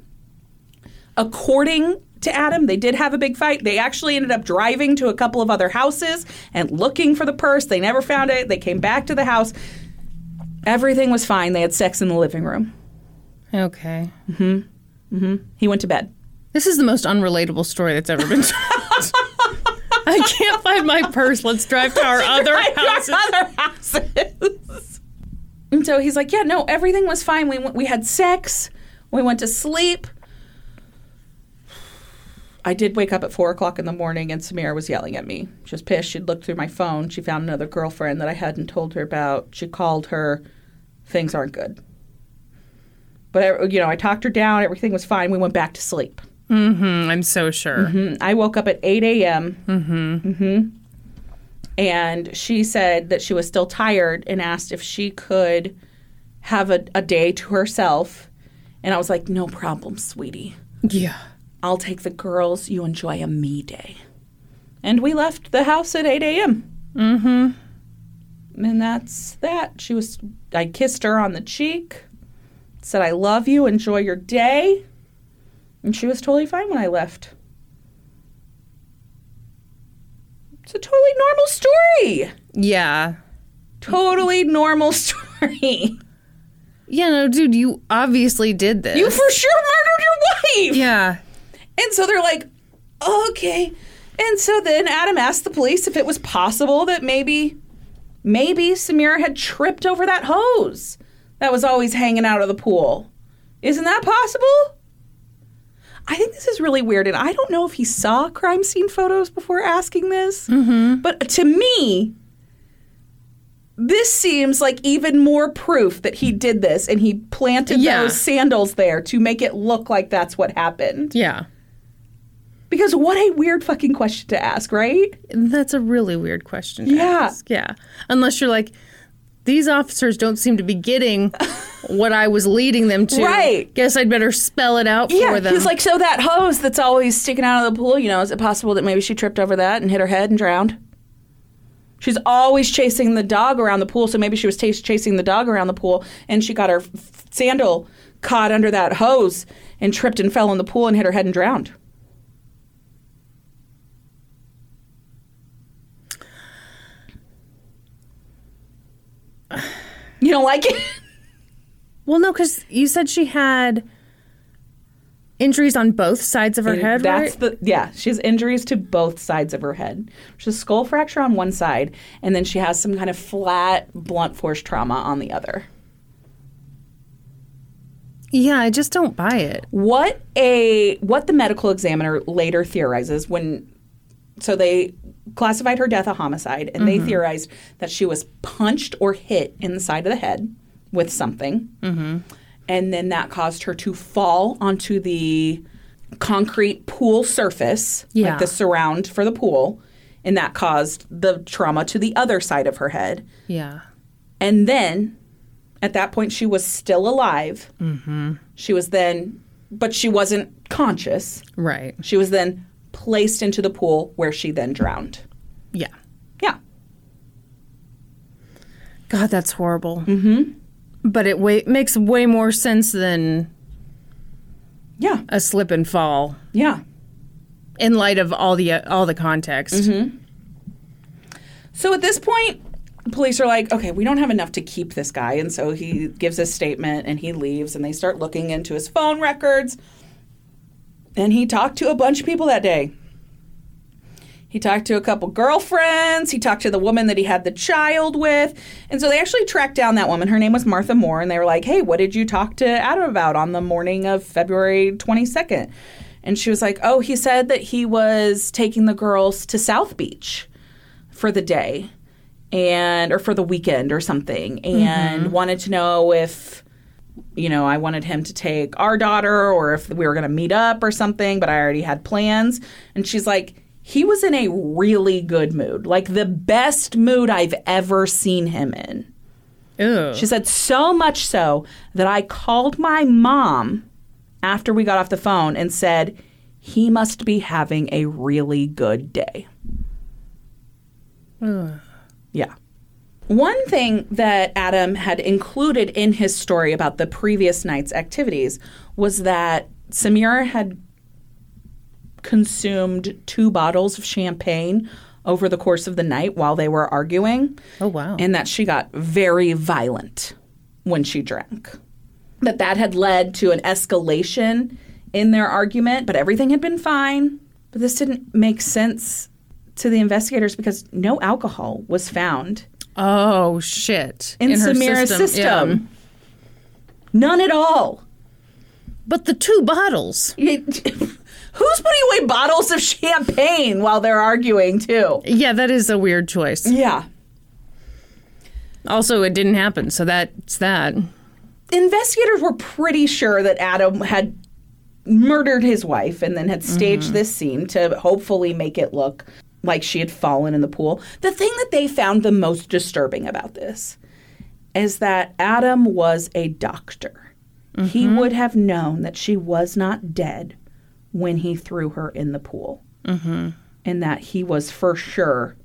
C: According to Adam, they did have a big fight. They actually ended up driving to a couple of other houses and looking for the purse. They never found it. They came back to the house. Everything was fine. They had sex in the living room.
B: Okay.
C: He went to bed.
B: This is the most unrelatable story that's ever been told. I can't find my purse. Let's drive to our other house.
C: Other houses. and so he's like, "Yeah, no, everything was fine. We went, we had sex. We went to sleep." I did wake up at four o'clock in the morning, and Samira was yelling at me. She was pissed. She'd looked through my phone. She found another girlfriend that I hadn't told her about. She called her. Things aren't good. But, you know, I talked her down. Everything was fine. We went back to sleep.
B: I'm so sure.
C: I woke up at 8 a.m. Mm-hmm. Mm-hmm. And she said that she was still tired and asked if she could have a, a day to herself. And I was like, no problem, sweetie.
B: Yeah.
C: I'll take the girls. You enjoy a me day. And we left the house at 8 a.m. Mm-hmm. And that's that. She was. I kissed her on the cheek, said, "I love you. Enjoy your day." And she was totally fine when I left. It's a totally normal story.
B: Yeah.
C: Totally normal story.
B: Yeah, no, dude, you obviously did this.
C: You for sure murdered your wife.
B: yeah.
C: And so they're like, okay. And so then Adam asked the police if it was possible that maybe, maybe Samira had tripped over that hose that was always hanging out of the pool. Isn't that possible? I think this is really weird, and I don't know if he saw crime scene photos before asking this, but to me, this seems like even more proof that he did this and he planted
B: Yeah.
C: those sandals there to make it look like that's what happened.
B: Yeah.
C: Because what a weird fucking question to ask, right?
B: That's a really weird question. To
C: Yeah.
B: Ask. Yeah. Unless you're like, these officers don't seem to be getting what I was leading them to.
C: Right.
B: Guess I'd better spell it out for them.
C: he's like, so that hose that's always sticking out of the pool, you know, is it possible that maybe she tripped over that and hit her head and drowned? She's always chasing the dog around the pool, so maybe she was t- chasing the dog around the pool and she got her f- sandal caught under that hose and tripped and fell in the pool and hit her head and drowned. You don't like it?
B: well, no, because you said she had injuries on both sides of her head,
C: That's
B: right?
C: the yeah. She has injuries to both sides of her head. She has skull fracture on one side, and then she has some kind of flat blunt force trauma on the other.
B: yeah, I just don't buy it.
C: What a what the medical examiner later theorizes when so they classified her death a homicide, and they theorized that she was punched or hit in the side of the head with something, and then that caused her to fall onto the concrete pool surface,
B: Yeah.
C: like the surround for the pool, and that caused the trauma to the other side of her head.
B: Yeah.
C: And then at that point, she was still alive. Mm-hmm. She was then, but she wasn't conscious.
B: Right.
C: She was then placed into the pool where she then drowned.
B: Yeah.
C: Yeah.
B: God, that's horrible. Mm-hmm. But it way- makes way more sense than
C: Yeah.
B: a slip and fall
C: Yeah.
B: in light of all the uh, all the context.
C: So at this point, police are like, okay, we don't have enough to keep this guy. And so he gives his statement and he leaves and they start looking into his phone records. And he talked to a bunch of people that day. He talked to a couple girlfriends. He talked to the woman that he had the child with. And so they actually tracked down that woman. Her name was Martha Moore. And they were like, hey, what did you talk to Adam about on the morning of February 22nd? And she was like, oh, he said that he was taking the girls to South Beach for the day and or for the weekend or something and wanted to know if you know I wanted him to take our daughter or if we were going to meet up or something but I already had plans and she's like he was in a really good mood like the best mood I've ever seen him in
B: Ew.
C: she said so much so that I called my mom after we got off the phone and said, he must be having a really good day. Yeah. One thing that Adam had included in his story about the previous night's activities was that Samira had consumed two bottles of champagne over the course of the night while they were arguing.
B: Oh, wow.
C: And that she got very violent when she drank. That that had led to an escalation in their argument, but everything had been fine. But this didn't make sense to the investigators because no alcohol was found
B: Oh shit!
C: in,
B: her
C: Samira's system.
B: yeah.
C: None at all.
B: But the two bottles.
C: Who's putting away bottles of champagne while they're arguing, too?
B: Yeah, that is a weird choice.
C: Yeah.
B: Also, it didn't happen, so that's that.
C: investigators were pretty sure that Adam had murdered his wife and then had staged this scene to hopefully make it look like she had fallen in the pool. The thing that they found the most disturbing about this is that Adam was a doctor. He would have known that she was not dead when he threw her in the pool. And that he was for sure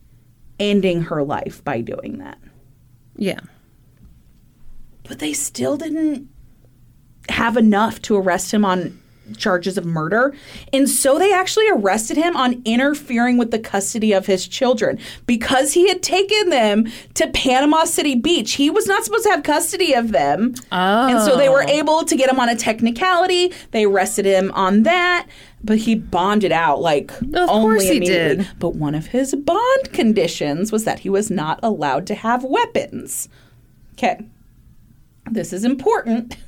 C: ending her life by doing that
B: Yeah.
C: but they still didn't have enough to arrest him on charges of murder. And so they actually arrested him on interfering with the custody of his children because he had taken them to Panama City Beach. He was not supposed to have custody of them. And so they were
B: Oh.
C: able to get him on a technicality. They arrested him on that, but he bonded out like
B: Of
C: only
B: course he
C: immediately.
B: did.
C: But one of his bond conditions was that he was not allowed to have weapons. Okay. This is important.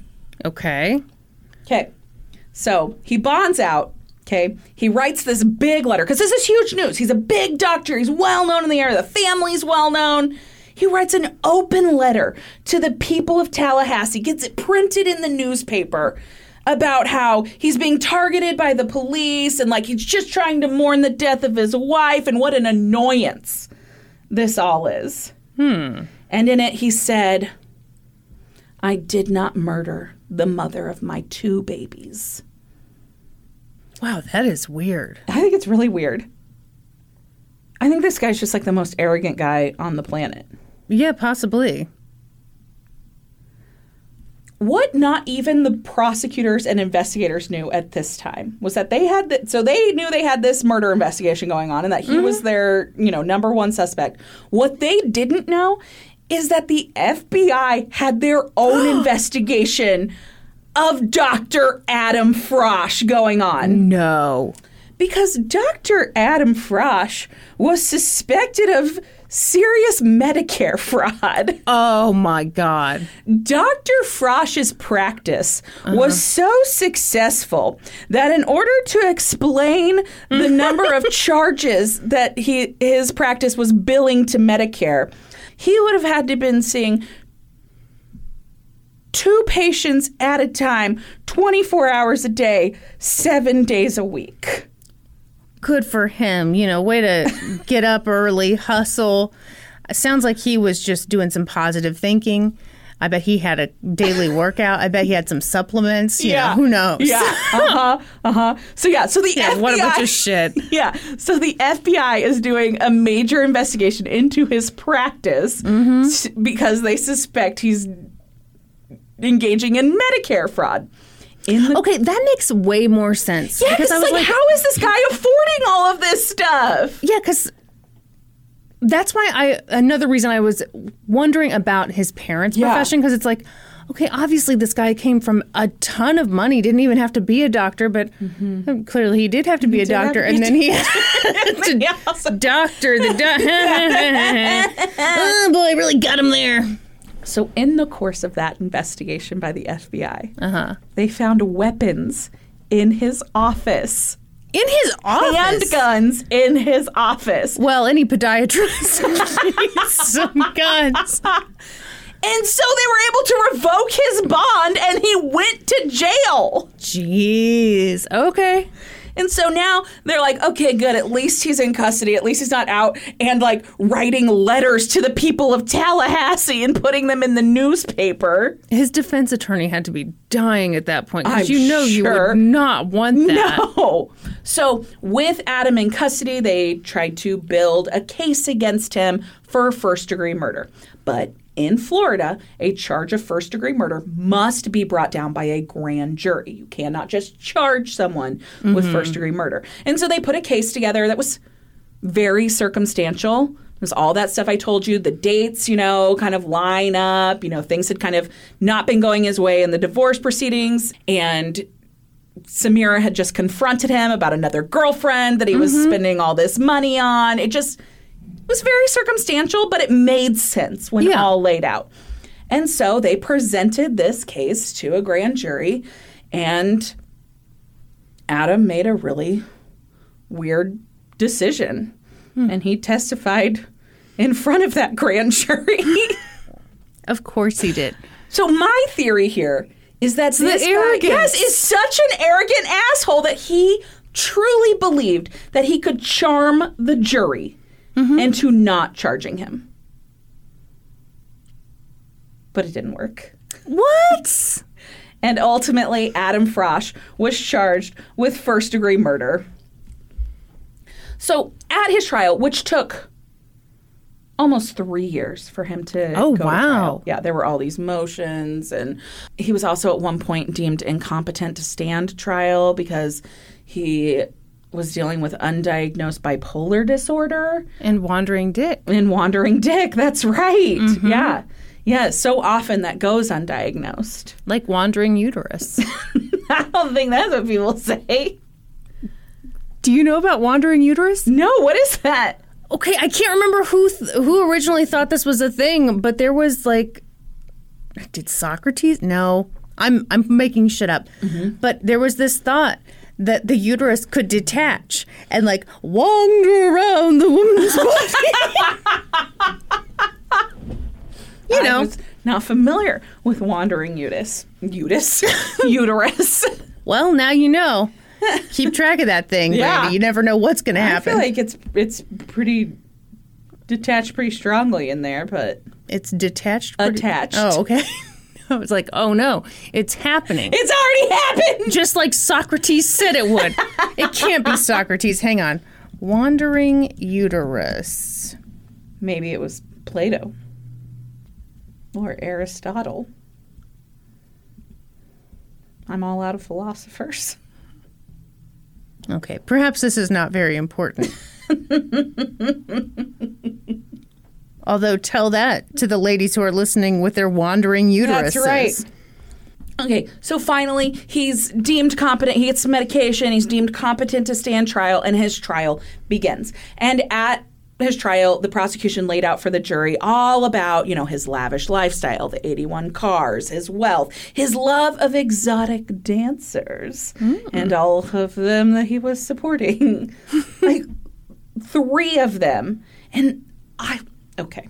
B: Okay.
C: Okay. So he bonds out. Okay. He writes this big letter because this is huge news. He's a big doctor. He's well known in the area. The family's well known. He writes an open letter to the people of Tallahassee, gets it printed in the newspaper about how he's being targeted by the police and like he's just trying to mourn the death of his wife and what an annoyance this all is. Hmm. And in it, he said, I did not murder the mother of my two babies.
B: Wow, that is weird.
C: I think it's really weird. I think this guy's just like the most arrogant guy on the planet.
B: Yeah, possibly.
C: What not even the prosecutors and investigators knew at this time was that they had th- so they knew they had this murder investigation going on and that he was their, you know, number one suspect. What they didn't know is that the FBI had their own investigation of Dr. Adam Frosch going on.
B: No.
C: because Dr. Adam Frosch was suspected of serious Medicare fraud.
B: Oh my God.
C: Dr. Frosch's practice was so successful that in order to explain the number of charges that he his practice was billing to Medicare, he would have had to been seeing two patients at a time, 24 hours a day, 7 days a week.
B: Good for him. You know, way to get up early, hustle. Sounds like he was just doing some positive thinking. I bet he had a daily workout. I bet he had some supplements. You know, who knows?
C: Yeah. Uh huh. Uh huh. So yeah. So the
B: Yeah,
C: FBI.
B: what a bunch of shit.
C: Yeah. So the FBI is doing a major investigation into his practice s- because they suspect he's engaging in Medicare fraud. In the
B: Okay, that makes way more sense.
C: yeah, because like, how is this guy affording all of this stuff?
B: Yeah, because that's why I another reason I was wondering about his parents'
C: Yeah.
B: profession because it's like, okay, obviously this guy came from a ton of money, didn't even have to be a doctor, but um, clearly he did have to be a
C: Mm-hmm. have
B: doctor,
C: to
B: and
C: be
B: then he had to
C: Yeah, also-
B: doctor the do- oh boy, I really got him there.
C: So, in the course of that investigation by the FBI, they found weapons in his office,
B: In his office.
C: handguns in his office.
B: Well, any podiatrist oh, needs some guns.
C: And so they were able to revoke his bond and he went to jail.
B: Jeez. Okay.
C: And so now they're like, okay, good. At least he's in custody. At least he's not out and like writing letters to the people of Tallahassee and putting them in the newspaper.
B: His defense attorney had to be dying at that point
C: I'm
B: because you know you
C: sure.
B: would not want that.
C: No. So with Adam in custody, they tried to build a case against him for first degree murder. But in Florida, a charge of first degree murder must be brought down by a grand jury. You cannot just charge someone with first degree murder. And so they put a case together that was very circumstantial. It was all that stuff I told you. The dates, you know, kind of line up. You know, things had kind of not been going his way in the divorce proceedings. And Samira had just confronted him about another girlfriend that he was spending all this money on. It just it was very circumstantial, but it made sense when
B: Yeah.
C: all laid out. And so they presented this case to a grand jury, and Adam made a really weird decision. And he testified in front of that grand jury.
B: Of course he did.
C: So my theory here is that
B: the
C: this guy,
B: arrogance.
C: yes, is such an arrogant asshole that he truly believed that he could charm the jury
B: Mm-hmm.
C: into not charging him. But it didn't work.
B: What?
C: And ultimately, Adam Frosch was charged with first degree murder. So, at his trial, which took almost three years for him to.
B: Oh,
C: go to
B: wow.
C: trial. Yeah, there were all these motions. And he was also at one point deemed incompetent to stand trial because he was dealing with undiagnosed bipolar disorder
B: And wandering dick.
C: in Wandering Dick. That's right.
B: Mm-hmm.
C: Yeah. Yeah. So often that goes undiagnosed.
B: Like wandering uterus.
C: I don't think that's what people say.
B: Do you know about wandering uterus?
C: No, what is that?
B: Okay, I can't remember who th- who originally thought this was a thing, but there was like, did Socrates? No, I'm I'm making shit up. But there was this thought that the uterus could detach and like wander around the woman's body. you
C: I
B: know,
C: was not familiar with wandering uterus. Uterus. uterus.
B: well now you know. Keep track of that thing,
C: Yeah.
B: Brandy. You never know what's going to
C: I
B: happen.
C: feel like it's it's pretty detached pretty strongly in there, but
B: it's detached. pretty-
C: Attached.
B: Oh, okay. I was like, oh no, it's happening.
C: it's already happened.
B: just like Socrates said it would. it can't be Socrates. Hang on. Wandering uterus.
C: Maybe it was Plato or Aristotle. I'm all out of philosophers.
B: Okay, perhaps this is not very important. Although, tell that to the ladies who are listening with their wandering uteruses.
C: That's right. Okay, so finally, he's deemed competent. He gets medication. He's deemed competent to stand trial, and his trial begins. And at his trial, the prosecution laid out for the jury all about, you know, his lavish lifestyle, the 81 cars, his wealth, his love of exotic dancers, and all of them that he was supporting. like three of them. And I, okay.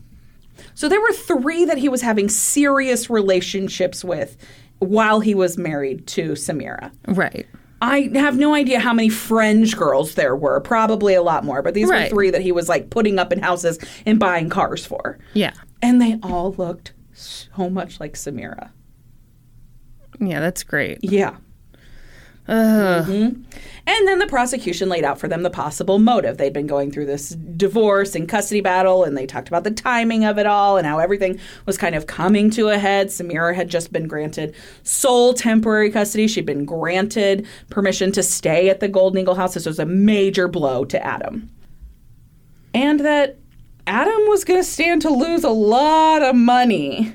C: So there were three that he was having serious relationships with while he was married to Samira.
B: Right.
C: I have no idea how many fringe girls there were, probably a lot more, but these
B: Right.
C: were three that he was like putting up in houses and buying cars for.
B: Yeah.
C: And they all looked so much like Samira.
B: Yeah, that's great.
C: Yeah. Mhm. And then the prosecution laid out for them the possible motive. They'd been going through this divorce and custody battle, and they talked about the timing of it all and how everything was kind of coming to a head. Samira had just been granted sole temporary custody. She'd been granted permission to stay at the Golden Eagle house. This was a major blow to Adam. And that Adam was going to stand to lose a lot of money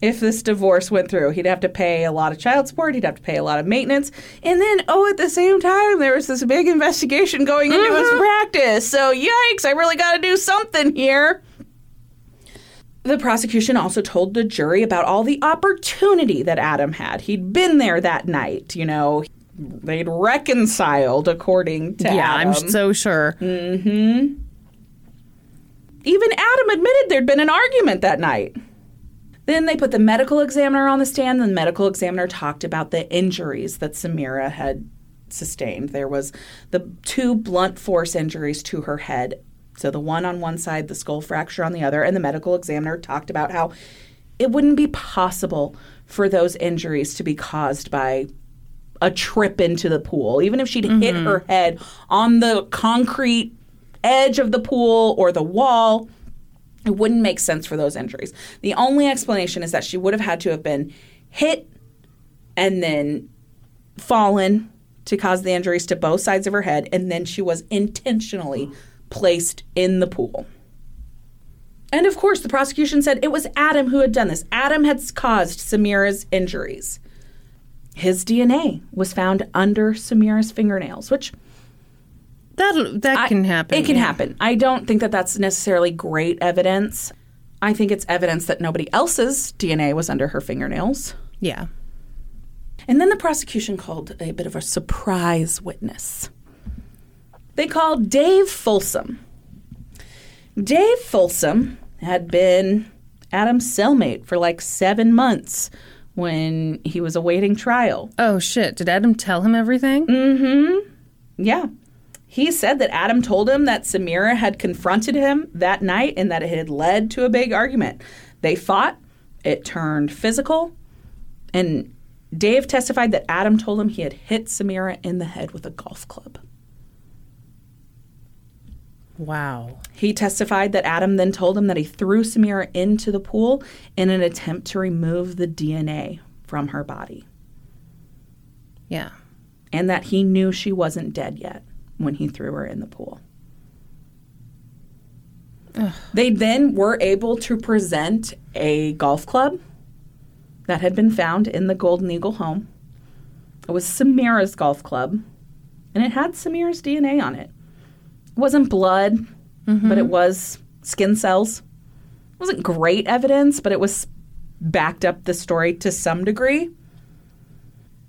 C: if this divorce went through. He'd have to pay a lot of child support, he'd have to pay a lot of maintenance. And then, oh, at the same time, there was this big investigation going into
B: Mm-hmm.
C: his practice. So, yikes, I really got to do something here. The prosecution also told the jury about all the opportunity that Adam had. He'd been there that night, you know. They'd reconciled according to
B: Yeah, I'm
C: Adam.
B: so sure.
C: Even Adam admitted there'd been an argument that night. Then they put the medical examiner on the stand. and The medical examiner talked about the injuries that Samira had sustained. There was the two blunt force injuries to her head. So the one on one side, the skull fracture on the other, and the medical examiner talked about how it wouldn't be possible for those injuries to be caused by a trip into the pool. Even if she'd hit her head on the concrete edge of the pool or the wall, it wouldn't make sense for those injuries. The only explanation is that she would have had to have been hit and then fallen to cause the injuries to both sides of her head, and then she was intentionally placed in the pool. And of course, the prosecution said it was Adam who had done this. Adam had caused Samira's injuries. His DNA was found under Samira's fingernails, which
B: That that
C: I-
B: can happen.
C: It can
B: yeah.
C: happen. I don't think that that's necessarily great evidence. I think it's evidence that nobody else's DNA was under her fingernails.
B: Yeah.
C: And then the prosecution called a bit of a surprise witness. They called Dave Folsom. Dave Folsom had been Adam's cellmate for like seven months when he was awaiting trial.
B: Oh shit, did Adam tell him everything?
C: Yeah. He said that Adam told him that Samira had confronted him that night and that it had led to a big argument. They fought, it turned physical, and Dave testified that Adam told him he had hit Samira in the head with a golf club.
B: Wow.
C: He testified that Adam then told him that he threw Samira into the pool in an attempt to remove the DNA from her body
B: Yeah.
C: and that he knew she wasn't dead yet when he threw her in the pool. They then were able to present a golf club that had been found in the Golden Eagle home. It was Samira's golf club, and it had Samira's DNA on it. It wasn't blood, but it was skin cells. It wasn't great evidence, but it was backed up the story to some degree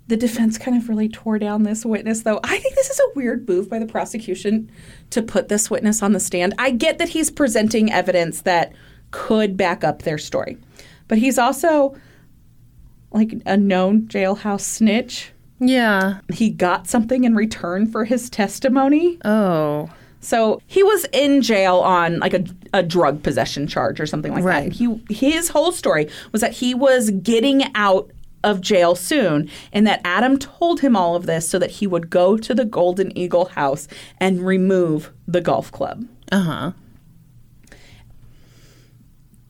C: the defense kind of really tore down this witness, though. I think this is a weird move by the prosecution to put this witness on the stand. I get that he's presenting evidence that could back up their story, but he's also like a known jailhouse snitch.
B: Yeah.
C: He got something in return for his testimony.
B: Oh.
C: So he was in jail on like a, a drug possession charge or something like
B: Right.
C: that. And He his whole story was that he was getting out of jail soon and that Adam told him all of this so that he would go to the Golden Eagle house and remove the golf club.
B: Uh huh.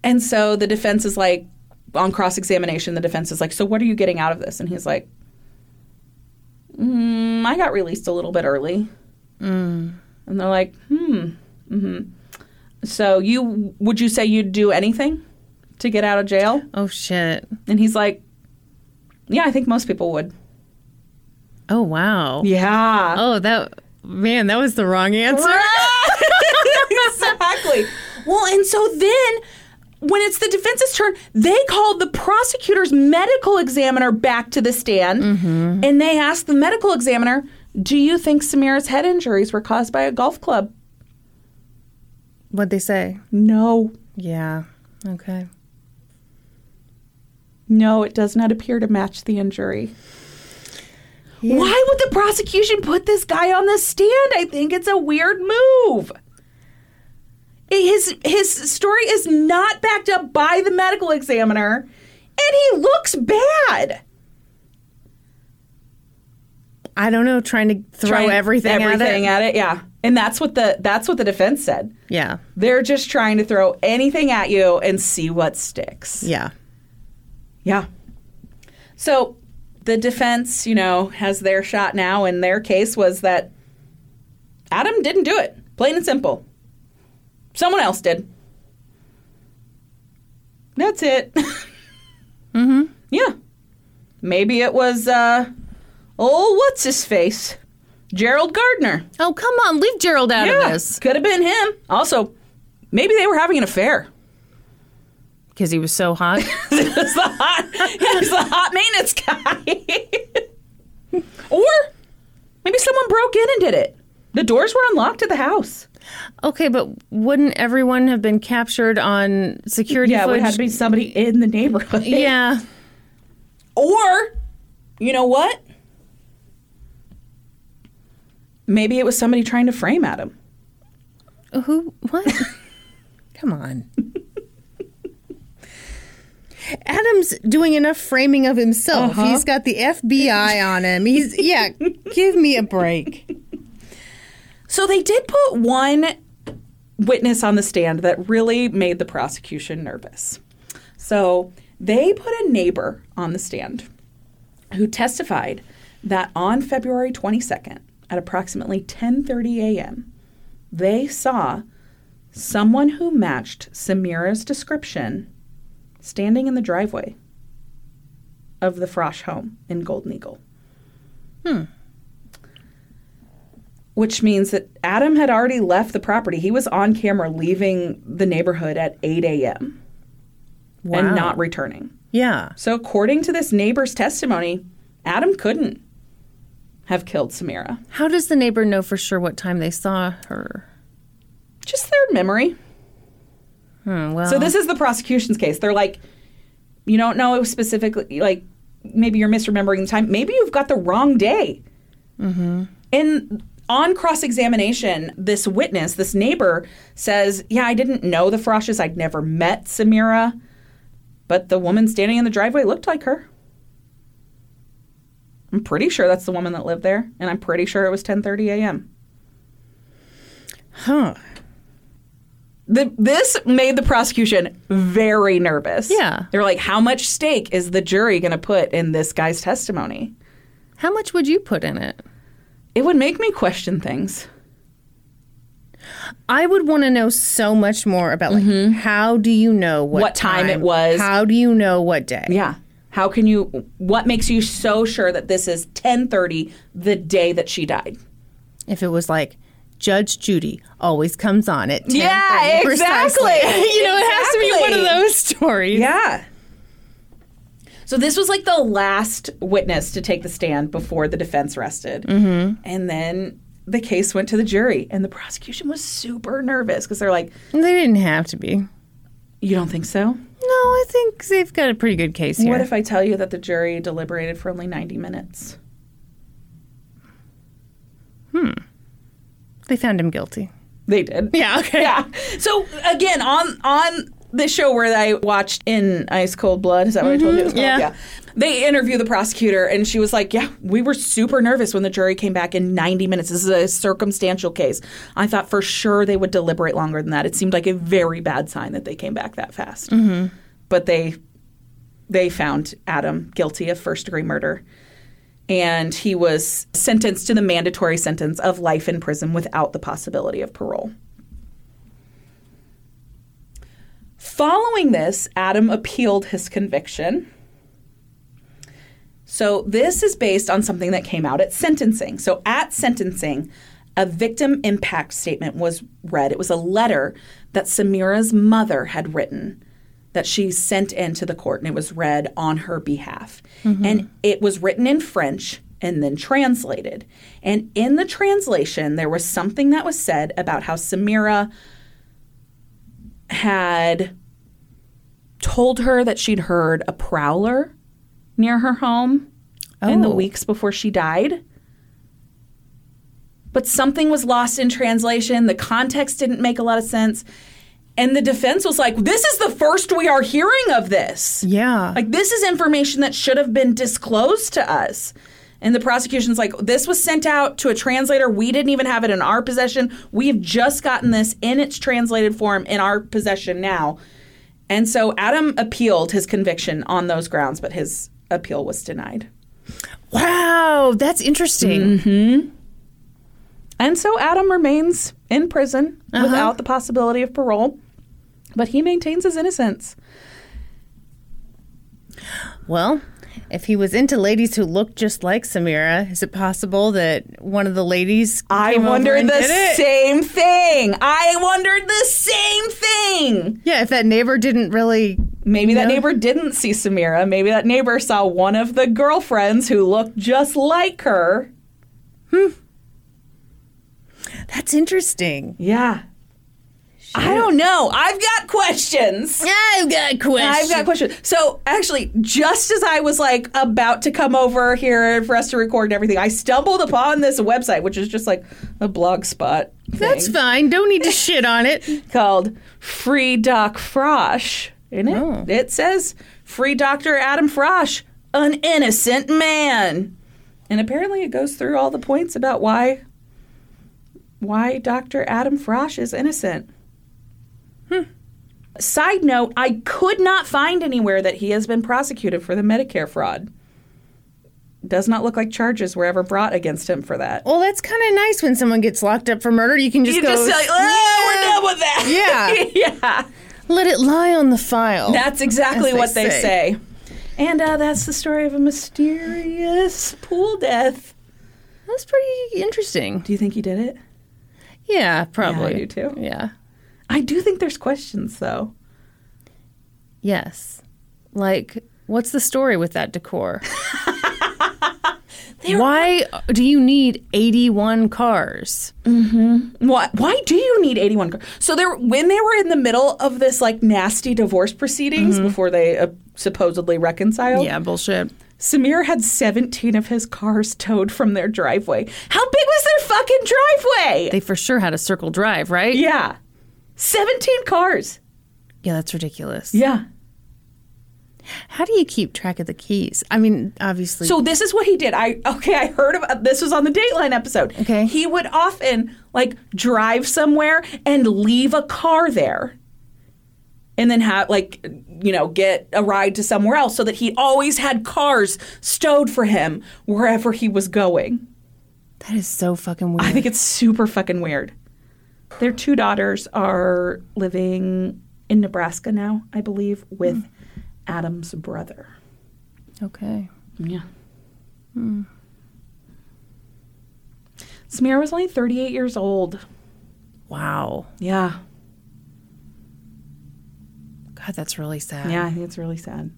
C: And so the defense is like, on cross examination, the defense is like, So what are you getting out of this? And he's like, mm, I got released a little bit early. And they're like, Hmm. Mm-hmm. So you would you say you'd do anything to get out of jail?
B: Oh shit.
C: And he's like, Yeah, I think most people would.
B: Oh wow.
C: Yeah.
B: Oh that man, that was the wrong answer.
C: exactly. Well, and so then when it's the defense's turn, they called the prosecutor's medical examiner back to the stand and they asked the medical examiner, Do you think Samira's head injuries were caused by a golf club?
B: What'd they say?
C: No,
B: Yeah. Okay.
C: no, it does not appear to match the injury. Why would the prosecution put this guy on the stand? I think it's a weird move. His his story is not backed up by the medical examiner, and he looks bad.
B: I don't know, trying to throw
C: Trying
B: everything,
C: everything
B: at it.
C: at it, yeah. And that's what the that's what the defense said.
B: yeah.
C: They're just trying to throw anything at you and see what sticks.
B: Yeah.
C: Yeah. So the defense, you know, has their shot now, and their case was that Adam didn't do it, plain and simple. Someone else did. That's it. mm-hmm. Yeah. Maybe it was, uh, oh, what's his face? Gerald Gardner.
B: Oh come on, leave Gerald out of this.
C: Could have been him. Also, maybe they were having an affair.
B: Because he was so hot.
C: It's the hot, it's the hot maintenance guy. or maybe someone broke in and did it. The doors were unlocked to the house.
B: okay, but wouldn't everyone have been captured on security
C: Yeah, it would
B: footage?
C: have to be somebody in the neighborhood.
B: yeah.
C: Or, you know what? Maybe it was somebody trying to frame Adam.
B: Who? What? Come on. Adam's doing enough framing of himself. He's got the FBI on him. He's yeah. give me a break.
C: So they did put one witness on the stand that really made the prosecution nervous. So they put a neighbor on the stand who testified that on February 22nd at approximately 10:30 a.m. they saw someone who matched Samira's description standing in the driveway of the Frosh home in Golden Eagle. which means that Adam had already left the property. He was on camera leaving the neighborhood at 8 a.m. and not returning.
B: Yeah.
C: So, according to this neighbor's testimony, Adam couldn't have killed Samira.
B: How does the neighbor know for sure what time they saw her?
C: Just their memory.
B: Hmm,
C: So this is the prosecution's case. They're like, you don't know it was specifically like maybe you're misremembering the time. Maybe you've got the wrong day. And on cross examination, this witness, this neighbor, says, "Yeah, I didn't know the Froshes. I'd never met Samira, but the woman standing in the driveway looked like her." I'm pretty sure that's the woman that lived there, and I'm pretty sure it was 10:30 a.m.
B: Huh.
C: The, this made the prosecution very nervous.
B: Yeah.
C: They were like, how much stake is the jury going to put in this guy's testimony?
B: How much would you put in it?
C: It would make me question things.
B: I would want to know so much more about like how do you know Mm-hmm. what,
C: What time it was.
B: How do you know what day?
C: Yeah. How can you, what makes you so sure that this is 1030, the day that she died?
B: If it was like Judge Judy always comes on at 10
C: Yeah,
B: precisely.
C: exactly.
B: you know, it has to be one of
C: Exactly.
B: those stories.
C: Yeah. So this was like the last witness to take the stand before the defense rested. Mm-hmm. And then the case went to the jury, and the prosecution was super nervous because they're like,
B: They didn't have to be. No,
C: you don't think so?
B: I think they've got a pretty good case here.
C: What if I tell you that the jury deliberated for only 90 minutes?
B: they found him guilty.
C: They did.
B: Yeah, okay.
C: Yeah. So again, on on the show where I watched in Ice Cold Blood, is that what I told you it was called?
B: yeah.
C: They interview the prosecutor and she was like, "Yeah, we were super nervous when the jury came back in 90 minutes. This is a circumstantial case. I thought for sure they would deliberate longer than that. It seemed like a very bad sign that they came back that fast." But they they found Adam guilty of first-degree murder. And he was sentenced to the mandatory sentence of life in prison without the possibility of parole. Following this, Adam appealed his conviction. So, this is based on something that came out at sentencing. So, at sentencing, a victim impact statement was read. It was a letter that Samira's mother had written that she sent in to the court, and it was read on her behalf. And it was written in French and then translated. And in the translation, there was something that was said about how Samira had told her that she'd heard a prowler near her home in the weeks before she died. But something was lost in translation. The context didn't make a lot of sense. And the defense was like, this is the first we are hearing of this.
B: Yeah.
C: Like, this is information that should have been disclosed to us. And the prosecution's like, this was sent out to a translator. We didn't even have it in our possession. We've just gotten this in its translated form in our possession now. And so Adam appealed his conviction on those grounds, but his appeal was denied.
B: wow, that's interesting.
C: And so Adam remains in prison without the possibility of parole, but he maintains his innocence.
B: Well, if he was into ladies who looked just like Samira, is it possible that one of the ladies?
C: I
B: came over
C: wondered
B: and
C: the
B: did it?
C: same thing. I wondered the same thing.
B: Yeah, if that neighbor didn't really.
C: Maybe that neighbor didn't see Samira. Maybe that neighbor saw one of the girlfriends who looked just like her.
B: That's interesting.
C: Yeah. I don't know. I've got questions.
B: I've got questions.
C: I've got questions. So actually, just as I was like about to come over here for us to record and everything, I stumbled upon this website, which is just like a blog spot. thing
B: That's fine. Don't need to shit on it.
C: called Free Doc Frosh. In it, it says Free Doctor Adam Frosh, an innocent man, and apparently it goes through all the points about why why Doctor Adam Frosh is innocent. Hmm. Side note: I could not find anywhere that he has been prosecuted for the Medicare fraud. Does not look like charges were ever brought against him for that.
B: Well, that's kind of nice when someone gets locked up for murder. You can just
C: You
B: go.
C: just like, oh, we're done with that. Yeah, yeah.
B: Let it lie on the file.
C: That's exactly
B: Oh, as they
C: what they
B: say.
C: say. And uh, that's the story of a mysterious pool death.
B: That's pretty interesting.
C: Do you think he did it?
B: Yeah, probably.
C: do too.
B: Yeah.
C: I do think there's questions, though.
B: Yes. Like, what's the story with that decor? Why do you need 81 cars?
C: Why, why do you need 81 cars? So there, when they were in the middle of this like nasty divorce proceedings before they uh, supposedly reconciled,
B: Mm-hmm. Yeah, bullshit.
C: Samir had 17 of his cars towed from their driveway. How big was their fucking driveway?
B: They for sure had a circle drive, right?
C: yeah. 17 cars.
B: Yeah, that's ridiculous.
C: Yeah.
B: How do you keep track of the keys? I mean, obviously.
C: So this is what he did. I okay, I heard about this was on the Dateline episode.
B: Okay.
C: He would often like drive somewhere and leave a car there. And then have like you know, get a ride to somewhere else so that he always had cars stowed for him wherever he was going.
B: that is so fucking weird.
C: I think it's super fucking weird. Their two daughters are living in Nebraska now, I believe, with Adam's brother.
B: okay.
C: Yeah. Hmm. Samir was only 38 years old.
B: Wow.
C: Yeah.
B: God, that's really sad.
C: Yeah, I think it's really sad.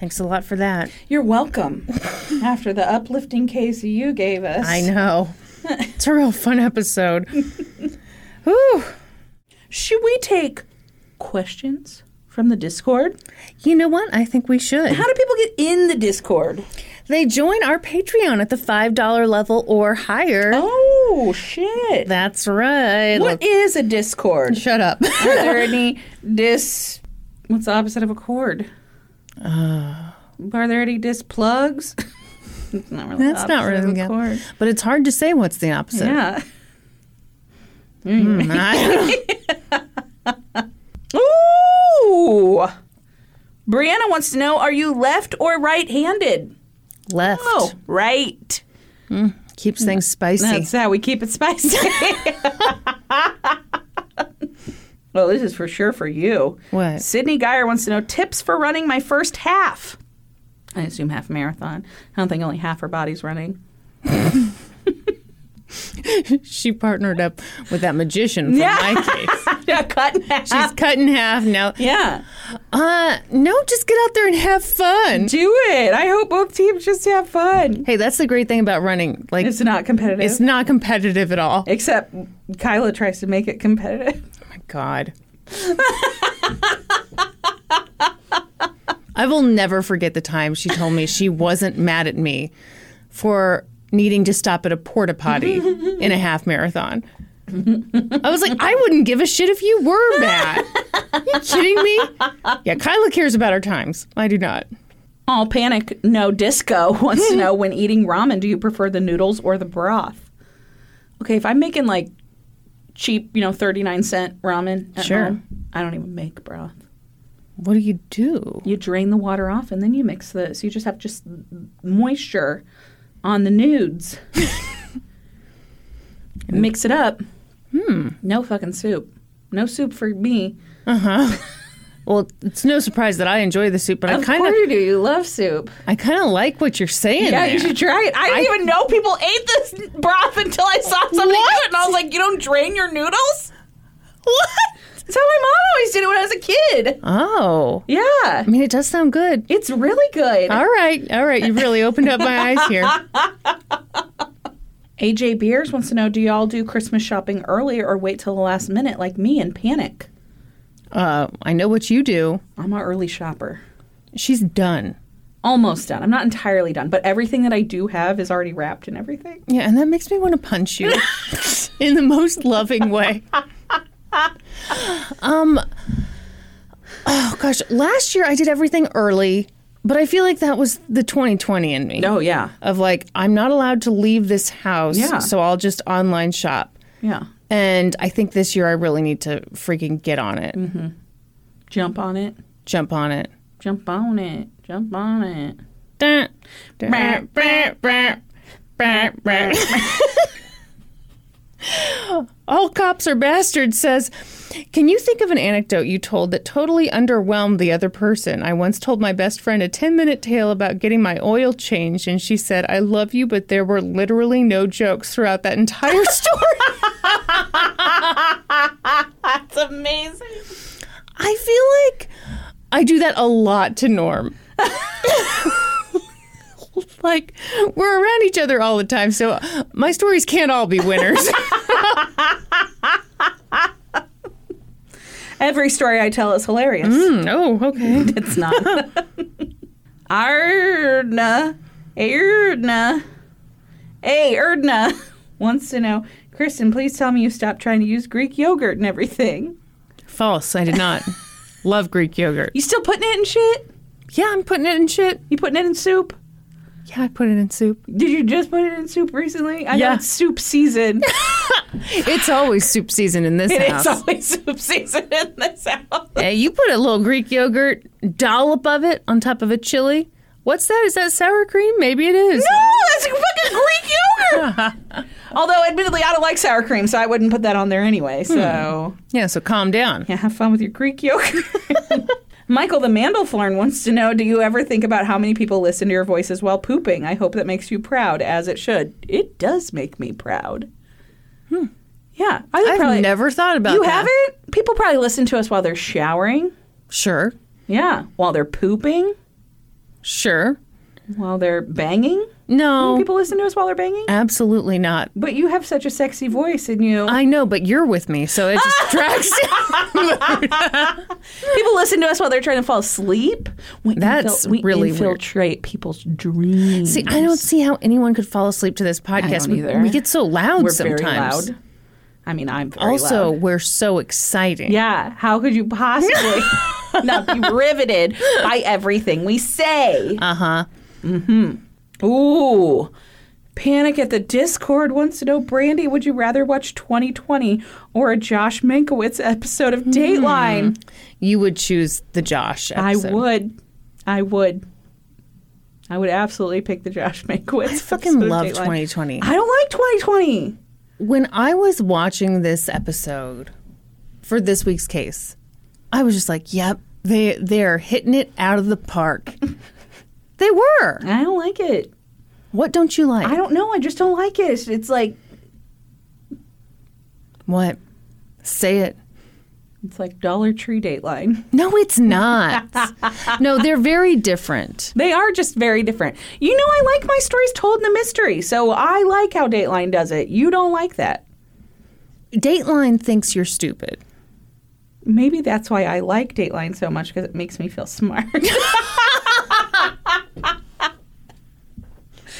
B: Thanks a lot for that.
C: You're welcome. After the uplifting case you gave us.
B: I know. it's a real fun episode. Whew.
C: Should we take questions from the Discord?
B: You know what? I think we should.
C: How do people get in the Discord?
B: They join our Patreon at the $5 level or higher.
C: Oh, shit.
B: That's right.
C: What is a Discord?
B: Let's- Shut up.
C: Are there any dis? What's the opposite of a cord? Uh. Are there any dis plugs? That's not really. the
B: That's not
C: opposite of
B: really
C: a
B: good.
C: cord.
B: But it's hard to say what's the opposite.
C: Yeah.
B: Mm, I-
C: Ooh. Brianna wants to know: Are you left or right-handed?
B: Left
C: Oh, right.
B: keeps things spicy.
C: That's how we keep it spicy. well, this is for sure for you.
B: What?
C: Sydney Geyer wants to know tips for running my first half. I assume half marathon. I don't think only half her body's running.
B: she partnered up with that magician from
C: Yeah.
B: my case.
C: yeah, cut in half.
B: She's cut in half now.
C: yeah,
B: Uh, no, just get out there and have fun.
C: do it. I hope both teams just have fun.
B: Hey, that's the great thing about running. Like,
C: It's not competitive.
B: it's not competitive at all.
C: Except Kyla tries to make it competitive.
B: my God. I will never forget the time she told me she wasn't mad at me for needing to stop at a porta potty in a half marathon. I was like, I wouldn't give a shit if you were mad. you kidding me? Yeah, Kyla cares about our times. I do not.
C: All panic, no disco wants to know when eating ramen, do you prefer the noodles or the broth? Okay, if I'm making like cheap, you know, 39 cent ramen, at
B: Sure.
C: home, I don't even make broth.
B: What do you do?
C: You drain the water off and then you mix the, so you just have just moisture on the nudes. mix it up. Hmm. No fucking soup. No soup for me.
B: Well, it's no surprise that I enjoy the soup, but I
C: Of
B: kind of,
C: course you do. You love soup.
B: I kind of like what you're saying.
C: Yeah,
B: there.
C: you should try it. I didn't even know people ate this broth until I saw somebody do it, and I was like, "You don't drain your noodles." What? That's how my mom always did it when I was a kid.
B: Oh,
C: Yeah,
B: I mean, it does sound good.
C: it's really good.
B: All right, all right. You really opened up my eyes here.
C: AJ Beers wants to know: Do y'all do Christmas shopping early or wait till the last minute like me and panic?
B: Uh, I know what you do.
C: I'm an early shopper.
B: She's done.
C: Almost done. I'm not entirely done, but everything that I do have is already wrapped and everything.
B: Yeah, and that makes me want to punch you in the most loving way. Um, oh gosh, last year I did everything early, but I feel like that was the 2020 in me.
C: Oh yeah,
B: Of like, I'm not allowed to leave this house,
C: Yeah.
B: so I'll just online shop.
C: yeah.
B: And I think this year I really need to freaking get on it,
C: Jump on it.
B: jump on it.
C: Jump on it. Jump on it.
B: Dun, dun, brr, brr, brr, brr. All cops are bastards says, Can you think of an anecdote you told that totally underwhelmed the other person? I once told my best friend a 10 minute tale about getting my oil changed, and she said, I love you, but there were literally no jokes throughout that entire story.
C: It's amazing.
B: I feel like I do that a lot to Norm. like we're around each other all the time, so my stories can't all be winners.
C: Every story I tell is hilarious.
B: oh, okay.
C: It's not. Erdna. Erdna. Hey, Erdna wants to know Kristen, please tell me you stopped trying to use Greek yogurt and everything.
B: False. I did not love Greek yogurt.
C: You still putting it in shit?
B: Yeah, I'm putting it in shit.
C: You putting it in soup?
B: Yeah, I put it in soup.
C: Did you just put it in soup recently? I know
B: Yeah.
C: it's soup season.
B: It's always soup season in this
C: it
B: house.
C: is always soup season in this house.
B: Hey, you put a little Greek yogurt dollop of it on top of a chili. What's that? Is that sour cream? Maybe it is.
C: No, that's fucking Greek yogurt. Although, admittedly, I don't like sour cream, so I wouldn't put that on there anyway. So,
B: Yeah, so calm down.
C: yeah, have fun with your Greek yogurt. Michael the Mandelflorn wants to know Do you ever think about how many people listen to your voices while pooping? I hope that makes you proud, as it should. It does make me proud. Hmm. Yeah. I think
B: I've never thought about
C: You
B: that.
C: haven't? People probably listen to us while they're showering.
B: Sure,
C: Yeah. While they're pooping.
B: sure.
C: While they're banging.
B: No,
C: People listen to us while they're banging.
B: absolutely not.
C: But you have such a sexy voice, and you
B: I know, but you're with me, so it just drags.
C: people listen to us while they're trying to fall asleep. We
B: That's
C: we
B: really weird.
C: infiltrate people's dreams.
B: see, I don't see how anyone could fall asleep to this podcast.
C: don't
B: we,
C: either.
B: we get so loud
C: We're
B: Oh, sometimes.
C: very loud. I mean, I'm very
B: Also,
C: loud.
B: we're so exciting.
C: Yeah, how could you possibly not be riveted by everything we say? Uh
B: Uh-huh.
C: huh. Mm hmm. Ooh. Panic at the Discord wants to know, Brandy, would you rather watch 2020 or a Josh Mankiewicz episode
B: Hmm.
C: of Dateline?
B: You would choose the Josh. Episode.
C: I would. I would. I would absolutely pick the Josh Mankiewicz.
B: I fucking
C: episode of
B: love
C: Dateline.
B: 2020.
C: I don't like 2020.
B: When I was watching this episode for this week's case, I was just like, "Yep, they they're hitting it out of the park." they were.
C: I don't like it.
B: What don't you like?
C: I don't know. I just don't like it. It's, it's like
B: what? Say it.
C: it's like Dollar Tree Dateline.
B: No, it's not. no, they're very different.
C: They are just very different. You know, I like my stories told in a mystery, so I like how Dateline does it. You don't like that.
B: Dateline thinks you're stupid.
C: Maybe that's why I like Dateline so much because it makes me feel smart.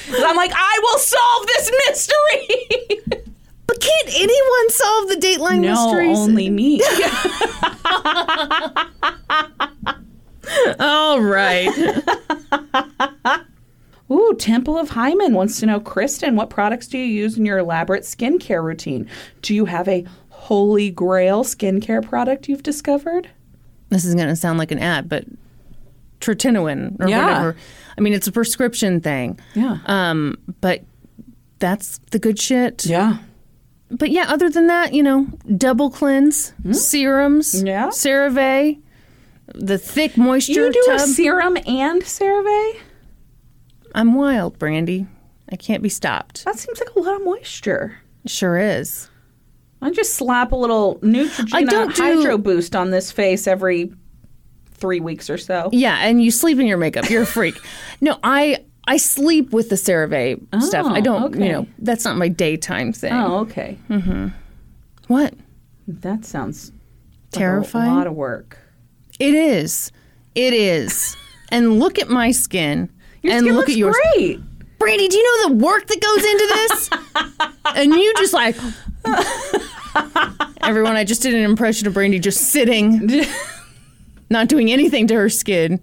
C: 'Cause I'm like, I will solve this mystery.
B: But can't anyone solve the Dateline mysteries?
C: only me.
B: All right.
C: Ooh, Temple of Hymen wants to know, Kristen, what products do you use in your elaborate skincare routine? Do you have a holy grail skincare product you've discovered?
B: this is going to sound like an ad, but Tretinoin or
C: Yeah.
B: whatever. I mean, it's a prescription thing.
C: Yeah.
B: Um, but that's the good shit.
C: Yeah.
B: But yeah, other than that, you know, double cleanse, serums,
C: Hmm? Yeah.
B: CeraVe, the thick moisture
C: Do you do a
B: tub.
C: serum and CeraVe?
B: I'm wild, Brandy. I can't be stopped.
C: That seems like a lot of moisture.
B: Sure is.
C: I just slap a little Neutrogena
B: I don't do-
C: Hydro Boost on this face every three weeks or so.
B: Yeah, and you sleep in your makeup. You're a freak. no, I I sleep with the CeraVe stuff. I don't,
C: Oh, okay.
B: you know, that's not my daytime thing.
C: Oh, okay.
B: What?
C: That sounds like
B: Terrifying.
C: A lot of work.
B: It is. It is. and look at my skin.
C: Your
B: and
C: skin
B: look
C: looks
B: at yours.
C: great.
B: Brady, do you know the work that goes into this? and you just like Everyone, I just did an impression of Brandy just sitting not doing anything to her skin.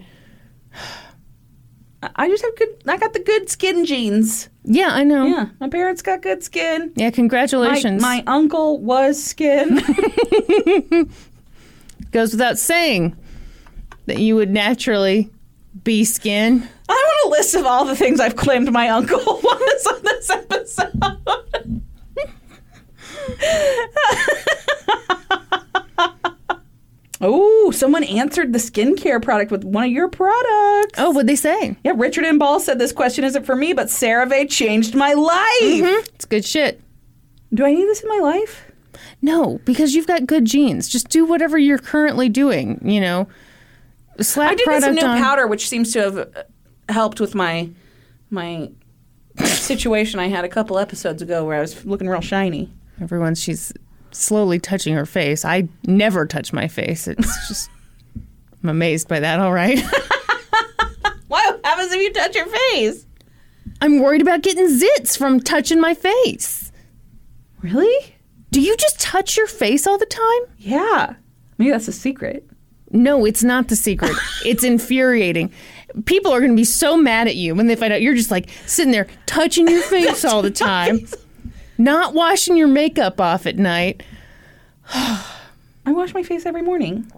C: I just have good. I got the good skin genes.
B: Yeah, I know. Yeah,
C: Yeah, my parents got good skin. My,
B: congratulations.
C: my uncle was skin.
B: Goes without saying that you would naturally be skin.
C: I want a list of all the things I've claimed my uncle was on this episode. oh, someone answered the skincare product with one of your products.
B: Oh, what'd they say?
C: Yeah, Richard M. Ball said this question isn't for me, but CeraVe changed my life.
B: It's good shit.
C: Do I need this in my life?
B: No, because you've got good genes. Just do whatever you're currently doing, you know. Slap
C: I did
B: product
C: this new
B: on.
C: powder, which seems to have uh, helped with my my situation I had a couple episodes ago where I was looking real shiny.
B: Everyone, she's slowly touching her face. I never touch my face. It's just, I'm amazed by that, all right?
C: What happens if you touch your face?
B: I'm worried about getting zits from touching my face.
C: Really?
B: Do you just touch your face all the time?
C: Yeah. Maybe that's a secret.
B: No, it's not the secret. it's infuriating. People are going to be so mad at you when they find out you're just like sitting there touching your face all the time, not washing your makeup off at night.
C: I wash my face every morning.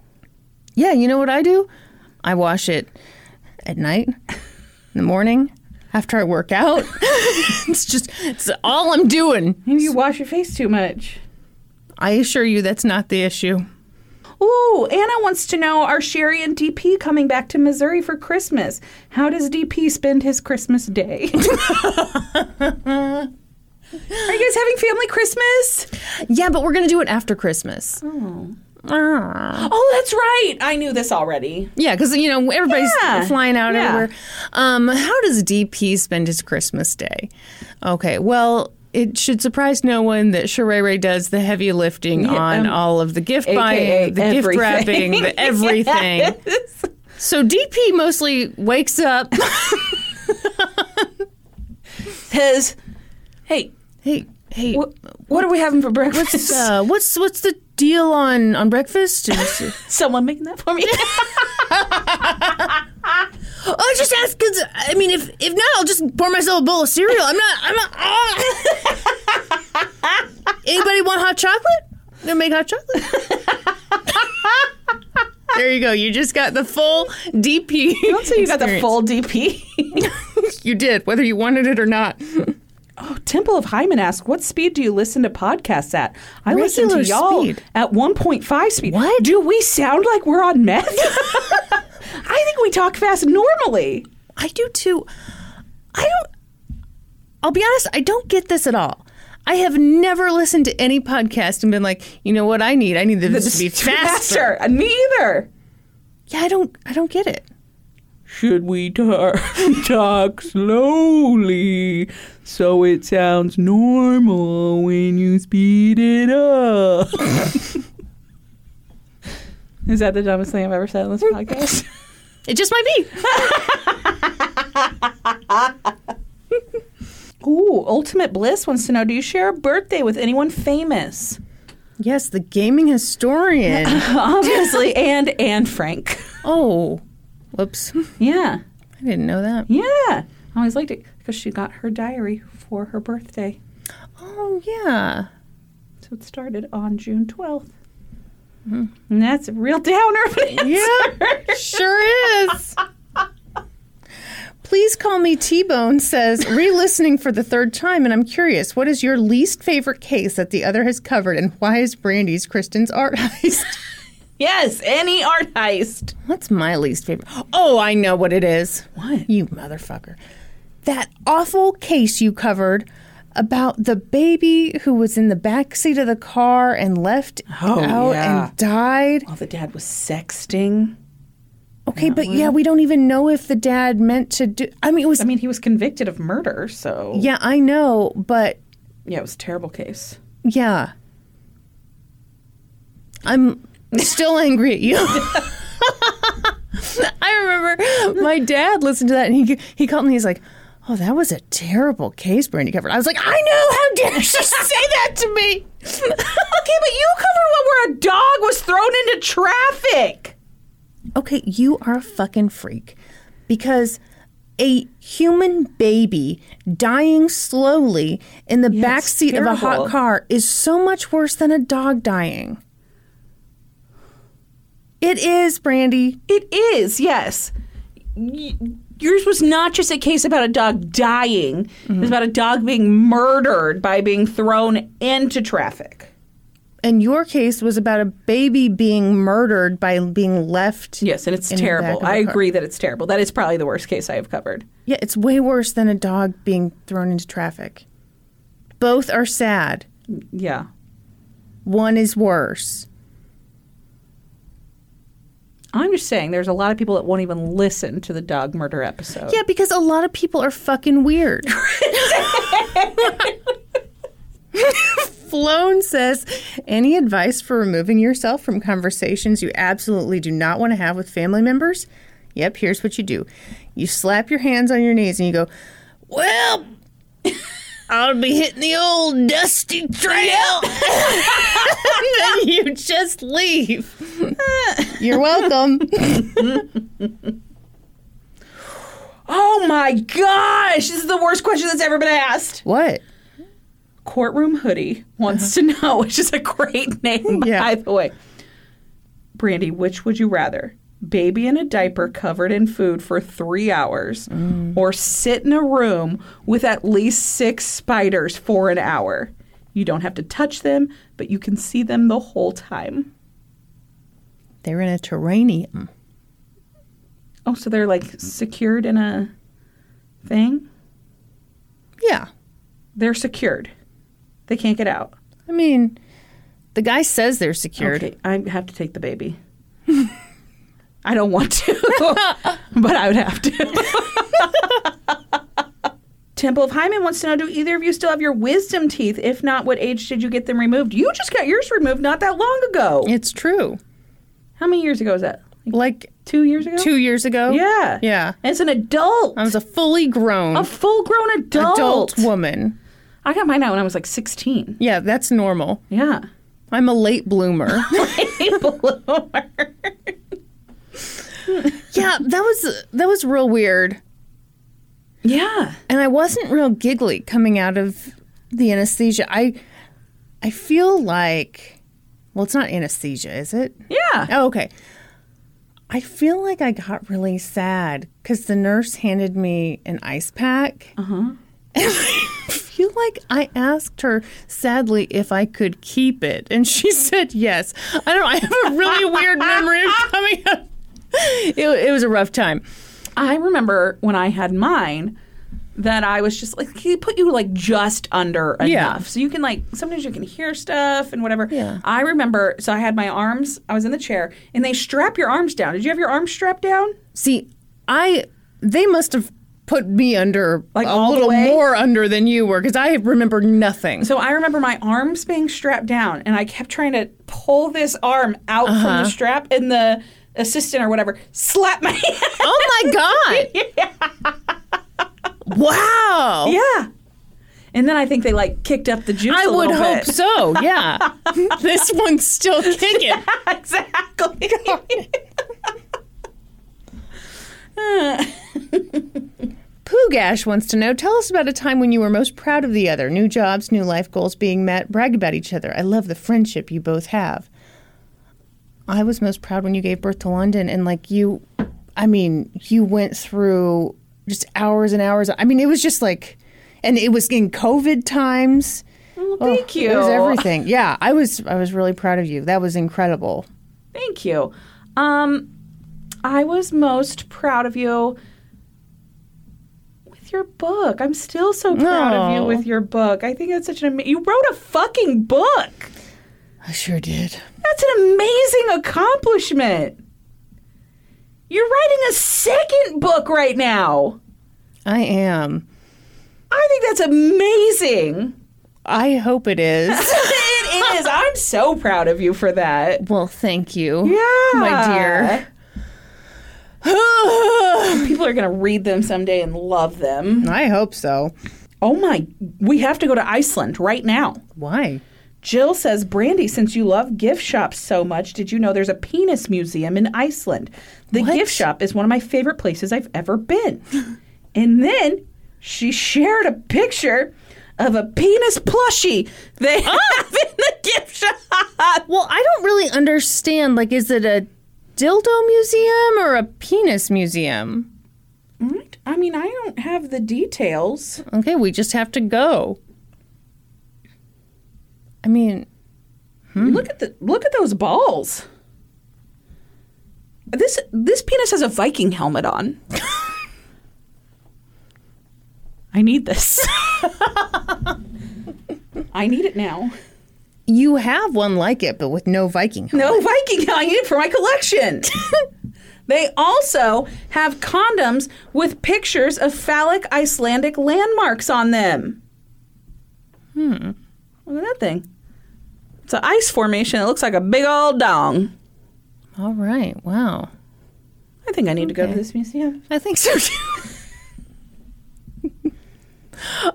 B: Yeah, you know what I do? I wash it at night, in the morning, after I work out. it's just, it's all I'm doing.
C: Maybe you wash your face too much.
B: I assure you that's not the issue.
C: Ooh, Anna wants to know are Sherry and DP coming back to Missouri for Christmas? How does DP spend his Christmas day? are you guys having family Christmas?
B: Yeah, but we're going to do it after Christmas. Ah.
C: Oh, that's right. I knew this already.
B: Yeah, because, you know, everybody's
C: Yeah.
B: flying out
C: Yeah.
B: everywhere. Um, how does DP spend his Christmas day? Okay, well, it should surprise no one that Sherere does the heavy lifting on
C: um,
B: all of the gift
C: AKA
B: buying, the gift
C: everything.
B: wrapping, the everything. So DP mostly wakes up.
C: Says, hey,
B: hey, hey,
C: wh- what are we having for breakfast?
B: uh, what's what's the deal on on breakfast? Is-
C: Someone making that for me?
B: oh, just ask because I mean, if if not, I'll just pour myself a bowl of cereal. I'm not. I'm not. ah. Anybody want hot chocolate? I'm gonna make hot chocolate. there you go. You just got the full DP.
C: Don't say you got the
B: experience.
C: full DP.
B: You did, whether you wanted it or not.
C: Temple of Hymen asks, "What speed do you listen to podcasts at? I listen
B: Regular
C: to y'all
B: speed.
C: at 1.5 speed.
B: What?
C: Do we sound like we're on meth? I think we talk fast normally.
B: I do too. I don't. I'll be honest. I don't get this at all. I have never listened to any podcast and been like, you know what I need? I need this to be faster.
C: faster. Neither.
B: Yeah, I don't. I don't get it.
C: Should we talk, talk slowly so it sounds normal when you speed it up? Is that the dumbest thing I've ever said on this podcast?
B: It just might be.
C: Ooh, Ultimate Bliss wants to know Do you share a birthday with anyone famous?
B: yes, the gaming historian.
C: Obviously, and and Frank.
B: oh, whoops! I
C: Yeah,
B: didn't know that.
C: yeah. I always liked it because she got her diary for her birthday.
B: Oh yeah.
C: So it started on June 12th. And Hmm, that's a real downer. of an answer.
B: Yeah, sure is. Please call me T Bone says, re listening for the third time, and I'm curious, what is your least favorite case that the other has covered, and why is Brandy's Kristen's art heist?
C: Yes, any art heist.
B: What's my least favorite? Oh, I know what it is. What? You motherfucker. That awful case you covered about the baby who was in the back seat of the car and left out
C: yeah.
B: and died.
C: Oh, the dad was sexting.
B: Okay, but yeah, we don't even know if the dad meant to do. I mean, it was
C: I mean, he was convicted of murder, so.
B: Yeah, I know, but
C: Yeah, it was a terrible case.
B: yeah. I'm still angry at you. I remember my dad listened to that and he he called me he's like, "Oh, that was a terrible case Brandy covered." I was like, "I know. How dare she say that to me?"
C: okay, but you covered one where a dog was thrown into traffic.
B: Okay, you are a fucking freak because a human baby dying slowly in the back
C: it's
B: seat of a hot
C: terrible.
B: car is so much worse than a dog dying. It is, Brandy.
C: It is, yes. Y- yours was not just a case about a dog dying, it was about a dog being murdered by being thrown into traffic.
B: And your case was about a baby being murdered by being left.
C: Yes, and it's
B: in the back
C: terrible.
B: of a
C: I
B: car.
C: agree that it's terrible. That is probably the worst case I have covered.
B: Yeah, it's way worse than a dog being thrown into traffic. Both are sad.
C: Yeah.
B: One is worse.
C: I'm just saying there's a lot of people that won't even listen to the dog murder episode.
B: Yeah, because a lot of people are fucking weird. Floan says, any advice for removing yourself from conversations you absolutely do not want to have with family members? Yep, here's what you do. You slap your hands on your knees and you go, Well, I'll be hitting the old dusty trail. and then you just leave. You're welcome.
C: Oh my gosh, this is the worst question that's ever been asked.
B: what?
C: Courtroom Hoodie wants to know, which is a great name,
B: Yeah.
C: by the way. Brandy, which would you rather? Baby in a diaper covered in food for three hours, or sit in a room with at least six spiders for an hour. You don't have to touch them, but you can see them the whole time.
B: They're in a terrarium.
C: Oh, so they're like secured in a thing?
B: Yeah.
C: They're secured. They can't get out.
B: I mean, the guy says they're secured.
C: Okay, I have to take the baby. I don't want to, but I would have to. Temple of Hyman wants to know Do either of you still have your wisdom teeth? If not, what age did you get them removed? You just got yours removed not that long ago.
B: It's true.
C: How many years ago was that? Like
B: Like
C: two years ago?
B: two years ago.
C: Yeah.
B: Yeah.
C: As an adult,
B: I was a fully grown
C: a full grown adult.
B: adult woman.
C: I got mine out when I was like 16.
B: Yeah, that's normal.
C: Yeah.
B: I'm a late bloomer.
C: Bloomer.
B: yeah, that was that was real weird.
C: Yeah.
B: And I wasn't real giggly coming out of the anesthesia. I I feel like well, it's not anesthesia, is it?
C: Yeah.
B: Oh, okay. I feel like I got really sad because the nurse handed me an ice pack. Uh
C: Uh-huh.
B: huh. And I feel like I asked her sadly if I could keep it, and she said yes. I don't know. I have a really weird memory of coming up. It, it was a rough time.
C: I remember when I had mine that I was just like he put you like just under enough.
B: Yeah.
C: So you can like sometimes you can hear stuff and whatever.
B: Yeah.
C: I remember so I had my arms I was in the chair and they strap your arms down. Did you have your arms strapped down?
B: See, I they must have put me under
C: Like,
B: a
C: all the
B: little
C: way?
B: more under than you were because I remember nothing.
C: So I remember my arms being strapped down and I kept trying to pull this arm out
B: Uh-huh.
C: from the strap and the assistant or whatever slapped my hand.
B: oh my god! Wow.
C: yeah. And then I think they like kicked up the juice.
B: I
C: a
B: would
C: little
B: hope
C: bit.
B: so. Yeah, this one's still kicking.
C: exactly.
B: Poogash wants to know. Tell us about a time when you were most proud of the other. New jobs, new life goals being met. Brag about each other. I love the friendship you both have. I was most proud when you gave birth to London, and like you, I mean, you went through just hours and hours. I mean, it was just like, and it was in COVID times.
C: Thank you.
B: It was everything. Yeah, I was. I was really proud of you. That was incredible.
C: Thank you. Um, I was most proud of you with your book. I'm still so proud of you
B: No.
C: with your book. I think that's such an amazing. You wrote a fucking book.
B: I sure did.
C: That's an amazing accomplishment. You're writing a second book right now.
B: I am.
C: I think that's amazing.
B: I hope it is.
C: It is. I'm so proud of you for that.
B: well, thank you.
C: Yeah.
B: My dear.
C: People are going to read them someday and love them.
B: I hope so.
C: Oh my, we have to go to Iceland right now.
B: Why?
C: Jill says, Brandy, since you love gift shops so much, did you know there's a penis museum in Iceland? The gift shop is one of my favorite places I've ever been. and then she shared a picture of a penis plushie they have in the gift shop.
B: Well, I don't really understand. Like, is it a dildo museum or a penis museum?
C: I mean, I don't have the details.
B: Okay, we just have to go. I mean,
C: Look at the look at those balls. This this penis has a Viking helmet on. I need this. I need it now.
B: you have one like it, but with no Viking.
C: No Viking. I need it for my collection. They also have condoms with pictures of phallic Icelandic landmarks on them. Hmm. Look at that thing. It's an ice formation. It looks like a big old dong.
B: All right. Wow.
C: I think I need to go to this museum.
B: I think so too.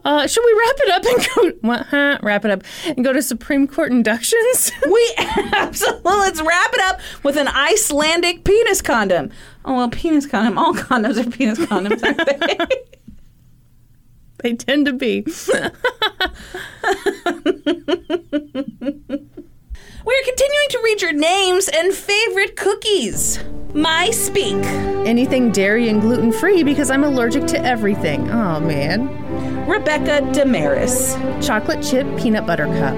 B: Uh, should we wrap it up and go? What, huh? Wrap it up and go to Supreme Court inductions?
C: We absolutely let's wrap it up with an Icelandic penis condom. Oh well, penis condom. All condoms are penis condoms, aren't they?
B: they tend to be.
C: We are continuing to read your names and favorite cookies. My speak.
B: Anything dairy and gluten free because I'm allergic to everything. Oh man.
C: Rebecca Damaris.
B: Chocolate chip peanut butter cup.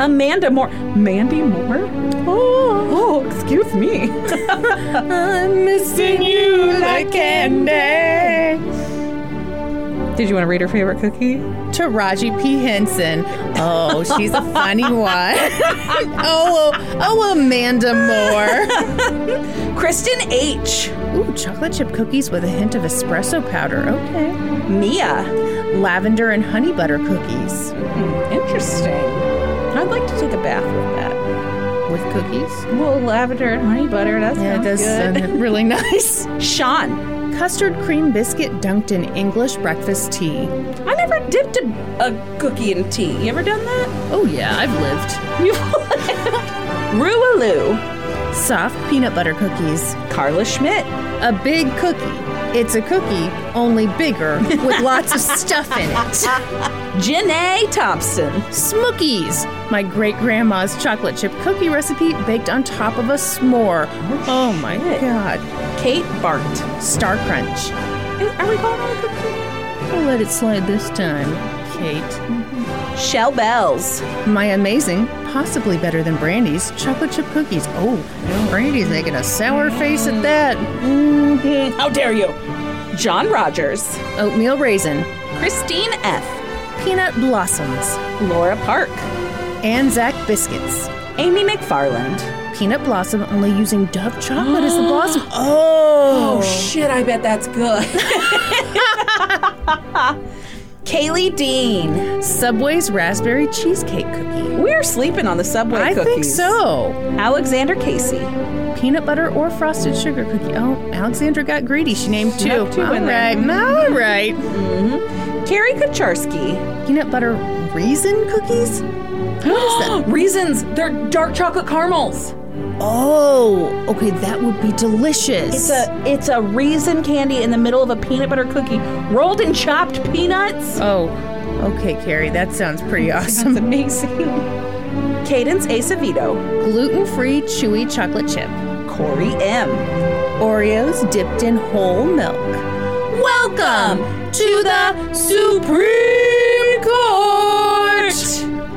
C: Amanda Moore. Mandy Moore? Oh, oh excuse me.
B: I'm missing you like candy.
C: Did you want to read her favorite cookie?
B: Taraji P. Henson. Oh, she's a funny one. oh, oh, Amanda Moore.
C: Kristen H.
B: Ooh, chocolate chip cookies with a hint of espresso powder. Okay.
C: Mia.
B: Lavender and honey butter cookies.
C: Interesting. I'd like to take a bath with that.
B: With cookies?
C: Well, lavender and honey butter. That's
B: Yeah, it does
C: good.
B: sound really nice.
C: Sean.
B: Custard cream biscuit dunked in English breakfast tea.
C: I never dipped a, a cookie in tea. You ever done that?
B: Oh, yeah, I've lived.
C: You've Rualoo.
B: Soft peanut butter cookies.
C: Carla Schmidt.
B: A big cookie. It's a cookie, only bigger, with lots of stuff in it.
C: Janae Thompson.
B: Smookies! My great grandma's chocolate chip cookie recipe baked on top of a s'more. Oh my god.
C: Kate Bart.
B: Star Crunch.
C: Is- Are we calling it a cookie?
B: I'll let it slide this time, Kate.
C: Shell Bells.
B: My amazing, possibly better than Brandy's, chocolate chip cookies. Oh, Brandy's making a sour face at that.
C: How dare you? John Rogers.
B: Oatmeal raisin,
C: Christine F.
B: peanut blossoms,
C: Laura Park.
B: Anzac biscuits.
C: Amy McFarland.
B: Peanut blossom only using Dove chocolate as the blossom.
C: Oh shit, I bet that's good. Kaylee Dean.
B: Subway's raspberry cheesecake cookie.
C: We're sleeping on the subway
B: I
C: cookies.
B: think so.
C: Alexander Casey.
B: peanut butter or frosted sugar cookie. Oh, Alexandra got greedy. She named two.
C: Snuck two
B: all
C: in there. Mm-hmm.
B: right, all right.
C: Carrie Kacharski.
B: Peanut butter raisin cookies.
C: Reasons. They're dark chocolate caramels.
B: Oh, okay, that would be delicious.
C: It's a it's a raisin candy in the middle of a peanut butter cookie, rolled in chopped peanuts.
B: oh, okay, Carrie. That sounds pretty awesome.
C: amazing. Cadence Acevedo.
B: Gluten-free chewy chocolate chip.
C: Corey M.
B: Oreos dipped in whole milk.
C: Welcome to the Supreme Court!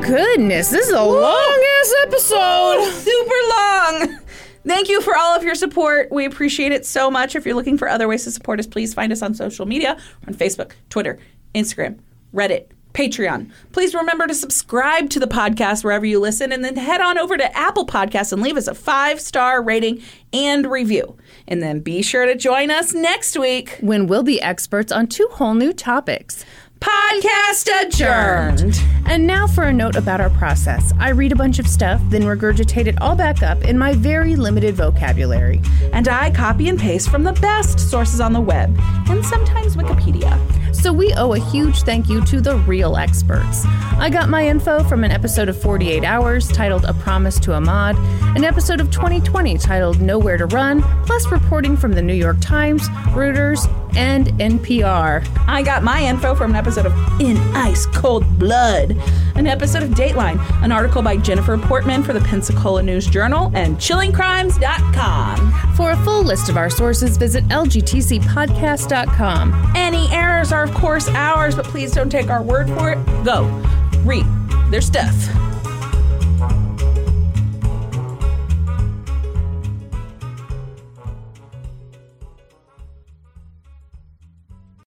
B: Goodness, this is a long ass episode.
C: Super long! Thank you for all of your support. We appreciate it so much. If you're looking for other ways to support us, please find us on social media on Facebook, Twitter, Instagram, Reddit, Patreon. Please remember to subscribe to the podcast wherever you listen and then head on over to Apple Podcasts and leave us a five star rating and review. And then be sure to join us next week.
B: When we'll be experts on two whole new topics.
C: Podcast adjourned.
B: And now for a note about our process. I read a bunch of stuff, then regurgitate it all back up in my very limited vocabulary.
C: and I copy and paste from the best sources on the web, and sometimes Wikipedia.
B: So we owe a huge thank you to the real experts. I got my info from an episode of 48 Hours titled A Promise to Ahmad, an episode of 2020 titled Nowhere to Run, plus reporting from the New York Times, Reuters, and NPR.
C: I got my info from an episode of In Ice Cold Blood, an episode of Dateline, an article by Jennifer Portman for the Pensacola News Journal, and chillingcrimes.com.
B: For a full list of our sources, visit lgtcpodcast.com.
C: Any errors are, of course, ours, but please don't take our word for it. Go, read their stuff.